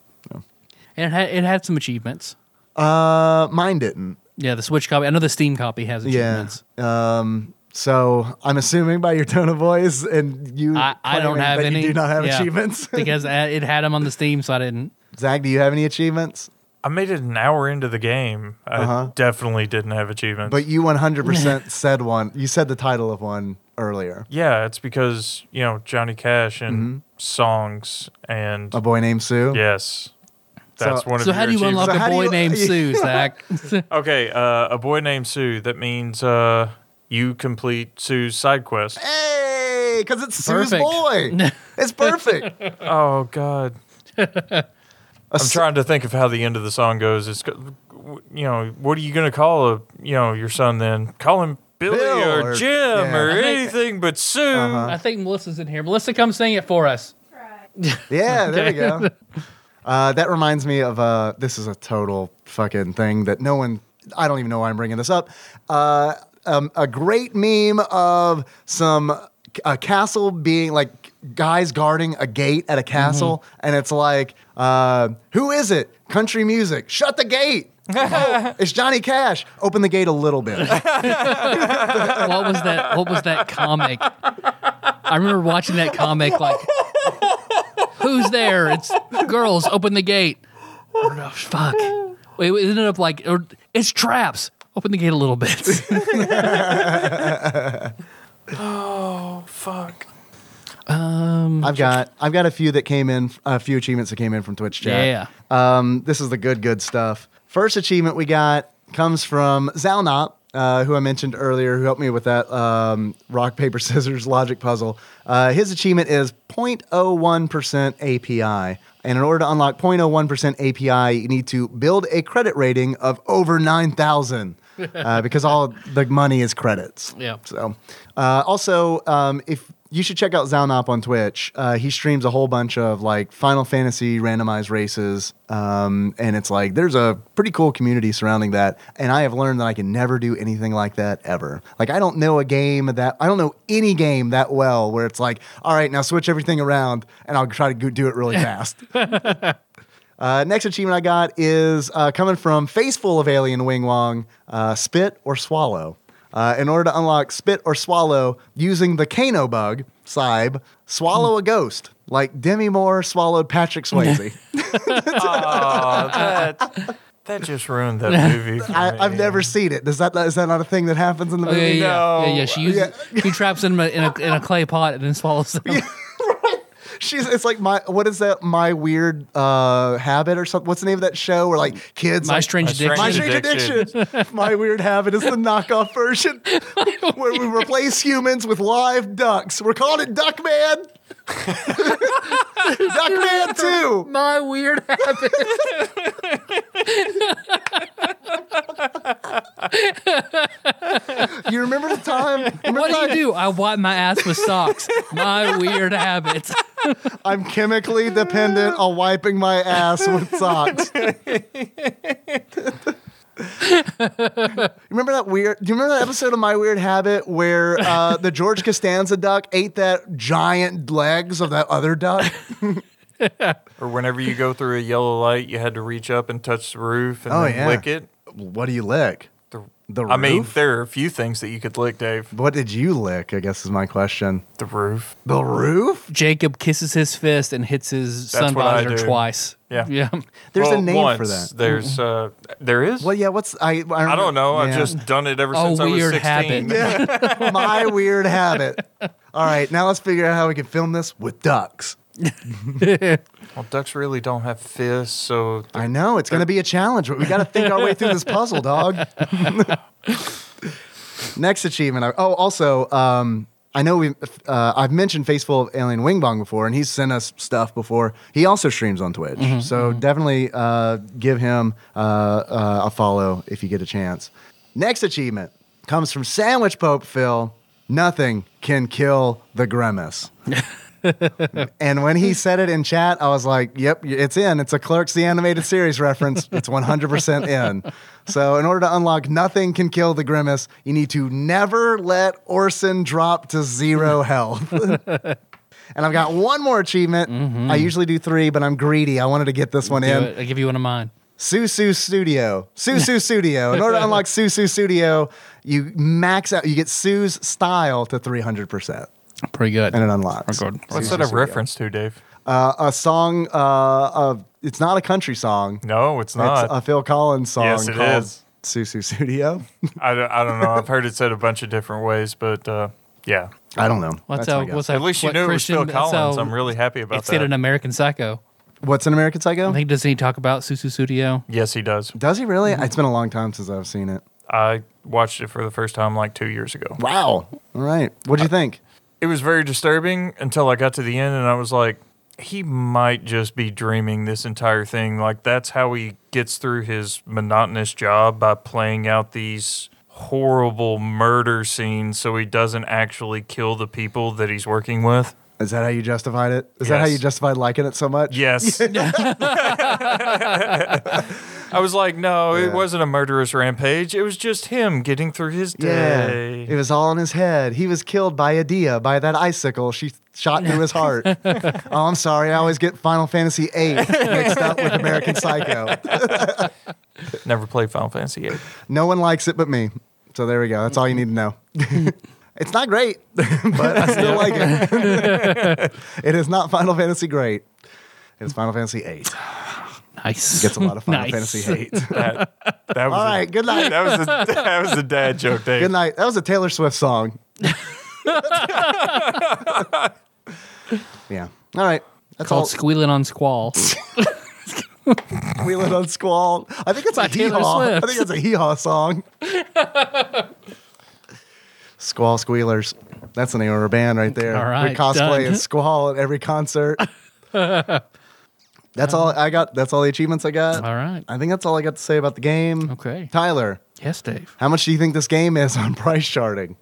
A: And it had, it had some achievements.
B: Uh, mine didn't.
A: Yeah, the Switch copy. I know the Steam copy has
B: Yeah.
A: achievements.
B: Um, so I'm assuming by your tone of voice and you,
A: I, I don't
B: claiming
A: have
B: that
A: any.
B: You do not have
A: yeah, <laughs>
B: achievements. <laughs>
A: because I- it had them on the Steam, so I didn't.
B: Zach, do you have any achievements?
C: I made it an hour into the game. I
B: Uh-huh.
C: definitely didn't have achievements.
B: But
A: <laughs>
B: you 100% said one. You said the title of one earlier.
C: yeah, it's because you know Johnny Cash and songs and
B: Mm-hmm. A boy named Sue.
C: yes, that's
B: So-
C: one of
A: So
C: your
A: how do you unlock
B: So
C: achievements.
B: how
A: a
B: do
A: boy
B: you- <laughs>
A: named Sue, Zach?
C: Okay, uh, a boy named Sue. That means uh, you complete Sue's side quest.
B: Hey, because it's Sue's
A: Perfect. <laughs>
B: boy. it's perfect.
C: Oh
B: <laughs>
C: God. I'm trying to think of how the end of the song goes. It's, go- w- you know, what are you going to call a, you know, your son then? Call him Billy
B: Bill
C: or,
B: or-
C: Jim
B: yeah. Uh-huh.
C: or
A: I think-
C: anything but Sue.
A: I think Melissa's in here. Melissa, come sing it for us.
B: Yeah, there we go. Uh, that reminds me of uh, this is a total fucking thing that no one. I don't even know why I'm bringing this up. Uh, um, a great meme of some a castle being like guys guarding a gate
A: Mm-hmm. <laughs>
B: at a castle, and it's like, uh, who is it? Country music. Shut the gate. Oh, it's Johnny Cash. Open the gate a little bit.
A: what was that? What was that comic? I remember watching that comic. Like, who's there? It's girls. Open the gate. I don't know, fuck. Wait, it ended up like or, it's traps. Open the gate a little
B: <laughs>
A: bit.
C: Fuck.
B: I've got I've got a few that came in a few achievements that came in from Twitch chat.
A: Yeah.
B: Um, this is the good, good stuff. First achievement we got comes from Zalnop, uh, who I mentioned earlier, who helped me with that um, rock, paper, <laughs> scissors logic puzzle. Uh, his achievement is 0.01% API. And in order to unlock 0.01% API, you need to build a credit rating of over 9,000 uh, because all the money is credits.
A: Yeah.
B: So, uh, also, um, if you should check out Zaunop on Twitch, uh, he streams a whole bunch of like Final Fantasy randomized races, um, and it's like there's a pretty cool community surrounding that. And I have learned that I can never do anything like that ever. Like I don't know a game that I don't know any game that well where it's like, all right, now switch everything around, and I'll try to go- do it really fast. Uh, next achievement I got is uh, coming from Faceful of Alien Wing Wong uh, Spit or Swallow. Uh, in order to unlock Spit or Swallow using the Kano bug, Sybe, swallow a ghost like Demi Moore swallowed
A: <laughs>
B: Patrick Swayze.
C: Oh, that, that just
B: <laughs>
C: ruined that movie. for
B: I,
C: me.
B: I've never seen it. Does that is that not a thing that happens in the
A: Oh, yeah,
B: movie?
A: yeah, yeah, yeah.
C: No.
A: She uses, she traps him in a, in a in a clay pot and then
B: <laughs>
A: swallows them.
B: She's it's like my what is that my weird uh, habit or something? What's the name of that show where like kids
A: My
B: like,
A: strange
C: My Strange
A: addiction.
B: My
C: Strange
B: Strange Addiction. <laughs> My Weird Habit is the knockoff <laughs> version where we replace humans with live ducks. We're calling it <laughs> Duckman. Duckman 2.
A: My weird habit.
B: You remember the time? Remember
A: What do
B: the
A: you do? I wipe my ass with socks. My weird habits.
B: time I'm chemically dependent on wiping my ass with <laughs> socks. You remember that weird? Do you remember that episode of My Weird Habit where <laughs> uh, the George Costanza duck ate that giant legs of that other duck?
C: Or whenever you go through a yellow light, you had to reach up and touch the roof and
B: Oh,
C: then
B: yeah.
C: lick it.
B: What do you lick?
C: The,
B: The
C: I mean,
B: roof?
C: there are a few things that you could lick, Dave.
B: What did you lick? I guess is my question.
C: The roof.
B: The roof?
A: Jacob kisses his fist and hits his
C: That's
A: sun
C: what I
A: visor
C: do.
A: twice.
C: Yeah.
A: Yeah.
B: There's
C: Well,
B: a name
C: once,
B: for that.
C: There's uh, there is.
B: Well, yeah. What's I? I, remember,
C: I don't know. I've
B: yeah.
C: just done it ever
A: Oh,
C: since I was
A: weird
C: 16.
A: habit.
B: <laughs> Yeah. <laughs> my weird habit. All right, now let's figure out how we can film this with ducks.
C: <laughs> Well, ducks really don't have fists, so
B: I know it's going to be a challenge, but we got to think our way through this puzzle, dog. <laughs> Next achievement. I- Oh, also, um, I know we uh, I've mentioned Faceful of Alien Wing Bong before, and he's sent us stuff before. He also streams on Twitch, so definitely uh, give him uh, uh, a follow if you get a chance. Next achievement comes from Sandwich Pope Phil. Nothing can kill the grimace. And when
A: Mm.
B: he said it in chat, I was like, "Yep, it's in. It's a Clerks the animated
A: <laughs>
B: series reference. It's 100% in." So, in order to unlock nothing can kill the grimace, you need to never let Orson drop to zero
A: Mm.
B: health.
A: <laughs>
B: and I've got one more achievement. I usually do 3, but I'm greedy. I wanted to get this one
A: Mm-hmm. Do
B: in.
A: it. I give you one of mine.
B: Susu Studio.
A: <laughs>
B: Susu Studio. In order to unlock Susu Studio, you max out you get Sue's style to 300%
A: Pretty good.
B: and it unlocks.
A: Pretty good.
C: what's that a reference to, Dave?
B: uh, a song. Uh, of, it's not a country song.
C: No, it's
B: It's
C: not.
B: a Phil Collins song
C: Yes, it
B: called
C: is.
B: Susu Studio.
C: I, don't- I don't know. I've heard it said a bunch of different ways, but uh, yeah.
B: <laughs> I don't know.
A: What's
B: That's my
A: how,
B: guess.
A: what's
C: At least you
A: what
C: knew
A: Christian,
C: it was Phil
A: that's
C: Collins.
A: how
C: I'm really happy about
A: It's in
C: that.
A: an American Psycho.
B: What's an American Psycho?
A: I think doesn't he talk about Susu Studio?
C: yes, he does.
B: Does he
A: Mm-hmm.
B: really? It's been a long time since I've seen it.
C: I watched it for the first time like two years ago.
B: Wow. Uh, All right. What'd you think?
C: It was very disturbing until I got to the end and I was like, he might just be dreaming this entire thing. Like, that's how he gets through his monotonous job by playing out these horrible murder scenes so he doesn't actually kill the people that he's working with.
B: Is that how you justified it? Is that how <laughs>
C: Yes.
B: you justified liking it so much?
C: Yes. I was like, no,
B: Yeah.
C: it wasn't a murderous rampage. It was just him getting through his
B: Yeah,
C: day.
B: it was all in his head. He was killed by Adia, by that icicle she shot through
A: <laughs>
B: his heart. oh, I'm sorry. I always get Final Fantasy VIII mixed up with
A: <laughs>
B: American Psycho.
C: Never played Final Fantasy VIII.
B: No one likes it but me. So there we go. That's all you need to know. <laughs> it's not great, <laughs> but I still like it. it <laughs> is not Final Fantasy great. It is Final Fantasy VIII.
A: Nice.
B: Gets a lot
A: <laughs>
B: of Final
A: Nice.
B: Fantasy hate.
C: That, that
B: All
C: was a-
B: right. Good night.
C: That was a, that was a dad joke,
B: <laughs>
C: Dave.
B: Good night. That was a Taylor
A: <laughs>
B: Swift song. <laughs> yeah. All right. That's
A: called
B: all.
A: Squealing on
B: <laughs>
A: Squall.
B: Wheeling on Squall. I think it's a hee
A: Taylor
B: haw. I
A: Swift.
B: think it's a hee haw song. Squall Squealers. That's the name of our band right there.
A: All
B: We
A: right,
B: cosplay
A: done.
B: as Squall at every concert. that's all I got. That's all the achievements I got.
A: All right.
B: I think that's all I got to say about the game.
A: Okay.
B: Tyler,
A: Yes, Dave.
B: how much do you think this game is on price charting?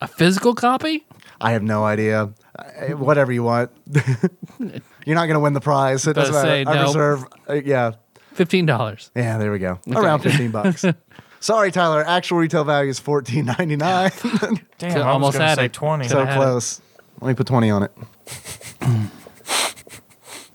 A: A physical copy?
B: I have no idea. I- whatever you want. <laughs> You're not going to win the prize. so It doesn't
A: About to
B: matter.
A: say,
B: I
A: no.
B: reserve. uh, yeah.
A: Fifteen dollars.
B: Yeah, there we go. Around 15
A: <laughs>
B: bucks. Sorry, Tyler. Actual retail value is <laughs> 14.99.
C: Damn,
A: So
C: I
A: almost
C: was going to
A: had
C: say
A: it.
C: 20.
B: so
A: I had it.
B: close. Let me put 20 on it.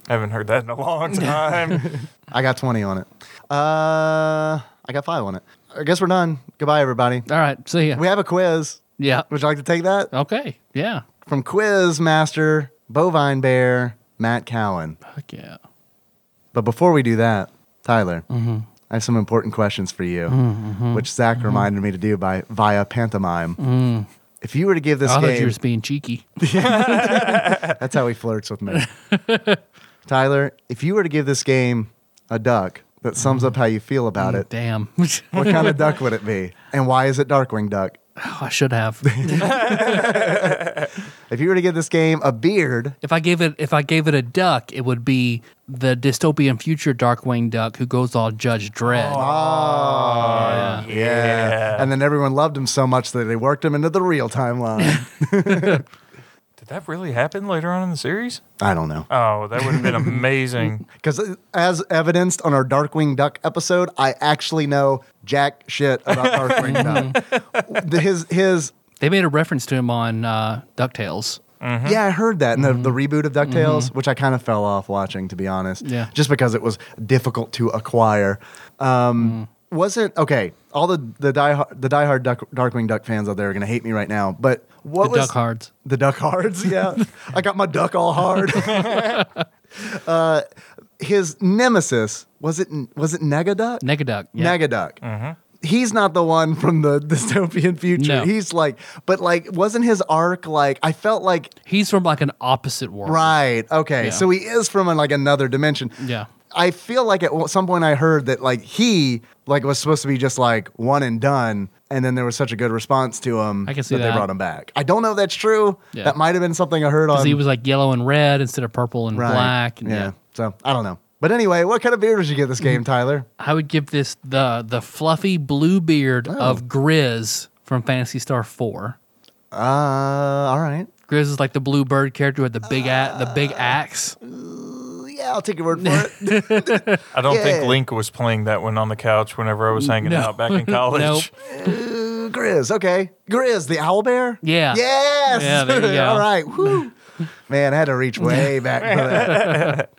C: I haven't heard that in
A: <laughs>
C: a long time.
B: I got 20 on it. Uh, I got 5 on it. I guess we're done. Goodbye, everybody.
A: All right. See ya.
B: We have a quiz.
A: yeah.
B: Would you like to take that?
A: Okay. Yeah.
B: From Quiz Master Bovine Bear Matt Cowan.
A: Fuck yeah.
B: But before we do that, Tyler,
A: Mm-hmm.
B: I have some important questions for you, which Zach reminded me to do by via pantomime. If you were to give this
A: Mm. Oh, I thought you
B: game,
A: were just being cheeky.
B: that's how he flirts with me. <laughs> Tyler, if you were to give this game a duck that sums up how you feel about it,
A: Damn. <laughs> Oh,
B: what kind of duck would it be, and why is it Darkwing Duck?
A: I should have.
B: If you were to give this game a beard,
A: If I gave it if I gave it a duck, it would be the dystopian future Darkwing Duck who goes all Judge Dredd.
C: Oh, yeah.
B: and then everyone loved him so much that they worked him into the real timeline.
C: Did that really happen later on in the series?
B: <laughs> I don't know.
C: Oh, that
A: <laughs>
C: would have been amazing.
B: Because uh, as evidenced on our Darkwing Duck episode, I actually know jack shit <laughs> about Darkwing <laughs> Duck. The- his his
A: They made a reference to him on uh, Ducktales.
B: yeah, I heard that in the, the reboot of Ducktales, which I kind of fell off watching, to be honest.
A: Mm-hmm. Yeah.
B: just because it was difficult to acquire. Um,
A: Mm.
B: Wasn't okay. All the the die the diehard Duck, Darkwing Duck fans out there are gonna hate me right now. But what
A: The
B: was
A: Duck Hards.
B: The
A: <laughs>
B: duck hards, yeah. I got my duck all hard. uh, his nemesis was it was it Negaduck?
A: Negaduck. Yeah. Mm-hmm.
B: Negaduck. He's not the one from the <laughs> dystopian future.
A: No.
B: He's like, but like, wasn't his arc like? I felt like,
A: He's from like an opposite world.
B: right, Um, okay,
A: Yeah.
B: so he is from like another dimension.
A: Yeah.
B: I feel like at some point I heard that like he like was supposed to be just like one and done, and then there was such a good response to him
A: I can see
B: they
A: that.
B: brought him back. I don't know if that's true.
A: Yeah.
B: That might have been something I heard on.
A: Because he was like yellow and red instead of purple and
B: Right.
A: black. And Mm-hmm.
B: yeah. So I don't know. But anyway, what kind of beard would you give this game, Tyler?
A: I would give this the the fluffy blue beard
B: Oh.
A: of Grizz from Fantasy Star Four.
B: Uh, all right.
A: Grizz is like the blue bird character with the big a- the big axe.
B: Yeah, I'll take
A: <laughs>
B: your word for it.
C: I don't think
B: Yeah.
C: Link was playing that one on the couch whenever I was hanging
A: No.
C: out
A: <laughs>
C: back in college.
A: Nope.
B: Ooh, Uh, Grizz, okay. Grizz, the owl bear?
A: Yeah.
B: Yes.
A: Yeah, there you go.
B: <laughs> All right. Woo. Man, I had to
A: <laughs>
B: reach way back for that.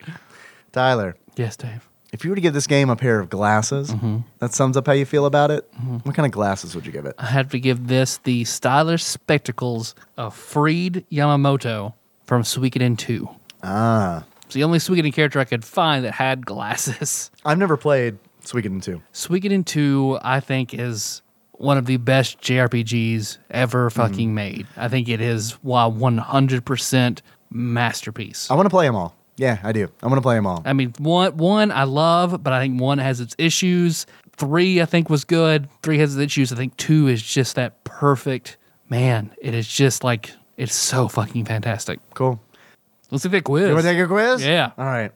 B: Tyler,
A: Yes, Dave.
B: if you were to give this game a pair of glasses,
A: Mm-hmm.
B: that sums up how you feel about it. What kind of glasses would you give it?
A: I have to give this the stylish spectacles of Freed Yamamoto from Suikoden 2. Ah. It's the only Suikoden character I could find that had glasses. <laughs>
B: I've never played Suikoden 2.
A: Suikoden 2, I think, is one of the best JRPGs ever fucking made. I think it is wow, 100% masterpiece.
B: I want to play them all. Yeah, I do. I want to play them all.
A: I mean, one one I love, but I think one has its issues. Three I think was good. Three has its issues. I think two is just that perfect. Man, it is just like it's so fucking fantastic.
B: Cool.
A: Let's take that quiz.
B: You want to take a quiz?
A: Yeah.
B: All right.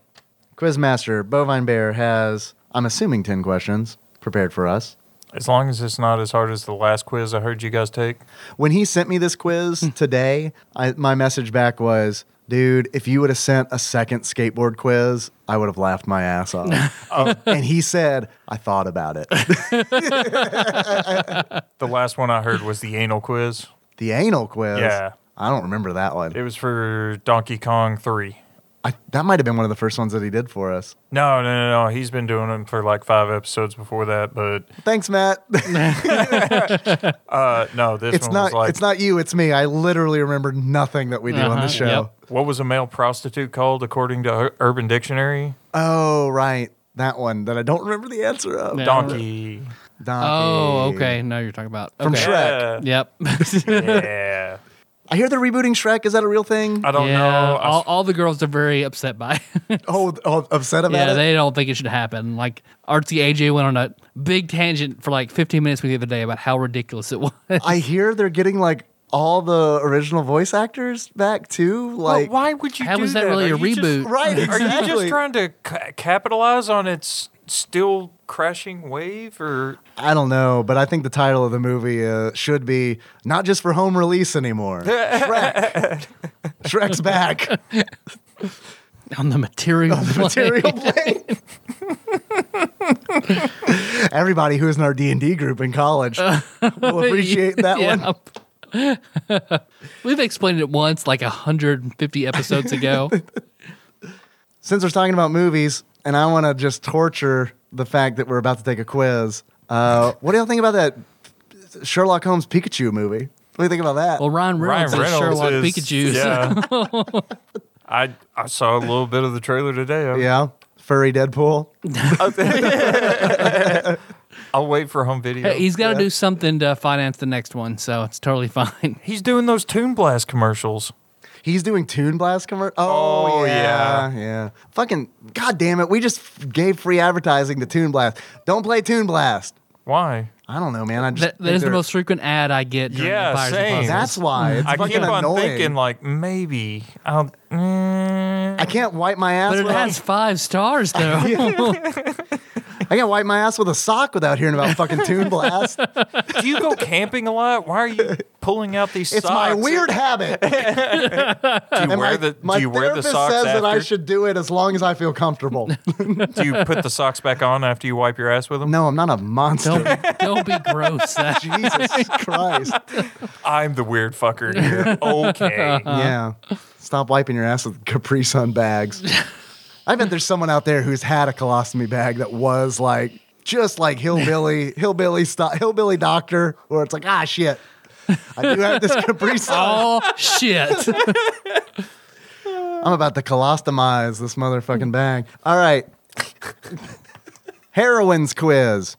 B: Quizmaster Bovine Bear has, I'm assuming, 10 questions prepared for us.
C: As long as it's not as hard as the last quiz I heard you guys take.
A: Hmm.
B: when he sent me this quiz today, I, my message back was, Dude, if you would have sent a second skateboard quiz, I would have laughed my
A: <laughs>
B: ass off.
A: Oh.
B: and he said, I thought about it.
C: The last one I heard was the anal quiz.
B: the anal quiz.
C: Yeah.
B: I don't remember that one.
C: It was for Donkey Kong 3.
B: I, that might have been one of the first ones that he did for us.
C: No, no, no, no. He's been doing them for like five episodes before that, but
B: Thanks, Matt. <laughs>
C: uh, no, this
B: it's
C: one
B: not
C: was like,
B: it's not you, it's me. I literally remember nothing that we do on
A: Uh-huh,
B: the show.
A: yep.
C: what was a male prostitute called according to Ur- Urban Dictionary?
B: Oh, right. That one that I don't remember the answer of.
A: Yeah.
C: Donkey.
A: Oh,
B: Donkey.
A: okay. Now you're talking about
B: From
A: okay.
B: Shrek.
A: Yep. <laughs>
C: yeah.
B: I hear they're rebooting Shrek. Is that a real thing?
C: I don't
A: yeah,
C: know. I-
A: All, all the girls are very upset by. it. <laughs>
B: oh, oh, upset about
A: yeah,
B: it?
A: they don't think it should happen. Like Artsy AJ went on a big tangent for like 15 minutes with me the other day about how ridiculous it was. <laughs>
B: I hear they're getting like all the original voice actors back too.
C: Well,
B: Like,
C: why would you
A: How
C: do
A: is that really
C: Are
A: a
C: you just-
A: reboot?
B: right? Exactly.
C: <laughs> Are you just trying to ca- capitalize on its still crashing wave or
B: I don't know, but I think the title of the movie uh, should be not just for home release anymore. Shrek.
C: <laughs>
B: Shrek's back.
A: on the material. plane.
B: Material plane.
C: <laughs>
B: Everybody who is in our D and D group in college
C: <laughs>
B: will appreciate that
A: Yeah. <laughs>
B: one.
A: We've explained it once, like 150 episodes
B: <laughs>
A: ago.
B: Since we're talking about movies, and I want to just torture the fact that we're about to take a quiz. Uh, what do y'all think about that Sherlock Holmes Pikachu movie? What do you think about that?
A: well, Ryan Reynolds,
C: Ryan Reynolds
A: is Sherlock
C: is-
A: Pikachu.
C: Yeah. <laughs> I I saw a little bit of the trailer today. I'm-
B: yeah, furry Deadpool.
C: <laughs> I'll wait for home
A: <laughs>
C: video.
A: Hey, he's got to do something to finance the next one, so it's totally fine. <laughs>
C: He's doing those Toon Blast commercials.
B: He's doing Toon Blast commercial. Oh,
C: Oh,
B: yeah, yeah,
C: yeah.
B: Fucking god damn it! We just f- gave free advertising to Toon Blast. Don't play Toon Blast.
C: Why?
B: I don't know, man. I just
A: That, that
B: think
A: is the
B: they're-
A: most Mm. frequent ad I get. During
C: Yeah,
A: Empires and
C: same.
A: Puzzles.
B: <laughs> That's why it's
C: I
B: fucking
C: keep on
B: annoying.
C: thinking like maybe I'll. mm,
B: I can't wipe my ass.
A: But it
B: without-
A: has five stars
B: <laughs>
A: though.
B: I can't wipe my ass with a sock without hearing about
A: <laughs>
B: fucking Toon Blast.
C: do
B: <laughs>
C: you go camping a lot? Why are you pulling out these
B: It's
C: socks?
B: my weird habit.
C: <laughs> Do you wear
B: my,
C: the
B: my
C: Do you wear the
B: therapist
C: socks
B: says
C: after?
B: that I should do it as long as I feel comfortable.
C: Do you put the socks back on after you wipe your ass with them?
B: no, I'm not a monster.
A: Don't don't be gross.
C: <laughs>
A: That-
B: <laughs> Jesus Christ.
C: I'm the weird fucker here. Okay.
B: Yeah. Stop wiping your ass with Capri Sun bags. I bet there's someone out there who's had a colostomy bag that was like just like hillbilly, hillbilly, st- hillbilly doctor, where it's like, ah, shit. I do have this Capri Sun.
A: oh shit! <laughs>
B: I'm about to colostomize this motherfucking bag. All right. <laughs> Heroines quiz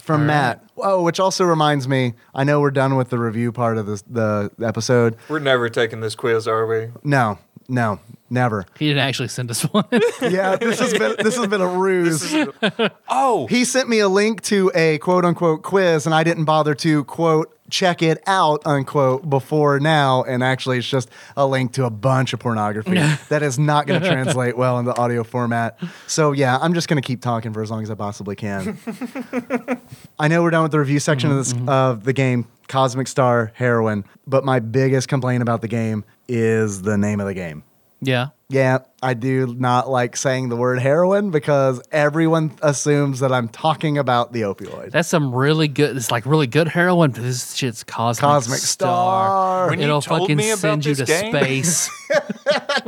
B: from Matt. Oh, which also reminds me, I know we're done with the review part of this, the episode.
C: <laughs> We're never taking this quiz, are we?
B: No, no, never.
A: He didn't actually send us one. <laughs>
B: Yeah, this has been this has been a ruse.
C: Oh,
B: He sent me a link to a quote unquote quiz, and I didn't bother to quote check it out unquote before now. And actually, it's just a link to a bunch of pornography that is not going to translate well into audio format. So yeah, I'm just going to keep talking for as long as I possibly can. I know we're done with the review section of this of the game Cosmic Star Heroine, but my biggest complaint about the game is the name of the game.
A: yeah.
B: Yeah, I do not like saying the word heroin because everyone assumes that I'm talking about the opioid.
A: That's some really good. It's like really good heroin, but this shit's cosmic.
B: Cosmic Star.
C: When you
A: It'll
C: told
A: fucking
C: me about
A: send you to
C: this game- <laughs>
A: space.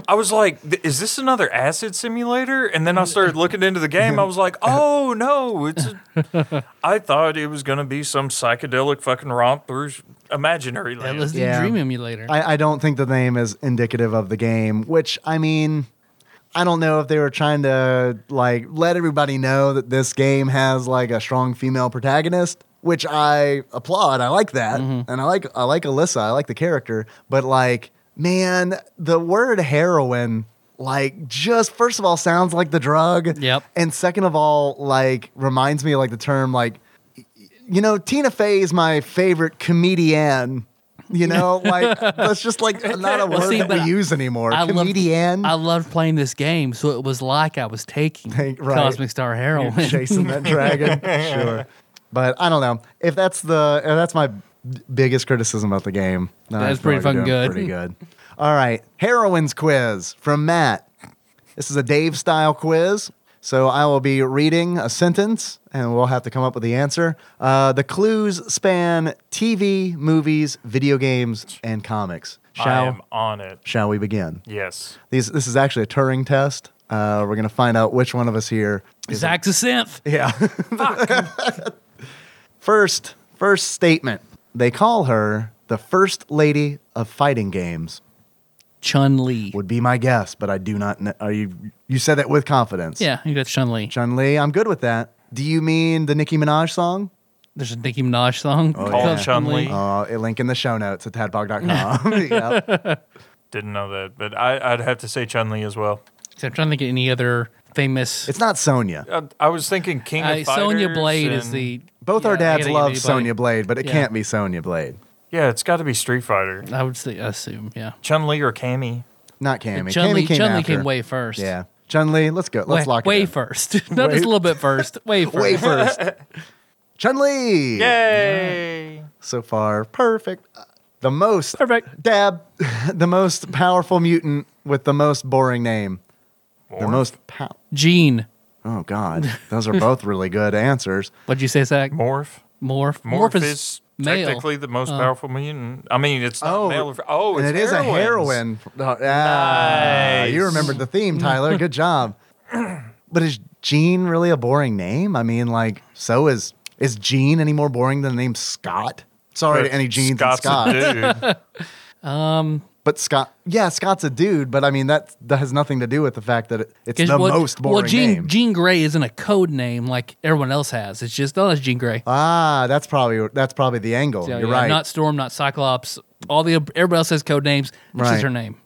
C: I was like, "Th- is this another acid simulator? And then I started looking into the game. I
B: <laughs>
C: was like, oh no, it's. a- <laughs> I thought it was gonna be some psychedelic fucking romp through sh- imaginary
A: That
C: land.
A: was the
B: Yeah.
A: dream emulator.
B: I, I don't think the name is indicative of the game, which I mean, I don't know if they were trying to like let everybody know that this game has like a strong female protagonist, which I applaud. I like that, and I like I like Alyssa. I like the character, but like man, the word heroin. Like, just first of all, sounds like the drug.
A: Yep.
B: And second of all, like, reminds me of like the term, like, you know, Tina Fey is my favorite comedian.
A: <laughs>
B: You know, like that's just like not a word
A: Well, see,
B: that
A: but
B: we
A: I-
B: use anymore.
A: loved-
B: comedian.
A: I loved playing this game, so it was like I was taking
B: Take- right.
A: Cosmic Star
B: You're
A: <laughs> heroin.
B: chasing that dragon. Sure, but I don't know if that's the if that's my b- biggest criticism about the game. no,
A: That's
B: I feel
A: pretty
B: like I'm
A: fucking
B: doing
A: good.
B: Pretty good. All right. Heroines quiz from Matt. This is a Dave style quiz. So I will be reading a sentence and we'll have to come up with the answer. Uh, the clues span TV, movies, video games, and comics.
C: I
B: Shall,
C: am on it.
B: shall we begin?
C: Yes.
B: These, this is actually a Turing test. Uh, we're going to find out which one of us here is
A: Zach's a synth.
B: yeah. <laughs> first, first statement. They call her the first lady of fighting games.
A: Chun Li.
B: Would be my guess, but I do not know. Are you you said that with confidence?
A: Yeah, I think that's Chun Li.
B: Chun Li, I'm good with that. Do you mean the Nicki Minaj song?
A: There's a Nicki Minaj song
B: Oh,
C: Called
A: called
C: yeah.
A: Chun
C: Chun-Li.
A: Li.
B: Uh, a link in the show notes
A: <laughs>
B: at tadbog.com. <laughs> Yep.
C: Didn't know that, but I, I'd have to say Chun Li as well.
A: I'm trying to think of any other famous.
B: It's not Sonya.
C: I, Uh, I was thinking King
A: Uh,
C: of Fighters.
A: Sonya Blade is
C: and-
A: the.
B: Both
A: yeah,
B: our
A: I gotta
B: dads
A: give
B: love
A: anybody-
B: Sonya Blade, but it
A: Yeah.
B: can't be Sonya Blade.
C: Yeah, it's got to be Street Fighter.
A: I would say, I assume, yeah.
C: Chun Li or Cammy.
B: Not Cammy.
A: Chun
B: Cammy
A: Li
B: came
A: Chun Li
B: after.
A: came way first.
B: Yeah. Chun Li, let's go. Let's
A: way,
B: lock it
A: way
B: in.
A: first. <laughs> Not just a little bit
B: <laughs>
A: first. Way first.
B: Way first. Chun Li.
C: Yay!
B: So far, perfect. The most
A: Perfect.
B: dab. <laughs> The most powerful mutant with the most boring name. The most pow.
A: Gene.
B: Oh God, those are both really good answers.
A: What'd you say, Zach?
C: Morph.
A: Morph.
C: Morph, is,
A: male. Uh.
C: technically the most powerful mutant. I mean, it's
B: <laughs>
C: not
B: Oh,
C: male. Oh,
B: and
C: it's
B: it is a
C: heroines.
B: heroine. Oh, ah,
C: Nice.
B: You remembered the theme, Tyler. Good
C: <clears throat>
B: job. But is Gene really a boring name? I mean, like, so is is Gene any more boring than the name Scott? Sorry to any Genes
C: Scott's
B: and Scott.
C: a
B: <laughs>
C: dude.
B: But Scott, yeah, Scott's a dude, but I mean that that has nothing to do with the fact that it, it's
A: 'Cause
B: the
A: what-
B: most boring
A: Well, Gene,
B: name.
A: Gene Gray isn't a code name like everyone else has. It's just, oh, that's Gene Gray.
B: ah, that's probably that's probably the angle.
A: So,
B: You're
A: yeah,
B: right.
A: Not Storm, not Cyclops. All the everybody else has code names. That's
B: Right.
A: just her name.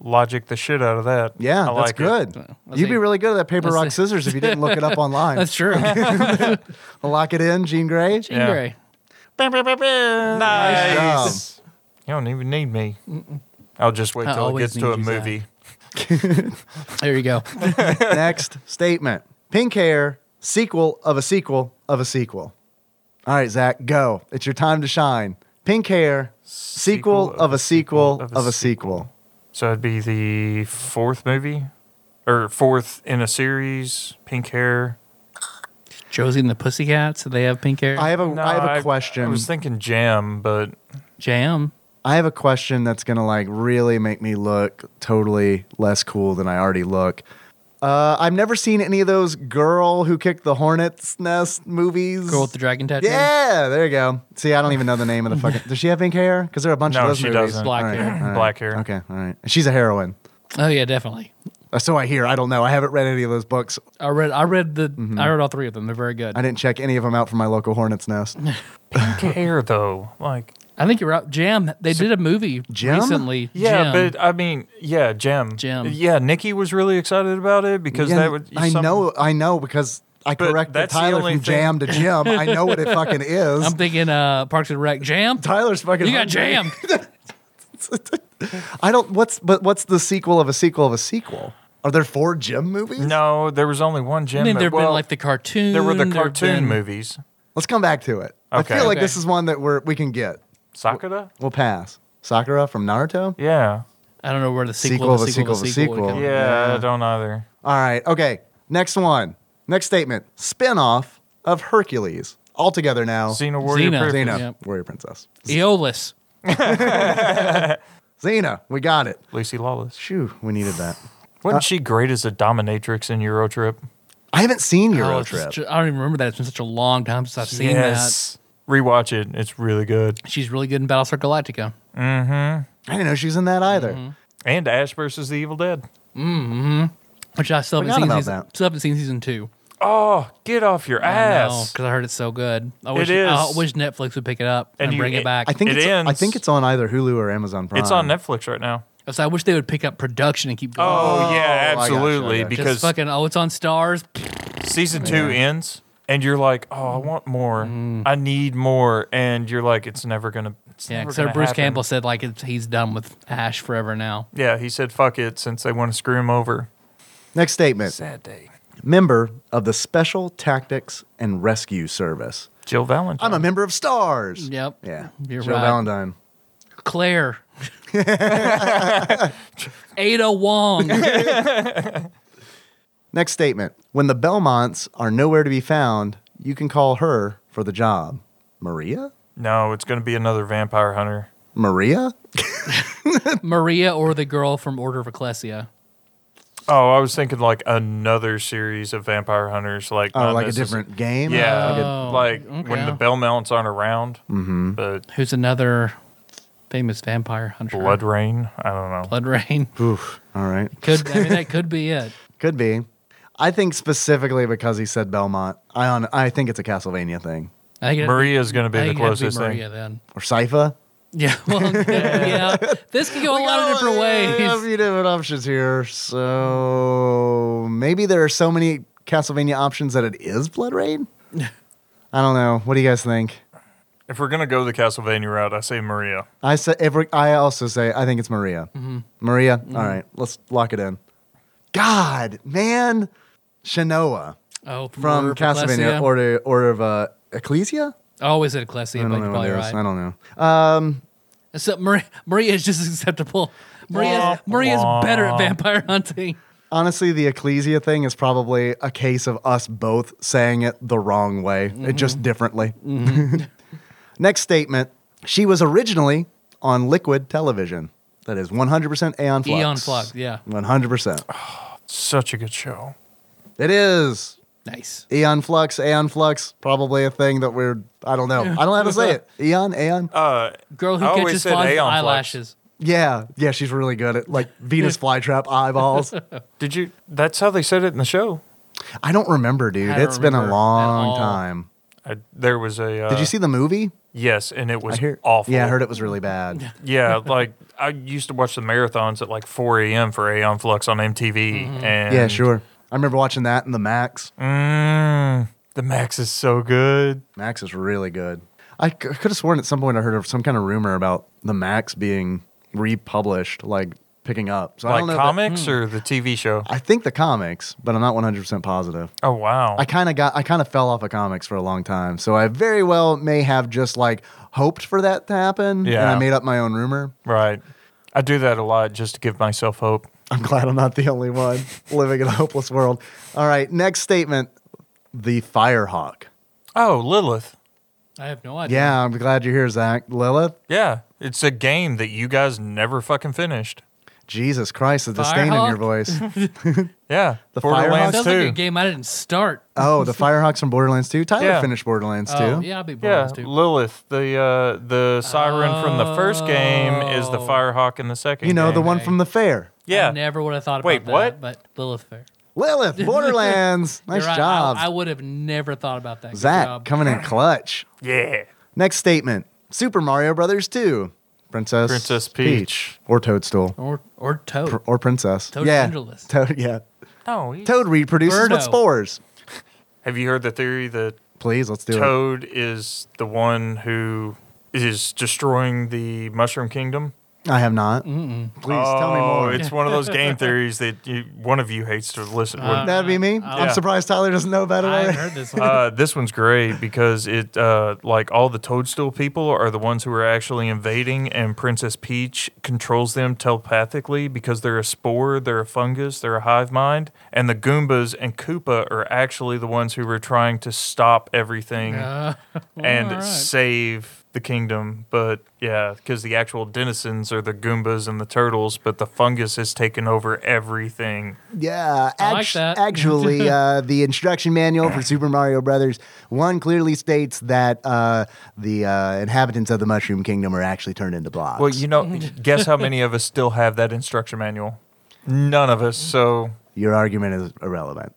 C: Logic the shit out of that.
B: yeah, that's
C: I like It.
B: good.
A: let's
B: You'd be
A: see.
B: really good at that paper
A: Let's
B: rock
A: see.
B: scissors if you didn't look
A: <laughs>
B: it up online.
A: That's
C: <laughs>
A: true. Gene
B: <laughs> Lock it in, Gene Gray.
C: Yeah.
A: Gray.
B: <laughs>
C: Nice. You don't even need me. I'll just wait
A: I
C: till it
A: always
C: gets to
A: need
C: a
A: you, Zach.
C: movie.
A: There you go.
B: Next statement: Pink hair, sequel of a sequel of a sequel. All right, Zach, go. It's your time to shine. Pink hair, sequel, of a sequel of a, sequel.
C: So it'd be the fourth movie, or fourth in a series. Pink hair.
A: Josie and the Pussycats. They have pink hair.
B: I have a
C: No,
B: I have a question.
C: I was thinking Jam, but
A: Jam.
B: I have a question that's gonna like really make me look totally less cool than I already look. Uh, I've never seen any of those girl who kicked the hornet's nest movies.
A: Girl with the dragon tattoo.
B: yeah, there you go. See, I don't even know the name of
A: <laughs>
B: the fucking. Does she have pink hair? Because there are a bunch
C: No,
B: of those
C: she
B: movies.
C: doesn't.
A: Black
B: All right,
A: hair.
B: all right.
C: Black hair.
B: Okay, all right. She's a heroine.
A: Oh yeah, definitely.
B: Uh, So I hear. I don't know. I haven't read any of those books.
A: I read. I read the.
B: Mm-hmm.
A: I read all three of them. They're very good.
B: I
A: I,
B: didn't check any of them out for my local
A: <laughs>
B: hornet's nest.
C: pink <laughs> hair though. Like
A: think you're right. Jam. They did a movie
B: Jam?
A: recently.
C: yeah,
A: Jam.
C: but I mean, yeah, Jam.
A: Jam.
C: Yeah, Nikki was really excited about it because
B: Yeah,
C: that would.
B: I
C: some-
B: know. I know because I
C: But
B: corrected
C: that's the
B: Tyler
C: only
B: from
C: thing-
B: jam to Jim. I know what it
A: <laughs>
B: fucking is.
A: I'm thinking uh, Parks and Rec. Jam.
B: Tyler's fucking.
A: You got
B: hungry.
A: jammed.
B: I don't. What's but what's the sequel of a sequel of a sequel? Are there four Jim movies?
C: No, there was only one Jim.
A: I mean, there've
C: well,
A: been like the cartoon.
C: there were the
A: there've
C: cartoon
A: been-
C: movies.
B: Let's come back to it. I
C: Okay.
B: feel like
A: Okay.
B: this is one that we're we can get.
C: Sakura.
B: We'll pass. Sakura from Naruto.
C: Yeah.
A: I don't know where the
B: Sequel
A: sequel,
B: of a
A: the sequel, of a
B: sequel
A: sequel.
B: of a
A: would
C: yeah,
A: come.
B: Yeah.
C: I don't either.
B: All right. Okay. Next one. Next statement. Spin-off of Hercules. All together now.
C: Xena Warrior.
A: Xena.
C: Princess.
B: Xena,
A: Yep.
B: warrior princess.
A: Aeolus.
B: Xena, Uh, we got it.
C: Lucy Lawless.
B: Shoo, we needed that.
C: Wasn't she great as a dominatrix in Euro Trip?
B: I haven't seen Euro
A: Oh, it's
B: Trip.
A: such a- I don't even remember that. It's been such a long time since I've seen
C: Rewatch it. It's really good.
A: that. She's really good in Battlestar Galactica.
B: I didn't know she was in that either.
A: Mm-hmm.
C: And Ash versus the Evil Dead.
A: Which I still haven't seen.
B: Forgot about
A: Season,
B: that.
A: still haven't seen season two.
C: Oh, get off your ass.
A: because I heard it's so good. I wish,
C: is.
A: I wish Netflix would pick it up
C: And
A: and,
C: you-
A: bring it back.
B: I think
C: It
B: it's, I
C: ends.
B: think it's on either Hulu or Amazon Prime.
C: It's on Netflix right now.
A: so I wish they would pick up production and keep going.
C: Oh,
B: I
C: yeah,
B: gotcha, I
C: absolutely.
B: gotcha.
A: Just
C: Because
A: fucking oh, it's on Stars.
C: season two ends and you're like, oh, I want more. I need more. And you're like, it's never going to.
A: Mm. Yeah,
C: never
A: so
C: gonna
A: Bruce
C: happen.
A: Campbell said like it's, he's done with Ash forever now.
C: Yeah, he said, fuck it, since they want to screw him over.
B: Next statement.
C: Sad day.
B: Member of the Special Tactics and Rescue Service.
C: Jill Valentine.
B: I'm a member of STARS.
A: Yep.
B: Yeah.
A: You're
B: Jill
A: right.
B: Valentine. <laughs>
A: Claire. Ada Wong.
B: Next statement. When the Belmonts are nowhere to be found, you can call her for the job. Maria?
C: No, it's going to be another vampire hunter.
B: Maria?
A: Maria or the girl from Order of Ecclesia.
C: Oh, I was thinking like another series of vampire hunters, like
B: Oh,
C: not
B: like a
C: necessar-
B: different game?
C: Yeah,
A: Oh,
C: like
A: okay.
C: when the Belmounts aren't around, mm-hmm. but
A: Who's another famous vampire hunter?
C: Blood Rain. I don't know.
A: Blood Rain.
B: Oof. All right.
A: Could I mean that could be it.
B: Could be. I think specifically because he said Belmont. I on, I think it's a Castlevania thing.
A: I think it'd
C: Maria's going to
A: I
C: be the
A: think it'd
C: closest
A: Maria
C: thing.
A: then.
B: Or Sypha.
A: Yeah, <laughs> well, yeah. This could go a lot of different
B: Yeah, a
A: ways.
B: few different options here. So maybe there are so many Castlevania options that it is
A: <laughs>
B: Blood Rain? I don't know. What do you guys think?
C: If we're going to go the Castlevania route, I say Maria.
B: I say every, I also say I think it's Maria.
A: Mm-hmm.
B: Maria. all right, let's lock it in. God, man, Shanoa
A: Oh,
B: from
A: Order of
B: Castlevania
A: Ecclesia.
B: Order Order of uh, Ecclesia.
A: Oh, is it Ecclesia?
B: I
A: But
B: don't
A: you're
B: know what
A: probably
B: it is. I
A: right.
B: don't know.
A: So Maria, Maria is just <laughs> acceptable. Maria's
C: Wah,
A: Maria's
C: wah.
A: better at vampire hunting.
B: Honestly, the Ecclesia thing is probably a case of us both saying it the wrong way,
A: Mm-hmm.
B: it just differently. <laughs> Next statement. She was originally on Liquid Television. That is 100% Aeon Flux.
A: Aeon Flux, yeah.
B: 100%.
C: Such a good show.
B: It is.
A: Nice.
B: Eon Flux, Aeon Flux, probably a thing that we're, I don't know. I don't know how to
A: <laughs>
B: say it. Eon, Aeon?
C: Uh,
A: Girl who
C: I always
A: catches
C: said
A: flies with
C: Aeon Flux.
A: eyelashes.
B: yeah. Yeah, she's really good
A: <laughs>
B: at like Venus flytrap eyeballs.
C: did you? That's how they said it in the show.
B: I don't remember, dude.
A: I don't
B: It's been
A: remember
B: a
A: at all.
B: long time.
C: I, there was a. Uh,
B: Did you see the movie?
C: Yes, and it
B: I
C: was
B: hear,
C: awful.
B: Yeah, I heard it was really bad. <laughs>
C: Yeah, like I used to watch the marathons at like 4 a.m. for Aeon Flux on MTV. And
B: Yeah, sure. I remember watching that in the Max.
C: Mm, the Max is so good.
B: Max is really good. I could have sworn at some point I heard of some kind of rumor about the Max being republished, like picking up. So I
C: Like
B: don't know. hmm. if
C: comics or the TV show?
B: that- I think the comics, but I'm not 100% positive.
C: Oh wow!
B: I kind of got, I kind of fell off of comics for a long time. So I very well may have just like hoped for that to happen. And
C: Yeah.
B: I made up my own rumor.
C: right, I do that a lot just to give myself hope.
B: I'm glad I'm not the only one <laughs> living in a hopeless world. All right. Next statement The Firehawk.
C: Oh, Lilith.
A: I have no idea.
B: Yeah, I'm glad you're here, Zach. Lilith?
C: Yeah, it's a game that you guys never fucking finished.
B: Jesus Christ, the disdain in
A: <laughs>
B: your voice.
C: Yeah,
B: The
A: It
B: Firehawk?
C: Borderlands
A: sounds like a
C: Two.
A: game I didn't start.
B: oh, the Firehawks from Borderlands 2? Tyler
C: Yeah.
B: finished Borderlands 2.
A: Oh, yeah, I'll be
C: yeah,
A: Borderlands too.
C: Lilith, the uh, the siren from the first game is the
A: Oh.
C: Firehawk in the second.
B: You know, the
C: game.
B: one
A: Okay.
B: from the fair.
C: Yeah,
A: I never would have thought about
C: Wait,
A: that.
C: what?
A: But Lilith Fair. <laughs>
B: Lilith, Borderlands. nice
A: You're right. I-
B: job.
A: I, would have never thought about that. Good
B: Zach
A: job.
B: coming in clutch.
C: yeah.
B: Next statement Super Mario Brothers 2. Princess,
C: Princess Peach.
B: Or Toadstool.
A: or or Toad.
B: Or, or Princess.
A: Toad
B: yeah.
A: Angelus.
B: Toad, yeah.
A: Oh,
C: No, he-
B: Toad reproduces
A: Birdo.
B: with spores.
C: have you heard the theory that
B: Please, let's do it.
C: Toad is the one who is destroying the Mushroom Kingdom?
B: I have not. Please tell me
C: Oh,
B: more.
C: it's one of those
A: <laughs>
C: game theories that you, one of you hates to listen. wouldn't-
B: That'd be me.
A: Uh,
B: I'm
C: Yeah.
B: surprised Tyler doesn't know about it
A: I haven't
B: already.
A: heard this one.
C: <laughs> uh, this one's great because it uh, like all the toadstool people are the ones who are actually invading and princess peach controls them telepathically because they're a spore they're a fungus they're a hive mind and the goombas and koopa are actually the ones who were trying to stop everything and
A: alright.
C: save the kingdom but yeah because the actual denizens are the goombas and the turtles but the fungus has taken over everything
B: Yeah,
A: I like that. <laughs>
B: actually, uh, the instruction manual for Super Mario Brothers one clearly states that uh, the uh, inhabitants of the Mushroom Kingdom are actually turned into blocks.
C: Well,
A: <laughs>
C: you know, guess how many of us still have that instruction manual? None of us. So
B: Your argument is irrelevant.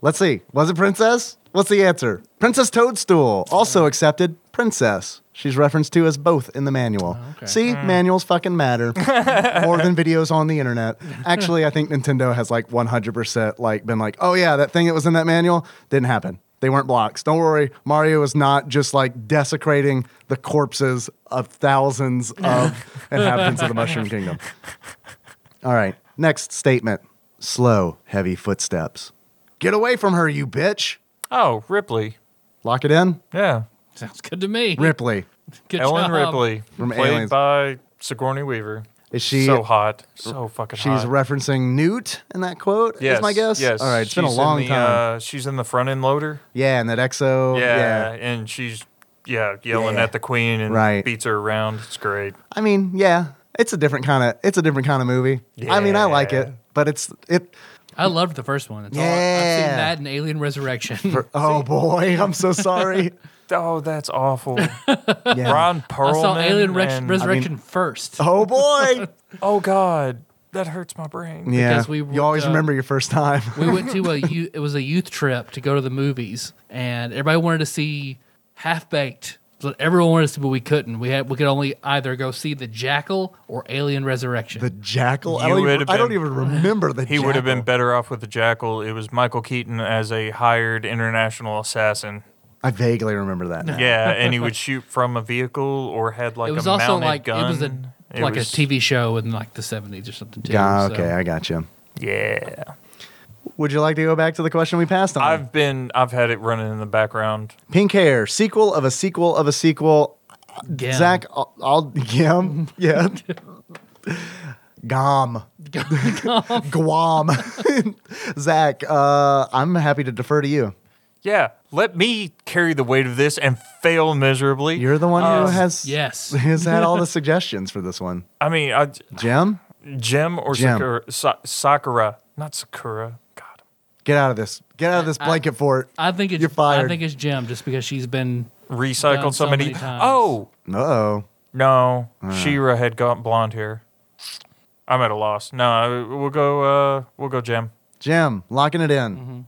B: Let's see. Was it Princess? What's the answer? Princess Toadstool, also accepted. Princess. She's referenced to as both in the manual.
A: okay.
B: See, manuals fucking matter more than videos on the internet. Actually, I think Nintendo has like 100% like been like, oh yeah, that thing that was in that manual didn't happen. They weren't blocks. Don't worry, Mario is not just like desecrating the corpses of thousands of inhabitants of the Mushroom Kingdom. All right. Next statement. Slow, heavy footsteps. Get away from her, you bitch.
C: Oh, Ripley.
B: Lock it in.
C: Yeah.
A: Sounds good to me.
B: Ripley.
A: Good
C: Ellen
A: job.
C: Ripley,
B: From
C: played
B: Aliens.
C: by Sigourney Weaver.
B: Is she-
C: so hot? So fucking hot.
B: She's referencing Newt in that quote.
C: Uh, Yes,
B: is my guess.
C: Yes.
B: All right, it's been a
C: She's in
B: long
C: the,
B: time.
C: Uh, she's in the front end loader.
B: yeah, and that EXO.
C: Yeah,
B: yeah.
C: and she's yeah yelling
B: Yeah.
C: at the queen and
B: Right.
C: beats her around. It's great.
B: I mean, yeah, it's a different kind of it's a different kind of movie. I mean, I like it,
C: Yeah.
B: but it's it.
A: I loved the first one. That's all I- I've seen
B: Yeah.
A: that in Alien Resurrection. <laughs>
C: <laughs>
B: For, oh boy, I'm so sorry.
C: Oh,
A: <laughs>
C: that's awful.
B: Yeah.
C: Ron
A: I
C: Perlman.
A: saw Alien Rex-
C: and-
A: Resurrection first.
B: Oh boy.
C: <laughs> oh God, that hurts my brain.
B: Yeah,
A: Because we
B: you always
A: would, uh,
B: remember your first time.
A: we went to a youth, it was a youth trip to go to the movies, and everybody wanted to see Half Baked. So everyone wanted to see, but we couldn't. We had we could only either go see The Jackal or Alien Resurrection.
B: <laughs> The Jackal. I
C: You
B: don't, even,
C: would've
B: I don't
C: been-
B: even remember the.
C: He would have been better off with the jackal. It was Michael Keaton as a hired international assassin.
B: I vaguely remember that. now.
C: Yeah, and
A: <laughs>
C: he would shoot from a vehicle or had like
A: it was
C: a
A: also
C: mounted
A: like
C: gun.
A: it was a
C: It
A: like
C: was-
A: a TV show in like the seventies or something too.
B: Ah,
A: so-
B: okay, I got you.
C: Yeah,
B: Would you like to go back to the question we passed on?
C: I've been I've had it running in the background.
B: Pink hair, sequel of a sequel of a sequel.
A: Gim.
B: Zach, I'll, I'll Gim, yeah, Gom, <laughs> Guam. Zach, uh, I'm happy to defer to you.
C: Yeah, let me carry the weight of this and fail miserably.
B: You're the one
A: Uh,
B: who has <laughs>
A: yes.
B: has had
A: <laughs>
B: all the suggestions for this one.
C: I mean, I,
B: Jim,
C: Gem or
B: Gem.
C: Sakura, Sa- Sakura, not Sakura. God,
B: get out of this. Get out of this blanket fort.
A: I think it's
B: You're fired.
A: I think it's Jim just because she's been
C: recycled
A: Done so
C: somebody.
A: many times.
C: Oh
B: Uh oh.
C: no, Shira had got blonde hair. I'm at a loss. No, we'll go. Uh, we'll go Gem.
B: Jim, locking it in.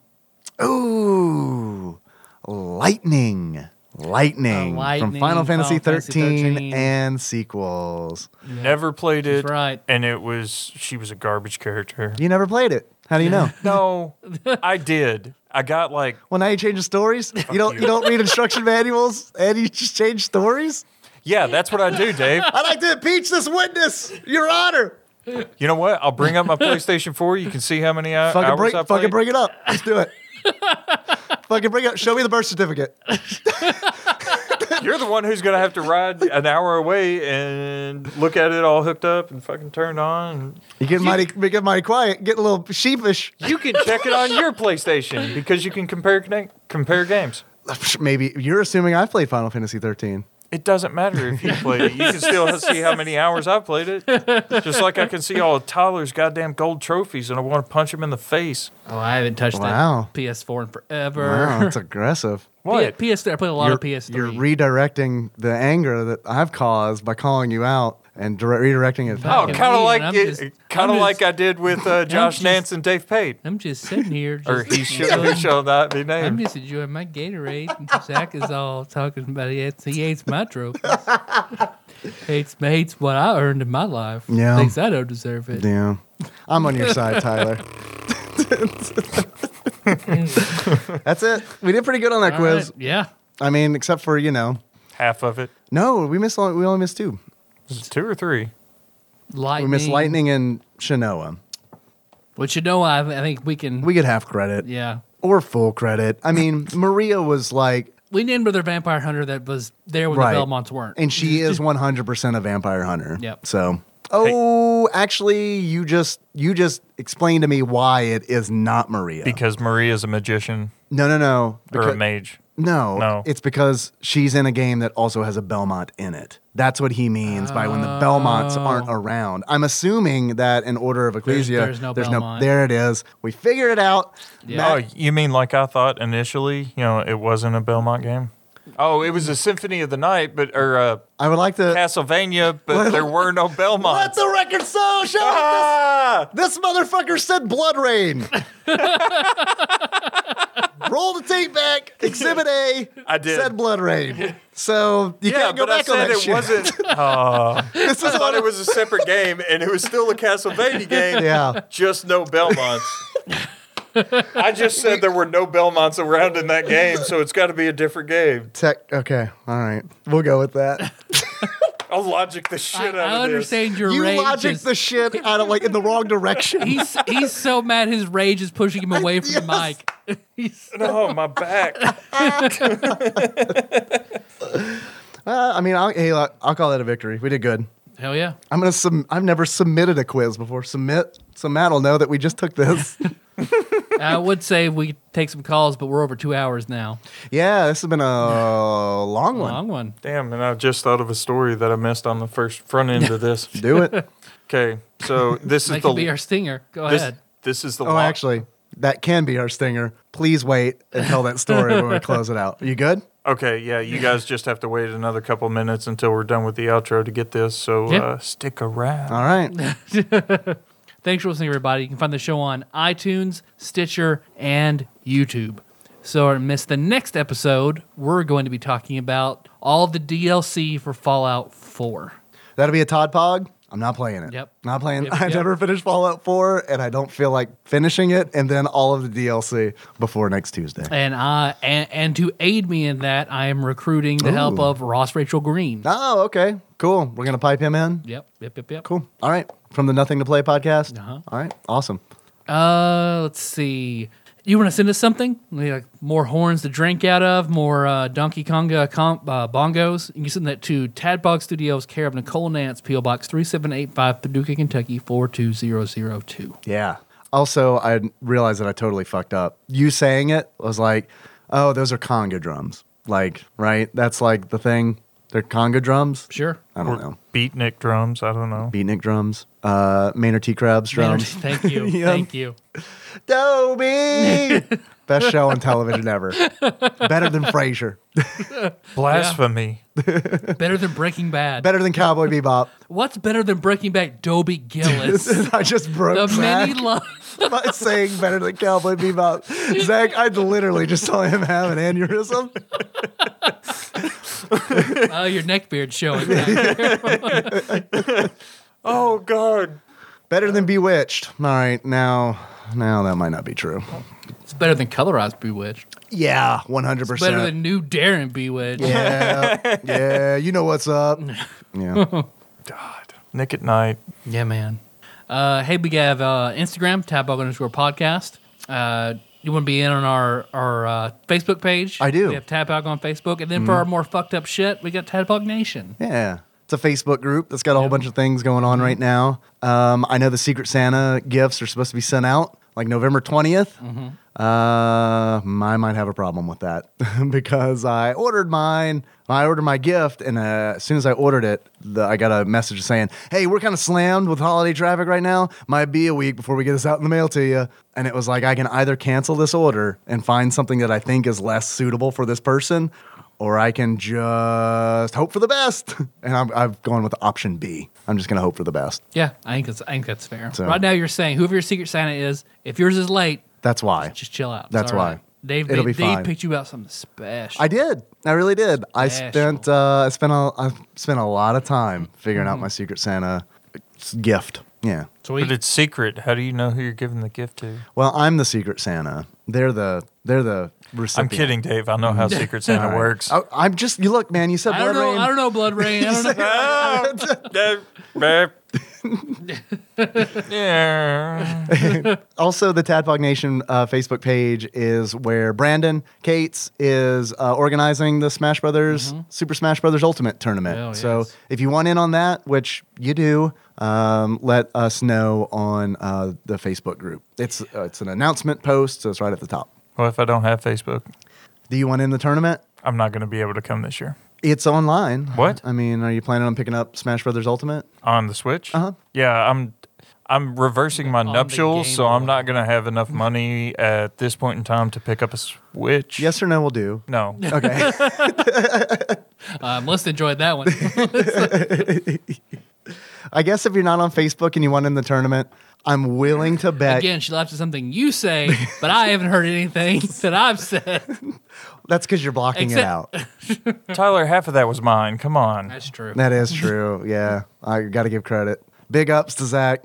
B: Mm-hmm. Ooh, lightning. Lightning, from
A: lightning,
B: Final Fantasy,
A: Final Fantasy
B: 13,
A: 13.
B: and sequels.
C: Never played it.
A: right.
C: And it was she was a garbage character.
B: You never played it. How <laughs> do you know?
C: No, I did. I got like
B: Well, now you change the stories. You don't. You.
C: you.
B: don't read <laughs> instruction manuals, and you just change stories.
C: yeah. That's what I do, Dave.
B: I'd like to impeach this witness, Your Honor.
C: You know what? I'll bring up my PlayStation 4. You can see how many hou-
B: Fucking
C: hours
B: bring,
C: I
B: fucking
C: played.
B: bring it <laughs> up. Let's do it. fucking bring it up. Show me the birth certificate.
C: You're the one who's gonna have to ride an hour away and look at it all hooked up and fucking turned on.
B: You get mighty, you get mighty quiet. Get a little sheepish.
C: You can check it on your PlayStation because you can compare connect, compare games.
B: Maybe you're assuming I played Final Fantasy 13.
C: It doesn't matter if you played it. You can still see how many hours I played it. Just like I can see all of Tyler's goddamn gold trophies and I want to punch him in the face.
A: oh I haven't touched
B: Wow.
A: that PS4 in forever. <laughs>
B: Wow, it's aggressive.
C: What?
A: P- PS3 I played a lot
B: You're,
A: of PS3.
B: you're redirecting the anger that I've caused by calling you out and dire- redirecting it.
C: Oh,
A: fucking
C: kind of
A: weed,
C: like
A: and I'm just-
C: it, kind
A: I'm
C: of
A: just-
C: like I did with uh, Josh
A: just-
C: Nance and Dave Pate,
A: I'm just sitting here. Just
C: or he shall, he shall not be
A: I'm
C: named.
A: just enjoying my Gatorade. and Zach is all talking about he hates, he hates my
B: <laughs>
A: trophies. hates hates what I earned in my life.
B: Yeah.
A: Thinks I don't deserve
B: <laughs>
A: it.
B: Damn. I'm on your
A: <laughs>
B: side, Tyler. That's it. We did pretty good on that
A: All
B: quiz.
A: right, Yeah.
B: I mean, except for, you know,
C: Half of it.
B: no, we missed only, we only missed two.
C: Is it two or three?
A: Lightning.
B: We missed Lightning and Shinoa.
A: Which you know, I, I think we can.
B: We get half credit
A: yeah.
B: or full credit.
A: <laughs>
B: I mean, Maria was like,
A: We named Brother Vampire Hunter that was there when
B: Right.
A: the Belmonts weren't.
C: <laughs>
B: and she is 100% a vampire hunter.
A: Yep.
B: So, oh, actually, you just you just explained to me why it is not Maria.
C: Because Maria's a magician
B: no, no, no.
C: or
B: Because-
C: a mage.
B: No,
C: No.
B: It's because she's in a game that also has a Belmont in it. That's what he means by when the Belmonts aren't around. I'm assuming that in Order of Ecclesia,
A: Oh. there's no Belmont.
B: There it is. We figured it out.
A: Yeah.
C: Oh, you mean like I thought initially? You know, it wasn't a Belmont game. Oh, it was a Symphony of the Night, but or uh,
B: I would like to
C: Castlevania, but there were no
B: let
C: Belmonts.
B: the record so
A: <laughs>
B: show. that
C: Ah!
B: this, this motherfucker said Blood Rain. Roll the tape back. Exhibit A.
C: I did.
B: Said Blood Rain. So you
C: Yeah,
B: can't go
C: but I
B: back on
C: said
B: that
C: it
B: shit.
C: wasn't.
B: <laughs>
C: Oh.
B: This
C: I
B: is
C: thought it was a separate game, and it was still a
B: <laughs>
C: Castlevania game.
B: yeah.
C: just
B: <laughs>
C: no Belmonts. I just said there were no Belmonts around in that game, so it's got to be a different game.
B: Tech. Okay. All right. We'll go with that.
C: I'll logic the shit
A: I,
C: out
A: I
C: of
A: understand your
B: You
A: rage.
B: logic
A: is-
B: the shit out of like in the wrong direction.
A: <laughs> he's he's so mad. His rage is pushing him away from the
B: <laughs> Yes.
A: <laughs>
C: oh,
A: mic. he's
B: <laughs>
C: this. No, my back.
B: Uh, I mean, I'll, hey, look, I'll call that a victory. We did good.
A: Hell yeah.
B: I'm gonna. Sum, I've never submitted a quiz before. Submit. So Matt will know that we just took this. <laughs>
A: I would say we take some calls, but we're over two hours now.
B: yeah, this has been a long one.
A: Long one.
C: Damn, and I just thought of a story that I missed on the first front end
B: <laughs>
C: of this.
B: Do it.
C: Okay, so this
A: That
C: is
A: could be
C: the
A: our stinger. Go
C: this,
A: ahead.
C: this is the
B: Oh,
C: lo-
B: actually, that can be our stinger. Please wait and tell that story when
A: <laughs>
B: we close it out. You good?
C: Okay, yeah, you guys just have to wait another couple minutes until we're done with the outro to get this. So
A: Yeah.
C: uh, stick around.
A: <laughs>
B: All right.
A: Thanks for listening, everybody. You can find the show on iTunes, Stitcher, and YouTube. So, to miss the next episode, we're going to be talking about all the DLC for Fallout 4.
B: That'll be a Todd Pog. I'm not playing it.
A: Yep.
B: Not playing. <laughs>
A: Yep,
B: I
A: yep.
B: never finished Fallout 4, and I don't feel like finishing it. And then all of the DLC before next
A: <laughs>
B: Tuesday.
A: And I and, and to aid me in that, I am recruiting the help
B: Ooh.
A: of Ross Rachel Green.
B: Oh, okay. Cool. We're gonna pipe him in.
A: Yep, yep, yep, yep.
B: Cool. All right. From the Nothing to Play podcast.
A: Uh-huh.
B: All right. Awesome.
A: Uh, let's see. You want to send us something? We Like more horns to drink out of, more uh, Donkey Konga com- uh, bongos. You can send that to Tadbog Studios, care of Nicole Nance, PO Box 3785, Paducah, Kentucky 42002.
B: Yeah. Also, I realized that I totally fucked up. You saying it was like, oh, those are conga drums. Like, right? That's like the thing. They're conga drums.
A: Sure.
B: I
C: Or
B: don't know.
C: Beatnik drums. I don't know.
B: Beatnik drums. Uh, Maynard T. Krabs
A: Maynard, <laughs>
B: drums.
A: thank you.
B: <laughs> Yeah.
A: Thank you.
B: Dobie. <laughs> Best show on television ever. Better than Frasier.
C: Blasphemy. <laughs>
A: Better than Breaking Bad.
B: Better than Cowboy Bebop. <laughs>
A: What's better than Breaking Bad? Dobie Gillis.
B: I just broke
A: the
B: Zach
A: many love.
B: <laughs> by saying better than
A: <laughs>
B: Cowboy Bebop. Zach, I literally just saw him have an aneurysm.
A: Oh, your neck beard showing.
B: <laughs>
A: back there.
C: Oh God.
B: Better than Bewitched. All right, now, now that might not be true.
A: it's better than Colorized Bewitched.
B: Yeah, one hundred
A: Better
B: percent.
A: than New Darren Bewitched.
B: Yeah, yeah. You know what's
A: <laughs>
B: up. Yeah.
C: God. Nick at night.
A: Yeah, man. Uh, hey, we have uh, Instagram, tabbug underscore podcast. Uh, you want to be in on our our uh, Facebook page?
B: I do. Mm-hmm.
A: We have Tabbug on Facebook, and then for our more fucked up shit, we got Tabbug Nation.
B: Yeah. It's a Facebook group that's got a whole bunch of things going on right now. Um, I know the Secret Santa gifts are supposed to be sent out like November 20th. Uh, I might have a problem with that <laughs> because I ordered mine. I ordered my gift, and uh, as soon as I ordered it, the, I got a message saying, Hey, we're kind of slammed with holiday traffic right now. Might be a week before we get this out in the mail to you. And it was like, I can either cancel this order and find something that I think is less suitable for this person, or I can just hope for the best. <laughs> And I'm, I've gone with option B. I'm just going to hope for the best.
A: Yeah, I think that's I think that's fair.
B: So-
A: Right now, you're saying whoever your Secret Santa is, if yours is late,
B: That's why.
A: just chill out. It's
B: That's
A: all right.
B: why.
A: Dave,
B: It'll
A: they,
B: be
A: Dave
B: fine.
A: picked you out something special.
B: I did. I really did. I
A: Special.
B: spent uh, I spent a, I spent a lot of time figuring
A: Mm-hmm.
B: out my Secret Santa gift. Yeah.
C: But
A: Sweet.
C: it's secret. How do you know who you're giving the gift to?
B: Well, I'm the Secret Santa. They're the they're the Oh.
C: I'm
B: recipient.
C: kidding, Dave. I know how Secret Santa
B: All right.
C: works. <laughs>
B: I, I'm just you look, man. You said
A: I don't
B: Blood
A: know.
B: Rain.
A: I don't know. Blood rain. I don't
B: <laughs>
A: know.
C: yeah.
B: also the Tadpog Nation uh, Facebook page is where Brandon Cates is uh, organizing the Smash Brothers Super Smash Brothers Ultimate tournament.
A: Oh,
B: So
A: Mm-hmm. yes.
B: if you want in on that, which you do, um, let us know on uh, the Facebook group. It's uh, it's an announcement post, so it's right at the top.
C: Well, if I don't have Facebook,
B: Do you want in the tournament?
C: I'm not going to be able to come this year.
B: It's online.
C: What?
B: I mean, are you planning on picking up Smash Brothers Ultimate?
C: on the Switch.
B: Uh-huh.
C: Yeah, I'm I'm reversing my
A: the
C: nuptials,
A: Game
C: so
A: Boy.
C: I'm not gonna have enough money at this point in time to pick up a Switch.
B: Yes or no will do.
C: No.
B: <laughs>
A: <laughs>
B: Okay.
A: I must enjoyed Um, that one.
B: I guess if you're not on Facebook and you want in the tournament, I'm willing to bet
A: Again, she laughed at something you say, but I haven't heard anything <laughs> that I've said.
B: that's because you're blocking it
A: Except-
B: out.
C: Tyler, half of that was mine. Come on.
A: That's true.
B: That is true. Yeah, I got to give credit. Big ups to Zach.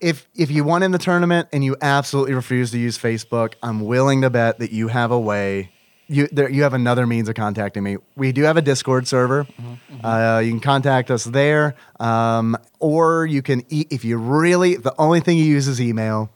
B: If if you won in the tournament and you absolutely refuse to use Facebook, I'm willing to bet that you have a way. You there, you have another means of contacting me. We do have a Discord server. Uh, you can contact us there, um, or you can e- if you really the only thing you use is email.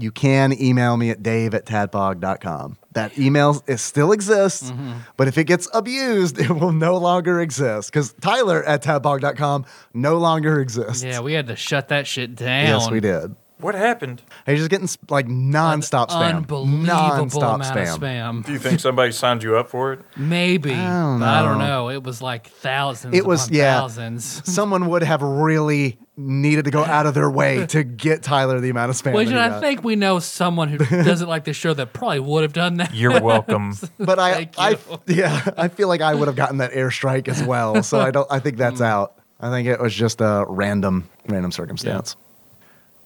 B: You can email me at dave at tadpog.com. that email it still exists, but if it gets abused, <laughs> it will no longer exist because Tyler at tadpog.com no longer exists.
A: Yeah, we had to shut that shit down.
B: Yes, we did.
C: What happened?
B: He's just getting sp- like nonstop spam,
A: Unbelievable
B: nonstop
A: amount of spam.
C: Do you think somebody signed you up for it?
A: Maybe. but I don't,
B: don't
A: know. It was like thousands.
B: It was-
A: upon
B: yeah.
A: thousands.
B: Someone would have really needed to go out of their way to get Tyler the amount of spam.
A: <laughs> Which
B: that he
A: I
B: got.
A: think we know someone
B: <laughs>
A: who doesn't like this show that probably would have done that.
C: You're welcome.
B: but I,
A: Thank
B: I,
A: you.
B: yeah, I feel like I would have gotten that airstrike as well. So I don't. I think
A: Mm.
B: that's out. I think it was just a random, random circumstance.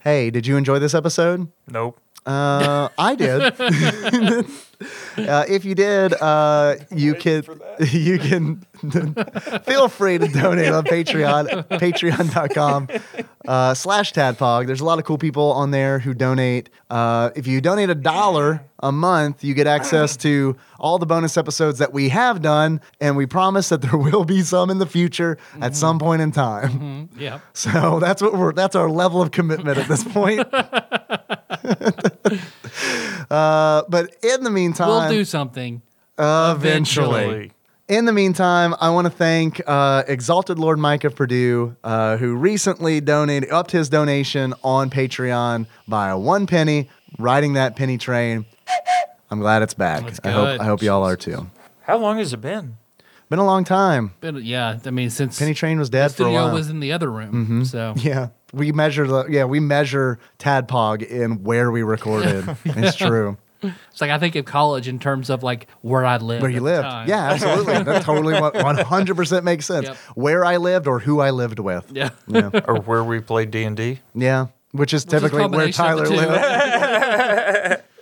B: Hey, did you enjoy this episode?
C: nope.
B: Uh, I did. uh, if you did, uh, you can <laughs> you can feel free to donate on Patreon patreon.com uh, slash tadpog. There's a lot of cool people on there who donate. Uh, if you donate a dollar a month, you get access to all the bonus episodes that we have done, and we promise that there will be some in the future at some point in time.
A: yeah.
B: So <laughs> that's what we're that's our level of commitment
A: <laughs>
B: at this point. uh, but in the meantime,
A: We'll do something.
B: eventually. In the meantime, I want to thank uh, Exalted Lord Mike of Purdue, uh, who recently donated upped his donation on Patreon by one penny, riding that penny train. I'm glad it's back.
A: That's
B: I hope
A: good.
B: I hope y'all are too.
C: How long has it been?
B: Been a long time.
A: But yeah, I mean, since
B: Penny train was dead for a
A: studio
B: while.
A: was in the other room, so
B: Yeah, we measure the yeah we measure Tadpog in where
A: <laughs>
B: we recorded. It's true
A: it's like I think of college in terms of like where I lived.
B: where you
A: at the
B: lived.
A: time.
B: Yeah, absolutely.
A: <laughs>
B: That totally one hundred percent makes sense.
A: Yep.
B: Where I lived or who I lived with.
A: yeah.
B: Yeah,
C: Or where we played D and D?
B: yeah. which is typically where
A: combination of
B: Tyler
A: the two.
B: lived.
A: <laughs>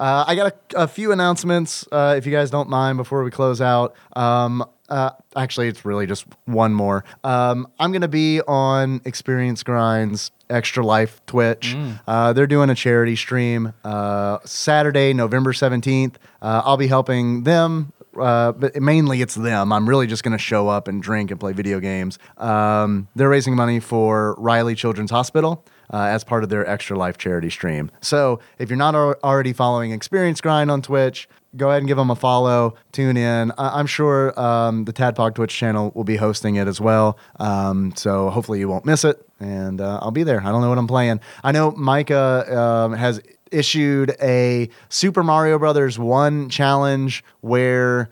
B: Uh, I got a, a few announcements uh, if you guys don't mind before we close out. Um, uh, actually, it's really just one more. Um, I'm going to be on Experience Grinds Extra Life Twitch.
A: Mm.
B: Uh, they're doing a charity stream uh, Saturday, November 17th. Uh, I'll be helping them. Uh, but mainly it's them. I'm really just going to show up and drink and play video games. Um, they're raising money for Riley Children's Hospital uh, as part of their Extra Life charity stream. So if you're not al- already following Experience Grind on Twitch, go ahead and give them a follow. Tune in. I- I'm sure um, the Tadpog Twitch channel will be hosting it as well. Um, so hopefully you won't miss it, and uh, I'll be there. I don't know what I'm playing. I know Micah um, has issued a Super Mario Brothers one challenge where.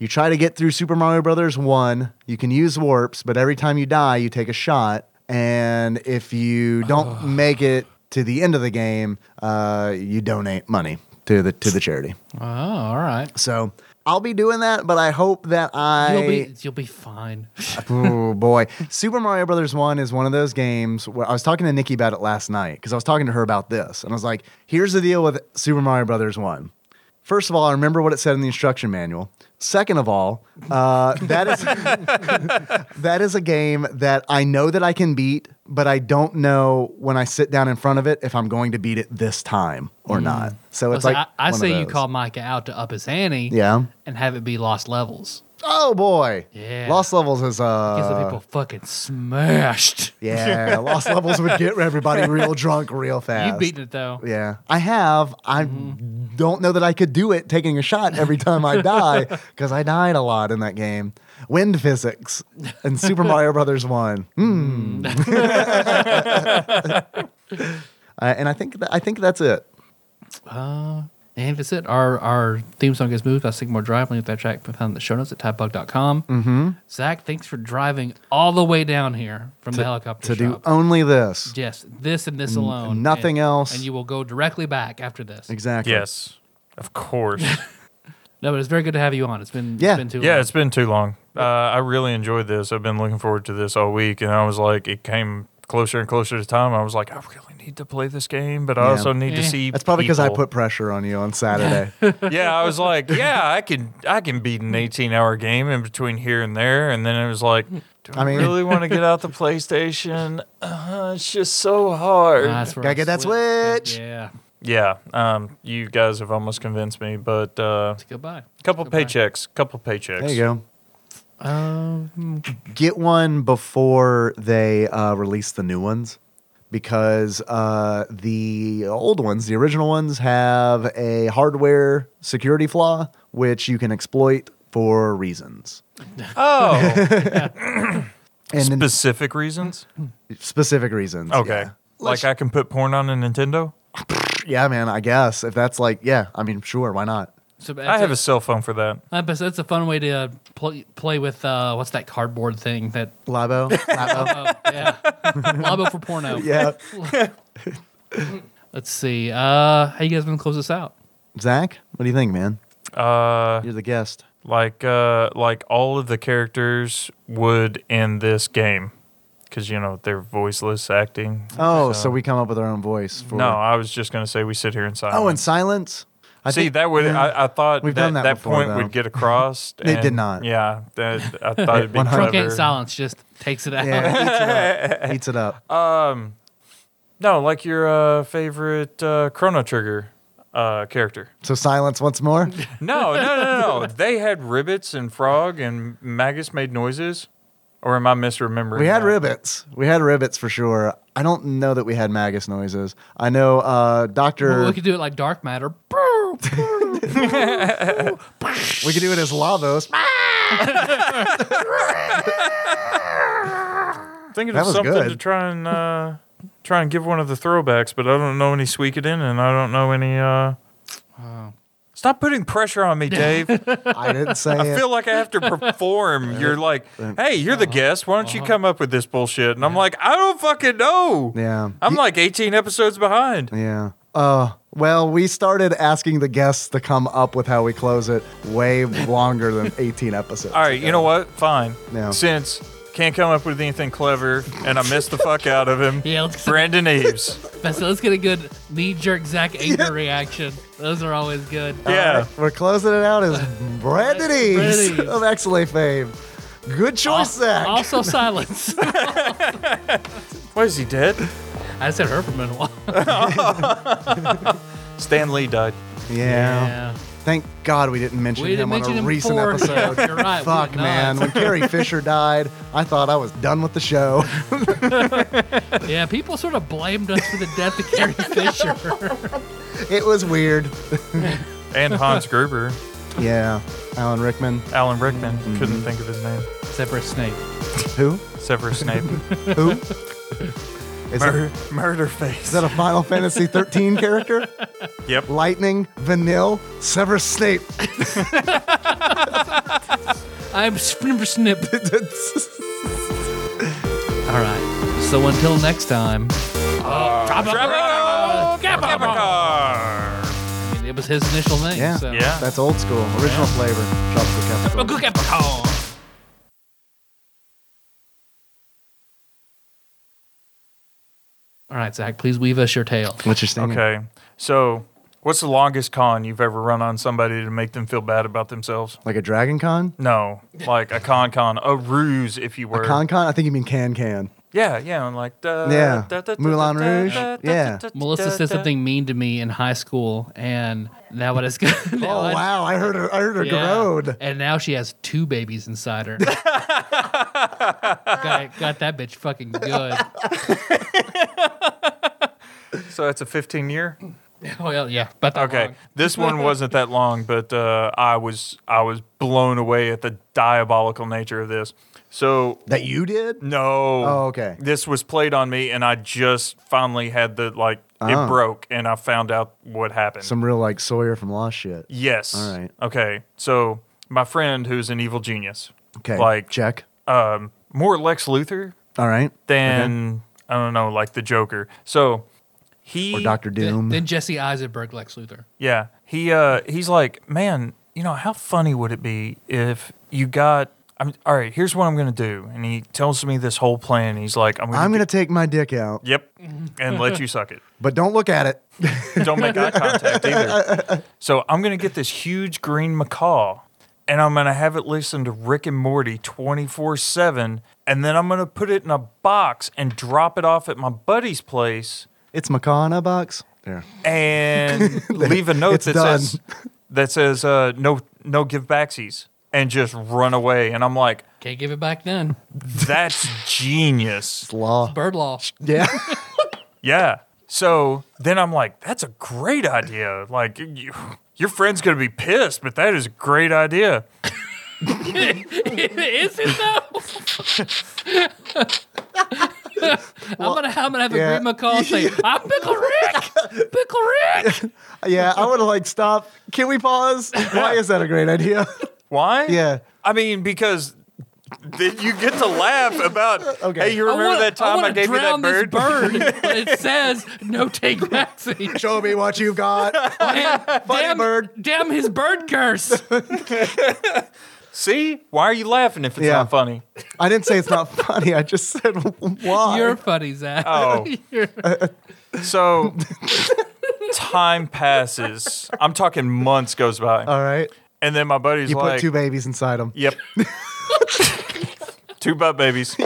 B: You try to get through Super Mario Brothers 1. You can use warps, but every time you die, you take a shot. And if you don't make it to the end of the game, uh, you donate money to the to the charity.
A: Oh, all right.
B: So I'll be doing that, but I hope that I
A: You'll be you'll be fine. <laughs>
B: oh boy, Super Mario Brothers One is one of those games where I was talking to Nikki about it last night because I was talking to her about this, and I was like, "Here's the deal with Super Mario Brothers One. First of all, I remember what it said in the instruction manual. Second of all, uh, that is <laughs> that is a game that I know that I can beat, but I don't know when I sit down in front of it if I'm going to beat it this time or not. So it's
A: Listen,
B: like
A: Mm. I, I
B: one of
A: say you
B: those.
A: call Micah out to up his ante,
B: Yeah.
A: and have it be lost levels.
B: Oh boy,
A: Yeah.
B: Lost Levels is uh,
A: Because the people fucking smashed. <laughs>
B: Yeah, Lost Levels would get everybody
C: <laughs>
B: real drunk real fast.
A: You beaten it though.
B: Yeah, I have. I
C: Mm-hmm.
B: don't know that I could do it taking a shot every time I
C: <laughs>
B: die because I died a lot in that game. Wind physics and Super Mario Brothers
C: <laughs>
B: One. Hmm. <laughs>
C: Mm.
B: uh, and I think that, I think that's it.
A: And that's it. Our our theme song is moved by Sigmar Drive. Link to that track found in the show notes at typebug.com. Mm-hmm. Zach, thanks for driving all the way down here from the helicopter
B: To do
A: shop.
B: only this.
A: yes, this and this alone.
B: nothing
A: and-
B: else.
A: And you will go directly back after this.
B: Exactly.
C: Yes, of <laughs> course.
A: No, but it's very good to have you on. It's been,
B: Yeah.
A: it's been too
C: yeah,
A: long.
C: it's been too long. Uh, I really enjoyed this. I've been looking forward to this all week, and I was like, it came closer and closer to time. I was like, I really need to play this game, but I
B: Yeah.
C: also need
A: Eh.
C: to see.
B: That's probably because I
C: people.
B: put pressure on you on Saturday.
C: yeah, <laughs> I was like, yeah, I can, I can beat an eighteen-hour game in between here and there, and then it was like, do I,
B: I mean-
C: really want to get <laughs> out the PlayStation? Uh, it's just so hard.
A: Ah, that's where
B: Gotta
A: I
B: get that
A: switched.
B: switch.
A: Yeah.
C: yeah, um, you guys have almost convinced me, but uh,
A: Goodbye.
C: couple
A: Goodbye.
C: paychecks, couple paychecks.
B: there you go.
A: Um,
B: Get one before they uh, release the new ones because uh, the old ones, the original ones, have a hardware security flaw which you can exploit for reasons.
C: Oh,
B: <laughs> And in
C: specific reasons.
B: specific reasons.
C: Okay,
B: Yeah.
C: like I can put porn on a Nintendo.
B: Yeah, man, I guess. If that's like, yeah, I mean, sure, why not?
A: So
C: I have a
A: that's
C: cell phone for that.
A: a- I bet Uh, that's a fun way to uh, play, play with uh, what's that cardboard thing
B: <laughs>
A: that
B: Labo? Labo?
A: oh, yeah Labo for porno.
B: <laughs> yeah.
A: <laughs> Let's see. Uh, how you guys gonna close this out?
B: Zach, what do you think, man?
C: Uh,
B: You're the guest.
C: like uh, like all of the characters would in this game, because you know they're voiceless acting.
B: Oh, so, we come up with our own voice. For,
C: No, I was just gonna say we sit here in silence.
B: Oh, in silence? I
C: Um, See,
B: think-
C: that would
B: yeah.
C: I, I thought
B: We've
C: that,
B: done that
C: that
B: before,
C: point
B: though.
C: would get across.
B: <laughs> It did
C: and-
B: not.
C: Yeah, that,
A: <laughs>
C: I thought it'd be
B: One hundred-
C: clever.
A: Truncate silence just takes it out.
B: Yeah, it eats it up. Eats it
C: <laughs>
B: up.
C: No, like your uh, favorite uh, Chrono Trigger uh, character.
B: So silence once more.
C: No, no, no, no, <laughs> no. They had ribbits and frog and Magus made noises. Or am I misremembering?
B: We had
C: that?
B: ribbits. We had ribbits for sure. I don't know that we had magus noises. I know uh,
A: <laughs>
B: Doctor.
A: Well, we
B: we,
A: could
B: could,
A: do it like dark matter. <laughs>
B: do it as Lavos.
C: Thinking
B: That
C: of
B: was
C: something
B: good.
C: to try and uh, try and give one of the throwbacks, but I don't know any Suikoden and I don't know any. Uh... Stop putting pressure on me, Dave.
B: I didn't say
C: <laughs> I
B: it.
C: feel like I have to
B: <laughs>
C: perform. You're like, hey, you're the guest. Why don't you come up with this bullshit? And I'm like, I don't fucking know.
B: yeah.
C: I'm like 18 episodes behind.
B: yeah. Uh, well, we started asking the guests to come up with how we close it way longer
C: <laughs>
B: than 18 episodes.
C: All right, you know what? Fine.
B: Yeah.
C: Since can't come up with anything clever and I missed the fuck out of him,
A: Yeah, let's-
B: <laughs>
C: Brandon Eves.
A: So let's get a good knee jerk Zach Anger reaction. Those are always good.
C: Yeah.
B: We're closing it out
C: <laughs>
B: as Brandon Eaves
A: Brandon Eaves.
B: of XLA fame. Good choice, Zach.
A: Also silence. <laughs>
C: What is he dead?
A: I said her for a minute.
C: Stan Lee died.
B: Yeah. Thank God we didn't mention
A: We
B: him
A: didn't
B: on
A: mention
B: a
A: him
B: recent
A: before. <laughs>
B: episode.
A: Yeah, you're right. we
B: Fuck,
A: did not.
B: man.
A: <laughs>
B: When Carrie Fisher died, I thought I was done with the show.
A: Yeah, people sort of blamed us for the death of Carrie Fisher.
B: it was weird. <laughs>
C: And Hans Gruber.
B: Yeah. Alan Rickman.
C: Alan Rickman.
B: Mm-hmm.
C: Couldn't think of his name.
A: Except for Snape.
B: Who? <laughs>
C: Severus Snape.
A: <laughs>
B: Who? Is that,
C: Murder, murder face.
B: is that a Final Fantasy 13 character?
C: yep.
B: Lightning, Vanille, Severus Snape. <laughs>
A: I'm Snipper Snip. All right. So until next time. Oh,
C: Trevor Capicor.
A: I mean, it was his initial name.
B: Yeah.
A: So.
C: Yeah.
B: That's old school. Original flavor. Tropical Capricorn.
A: Capricorn. All right, Zach, please weave us your tale.
B: What's your stinging?
C: Okay. So, what's the longest con you've ever run on somebody to make them feel bad about themselves?
B: Like a Dragon Con? <laughs>
C: No, like a con con, a ruse, if you were.
B: Con Con? I think you mean Can Can.
C: yeah, yeah, and like da,
B: Yeah.
C: da, da, da,
B: Moulin
C: da, da,
B: Rouge?
C: da, da,
B: Yeah.
C: da, da,
A: Melissa
C: da,
A: said
C: da.
A: something mean to me in high school, and now what is <laughs> good? Oh,
B: Oh, wow. I heard her, I heard her growed.
A: And now she has two babies inside
C: <laughs>
A: her. got, got that bitch fucking
C: <laughs>
A: good.
C: So that's a 15 year.
A: Well, yeah, but
C: Okay, this one wasn't that long, but uh, I was I was blown away at the diabolical nature of this. So
B: That you did?
C: No.
B: Oh, okay.
C: This was played on me, and I just finally had the like
B: Ah.
C: it broke, and I found out what happened.
B: Some real like Sawyer from Lost shit.
C: yes.
B: All right.
C: Okay. So my friend, who's an evil genius,
B: Okay.
C: like
B: check.
C: um, more Lex Luthor
B: All right.
C: than I don't know, like the Joker. So he
B: Or Doctor
A: Then,
B: Doom.
A: then Jesse Eisenberg, Lex Luthor.
C: Yeah. He uh he's like, "Man, you know, how funny would it be if you got I'm all right, here's what I'm going to do." And he tells me this whole plan. He's like, "I'm
B: I'm
C: going to
B: gonna take my dick out,
C: Yep. And let you suck it.
B: but don't look at it.
C: Don't make eye contact either.
B: <laughs>
C: So I'm going to get this huge green macaw and I'm going to have it listen to Rick and Morty 24 7. And then I'm going to put it in a box and drop it off at my buddy's place
B: It's macaw in a box. There. <laughs>
C: and leave a note
B: It's
C: that
B: done.
C: says, that says uh, no, no give backsies and just run away. And I'm like,
A: Can't give it back then.
C: that's genius.
B: Law.
C: <laughs>
A: Bird law.
B: Yeah. <laughs>
C: Yeah. So then I'm like, that's a great idea. Like, you, your friend's going to be pissed, but that is a great idea.
A: Is it though? I'm gonna I'm gonna have a
B: yeah.
A: Green McCall say, I'm Pickle Rick! Pickle Rick!
B: Yeah, I would have like stopped. Can we pause? Why is that a great idea? <laughs>
C: Why?
B: Yeah.
C: I mean, because then you get to laugh about,
B: Okay.
C: hey, you <laughs> remember
A: wanna-
C: that time I,
A: wanna
C: gave you that
A: drown
C: bird?
A: This bird but it says no take vaccine.
B: Show me what you've got.
A: damn,
B: bird.
A: damn his bird curse.
C: <laughs> See? Why are you laughing if it's
B: Yeah.
C: not funny?
B: I didn't say it's not funny. I just said <laughs> why.
A: You're funny, Zach. <laughs>
C: Oh.
B: <laughs>
A: You're-
C: So time passes. I'm talking months goes by.
B: All right.
C: and then my buddy's
B: You
C: like,
B: put two babies inside them.
C: Yep. Two
B: <laughs>
C: butt babies.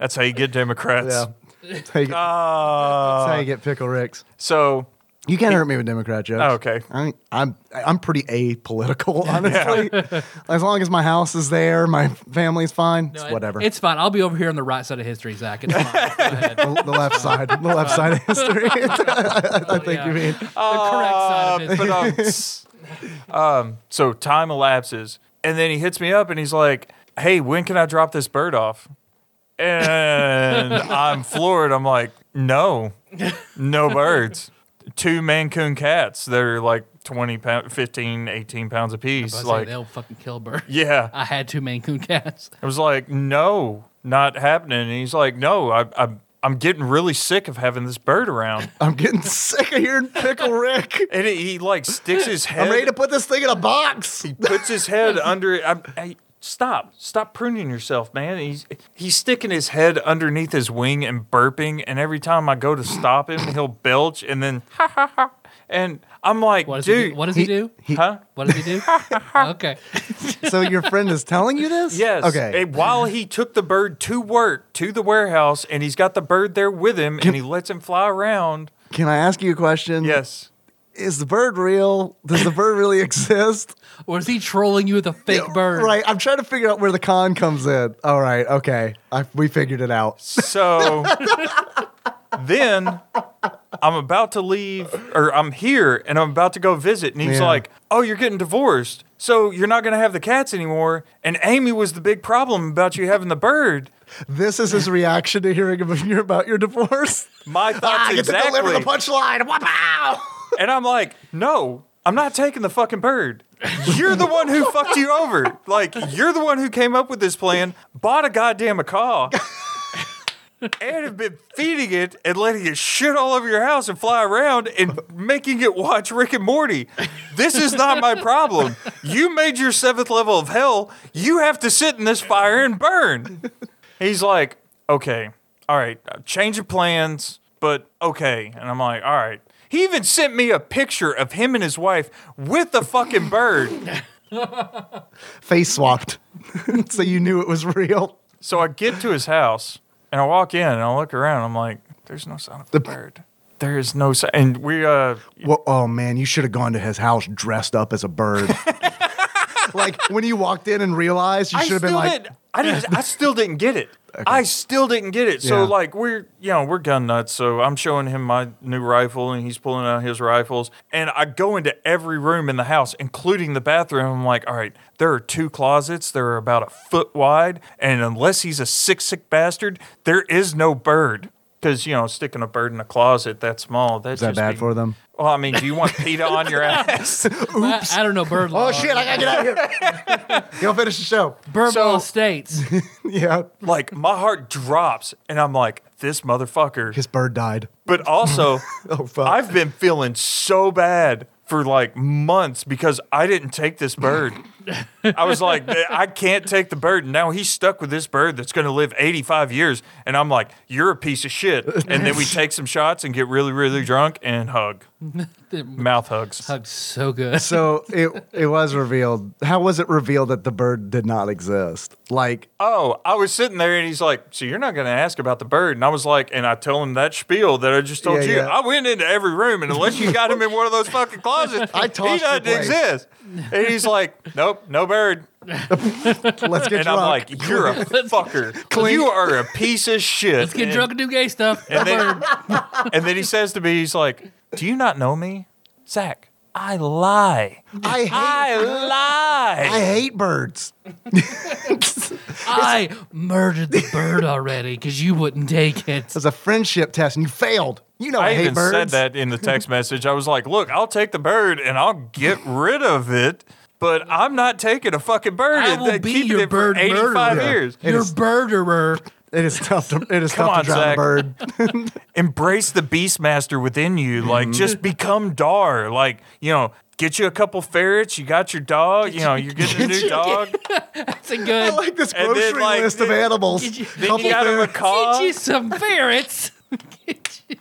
C: That's how you get Democrats. Uh,
B: Yeah. That's how, you get, that's how you get pickle ricks.
C: So,
B: You can't hurt me with Democrat jokes.
C: Oh, okay.
B: I, I'm I'm pretty apolitical,
C: <laughs>
B: honestly. As long as my house is there, my family's fine. it's
A: No, it-
B: whatever.
A: It's fine. I'll be over here on the right side of history, Zach. It's fine. Go ahead.
B: the, the left side. The left side of
A: <laughs>
B: history. I think
A: Yeah.
B: you mean.
A: the correct side of
C: uh,
A: it. <laughs>
C: but, um, s-
B: <laughs>
C: um, so time elapses, and then he hits me up and he's like, "Hey, when can I drop this bird off?"
B: <laughs>
C: And I'm floored. I'm like, "No, no birds." Two Mancoon cats. They're like 20 pounds, 15, 18 pounds apiece.
A: But
C: Like,
A: they'll fucking kill birds.
C: yeah.
A: I had two Maine Coon cats.
C: I was like, no, not happening. And he's like, no, I, I, I'm getting really sick of having this bird around.
B: I'm getting sick of hearing pickle Rick.
C: And he, he like sticks his
B: <laughs>
C: head.
B: I'm ready to put this thing in a box.
C: he puts
A: <laughs>
C: his head under it. I'm, hey, stop. Stop pruning yourself, man. He's, he's sticking his head underneath his wing and burping. And every time I go to stop him, he'll belch
A: <laughs>
C: and then, ha, ha, ha. And I'm like,
A: What does he
C: dude.
A: do? What does he, do?
C: Huh?
A: What does he do? okay.
B: So your friend is telling you this?
C: Yes.
B: Okay.
C: And while he took the bird to work, to the warehouse, and he's got the bird there with him, and he lets him fly around.
B: Can I ask you a question?
C: Yes.
B: Is the bird real? Does the bird really exist?
A: Or is he trolling you with a fake bird?
B: Right. I'm trying to figure out where the con comes in. All right. Okay. I, we figured it out.
C: So then I'm about to leave, or I'm here and I'm about to go visit. And he's
B: Yeah.
C: like, Oh, you're getting divorced. So you're not going to have the cats anymore. And Amy was the big problem about you having the bird.
B: This is his reaction to hearing about your, about your divorce.
C: My
B: Ah,
C: thoughts
B: I get to
C: exactly.
B: deliver the punchline. Wow.
C: and I'm like, No, I'm not taking the fucking bird. You're the one who fucked you over. Like, you're the one who came up with this plan, bought a goddamn macaw. and have been feeding it and letting it shit all over your house and fly around and making it watch Rick and Morty. This is not my problem. You made your seventh level of hell. You have to sit in this fire and burn. He's like, okay, all right, uh, change of plans, but okay. And I'm like, all right. He even sent me a picture of him and his wife with the fucking bird.
B: Face swapped. <laughs> so you knew it was real.
C: So I get to his house and I walk in and I look around. I'm like, there's no sign of the bird. There is no sign. And we, uh,
B: Well, oh man, you should have gone to his house dressed up as a
C: <laughs>
B: bird. like when you walked in and realized, you
C: I
B: should
C: still
B: have been like,
C: didn't. I
B: <laughs>
C: didn't. I still didn't get it. I still didn't get it. So
B: Yeah.
C: like we're you know we're gun nuts. So I'm showing him my new rifle and he's pulling out his rifles. And I go into every room in the house, including the bathroom. I'm like, all right, there are two closets. They're about a foot wide. And unless he's a sick sick bastard, there is no bird. Because you know, sticking a bird in a closet that small that's
B: is that bad for them?
C: Well, I mean, do you want PETA on
B: <laughs>
C: your ass?
A: I, I don't know bird law.
B: Oh shit, I gotta get out of here. <laughs> Go finish the show.
A: Bird
C: So-
A: law states.
B: Yeah.
C: like my heart drops, and I'm like, this motherfucker.
B: His bird died. <laughs>
C: but also
B: Oh, fuck.
C: I've been feeling so bad for like months because I didn't take this bird. I was like, I can't take the bird. And now he's stuck with this bird that's going to live 85 years. And I'm like, you're a piece of shit.
B: <laughs>
C: And then we take some shots and get really, really drunk and hug. Mouth hugs.
A: Hugs so good.
B: So it it was revealed. How was it revealed that the bird did not exist? Like
C: Oh, I was sitting there and he's like, So you're not going to ask about the bird? And I was like, And I tell him that spiel that I just told
B: Yeah,
C: you.
B: yeah.
C: I went into every room and unless you got him in one of those fucking closets,
B: <laughs> I
C: he
B: tossed the
C: doesn't
B: place.
C: exist. And he's like, Nope, no bird.
B: Let's get
C: and
B: drunk.
C: I'm like,
B: <laughs>
C: you're a fucker. You are a piece of shit.
A: Let's get
C: and,
A: drunk and do gay stuff.
C: And then, <laughs> and then he says to me, he's like, do you not know me? Zach, I lie.
B: I hate,
C: I lie.
B: I hate birds.
A: <laughs> I murdered the bird already because you wouldn't take it.
B: It's a friendship test, and you failed. You
A: Oh,
B: know I,
C: I
B: hate
C: even
B: birds.
C: said that in
A: <laughs>
C: the text message. I was like, look, I'll take the bird and I'll get rid of it, but I'm not taking a fucking bird.
A: I
C: and
A: will
C: they
A: be
C: keeping
A: your
C: it for
A: bird
C: 85
A: murderer.
C: years.
B: It
A: You're
B: is-
A: murderer.
B: It is tough to it is
C: Come
B: tough
C: on,
B: to drown
C: Zach.
B: a
C: <laughs>
B: bird.
C: Embrace the beastmaster within you.
A: Mm-hmm.
C: Like, just become Dar. Like, you know, get you a couple ferrets. You got your dog. You know, you're getting a new dog.
A: That's a good.
B: I
C: <laughs>
B: like this
C: And then,
B: grocery
C: like,
B: list of animals.
A: Did you-
C: Then
B: Couple
C: you got a
B: bear-
A: Get
C: macaw.
A: you some ferrets. <laughs> Get you-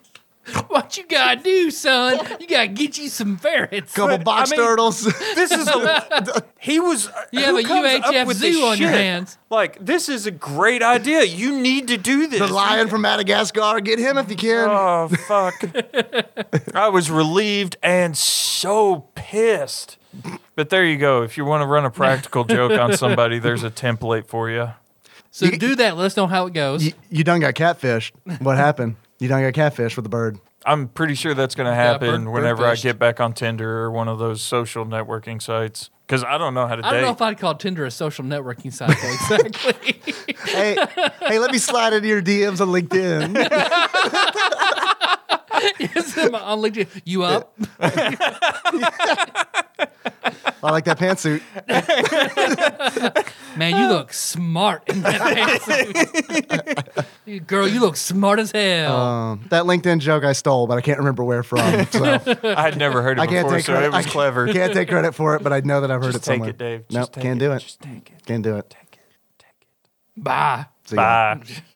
A: what you gotta do, son? You gotta get you some ferrets.
B: couple
C: but,
B: box
C: I mean- <laughs>
B: turtles.
C: This is a. He was. uh,
A: You have
C: who
A: a
C: comes up
A: UHF
C: with this
A: zoo on your
C: shit?
A: hands.
C: Like, this is a great idea. You need to do this.
B: the lion from Madagascar. Get him if you can.
C: Oh fuck!
A: <laughs>
C: I was relieved and so pissed. But there you go. If you want to run a practical joke on somebody, there's a template for you.
A: So do that. Let us know how it goes.
B: you, you done got catfished. What happened? You done got catfished with a bird.
C: I'm pretty sure that's going to happen
A: bird-
C: whenever I
A: birdfished.
C: get back on Tinder or one of those social networking sites because I don't know how to
A: I don't know
C: date.
A: if I'd call Tinder a social networking site <laughs> though, exactly.
B: Hey, hey, let me slide into your DMs on LinkedIn.
A: It's on LinkedIn. You up?
B: I like that pantsuit.
A: Man, you look smart in that <laughs> pantsuit. Girl, you look smart as hell.
B: Um, that LinkedIn joke I stole, but I can't remember where from. So
C: I had never heard it
B: I can't
C: before,
B: take
C: so
B: credit.
C: it was
B: I
C: clever.
B: Can't take credit for it, but I know that I've heard
C: <laughs> Just
B: it
C: take
B: somewhere.
C: it, Dave.
B: Nope,
C: Just take
B: can't
C: it.
B: do it.
C: Just take it.
B: Can't do it.
C: Take it. Take it.
A: Bye.
B: See ya.
C: Bye.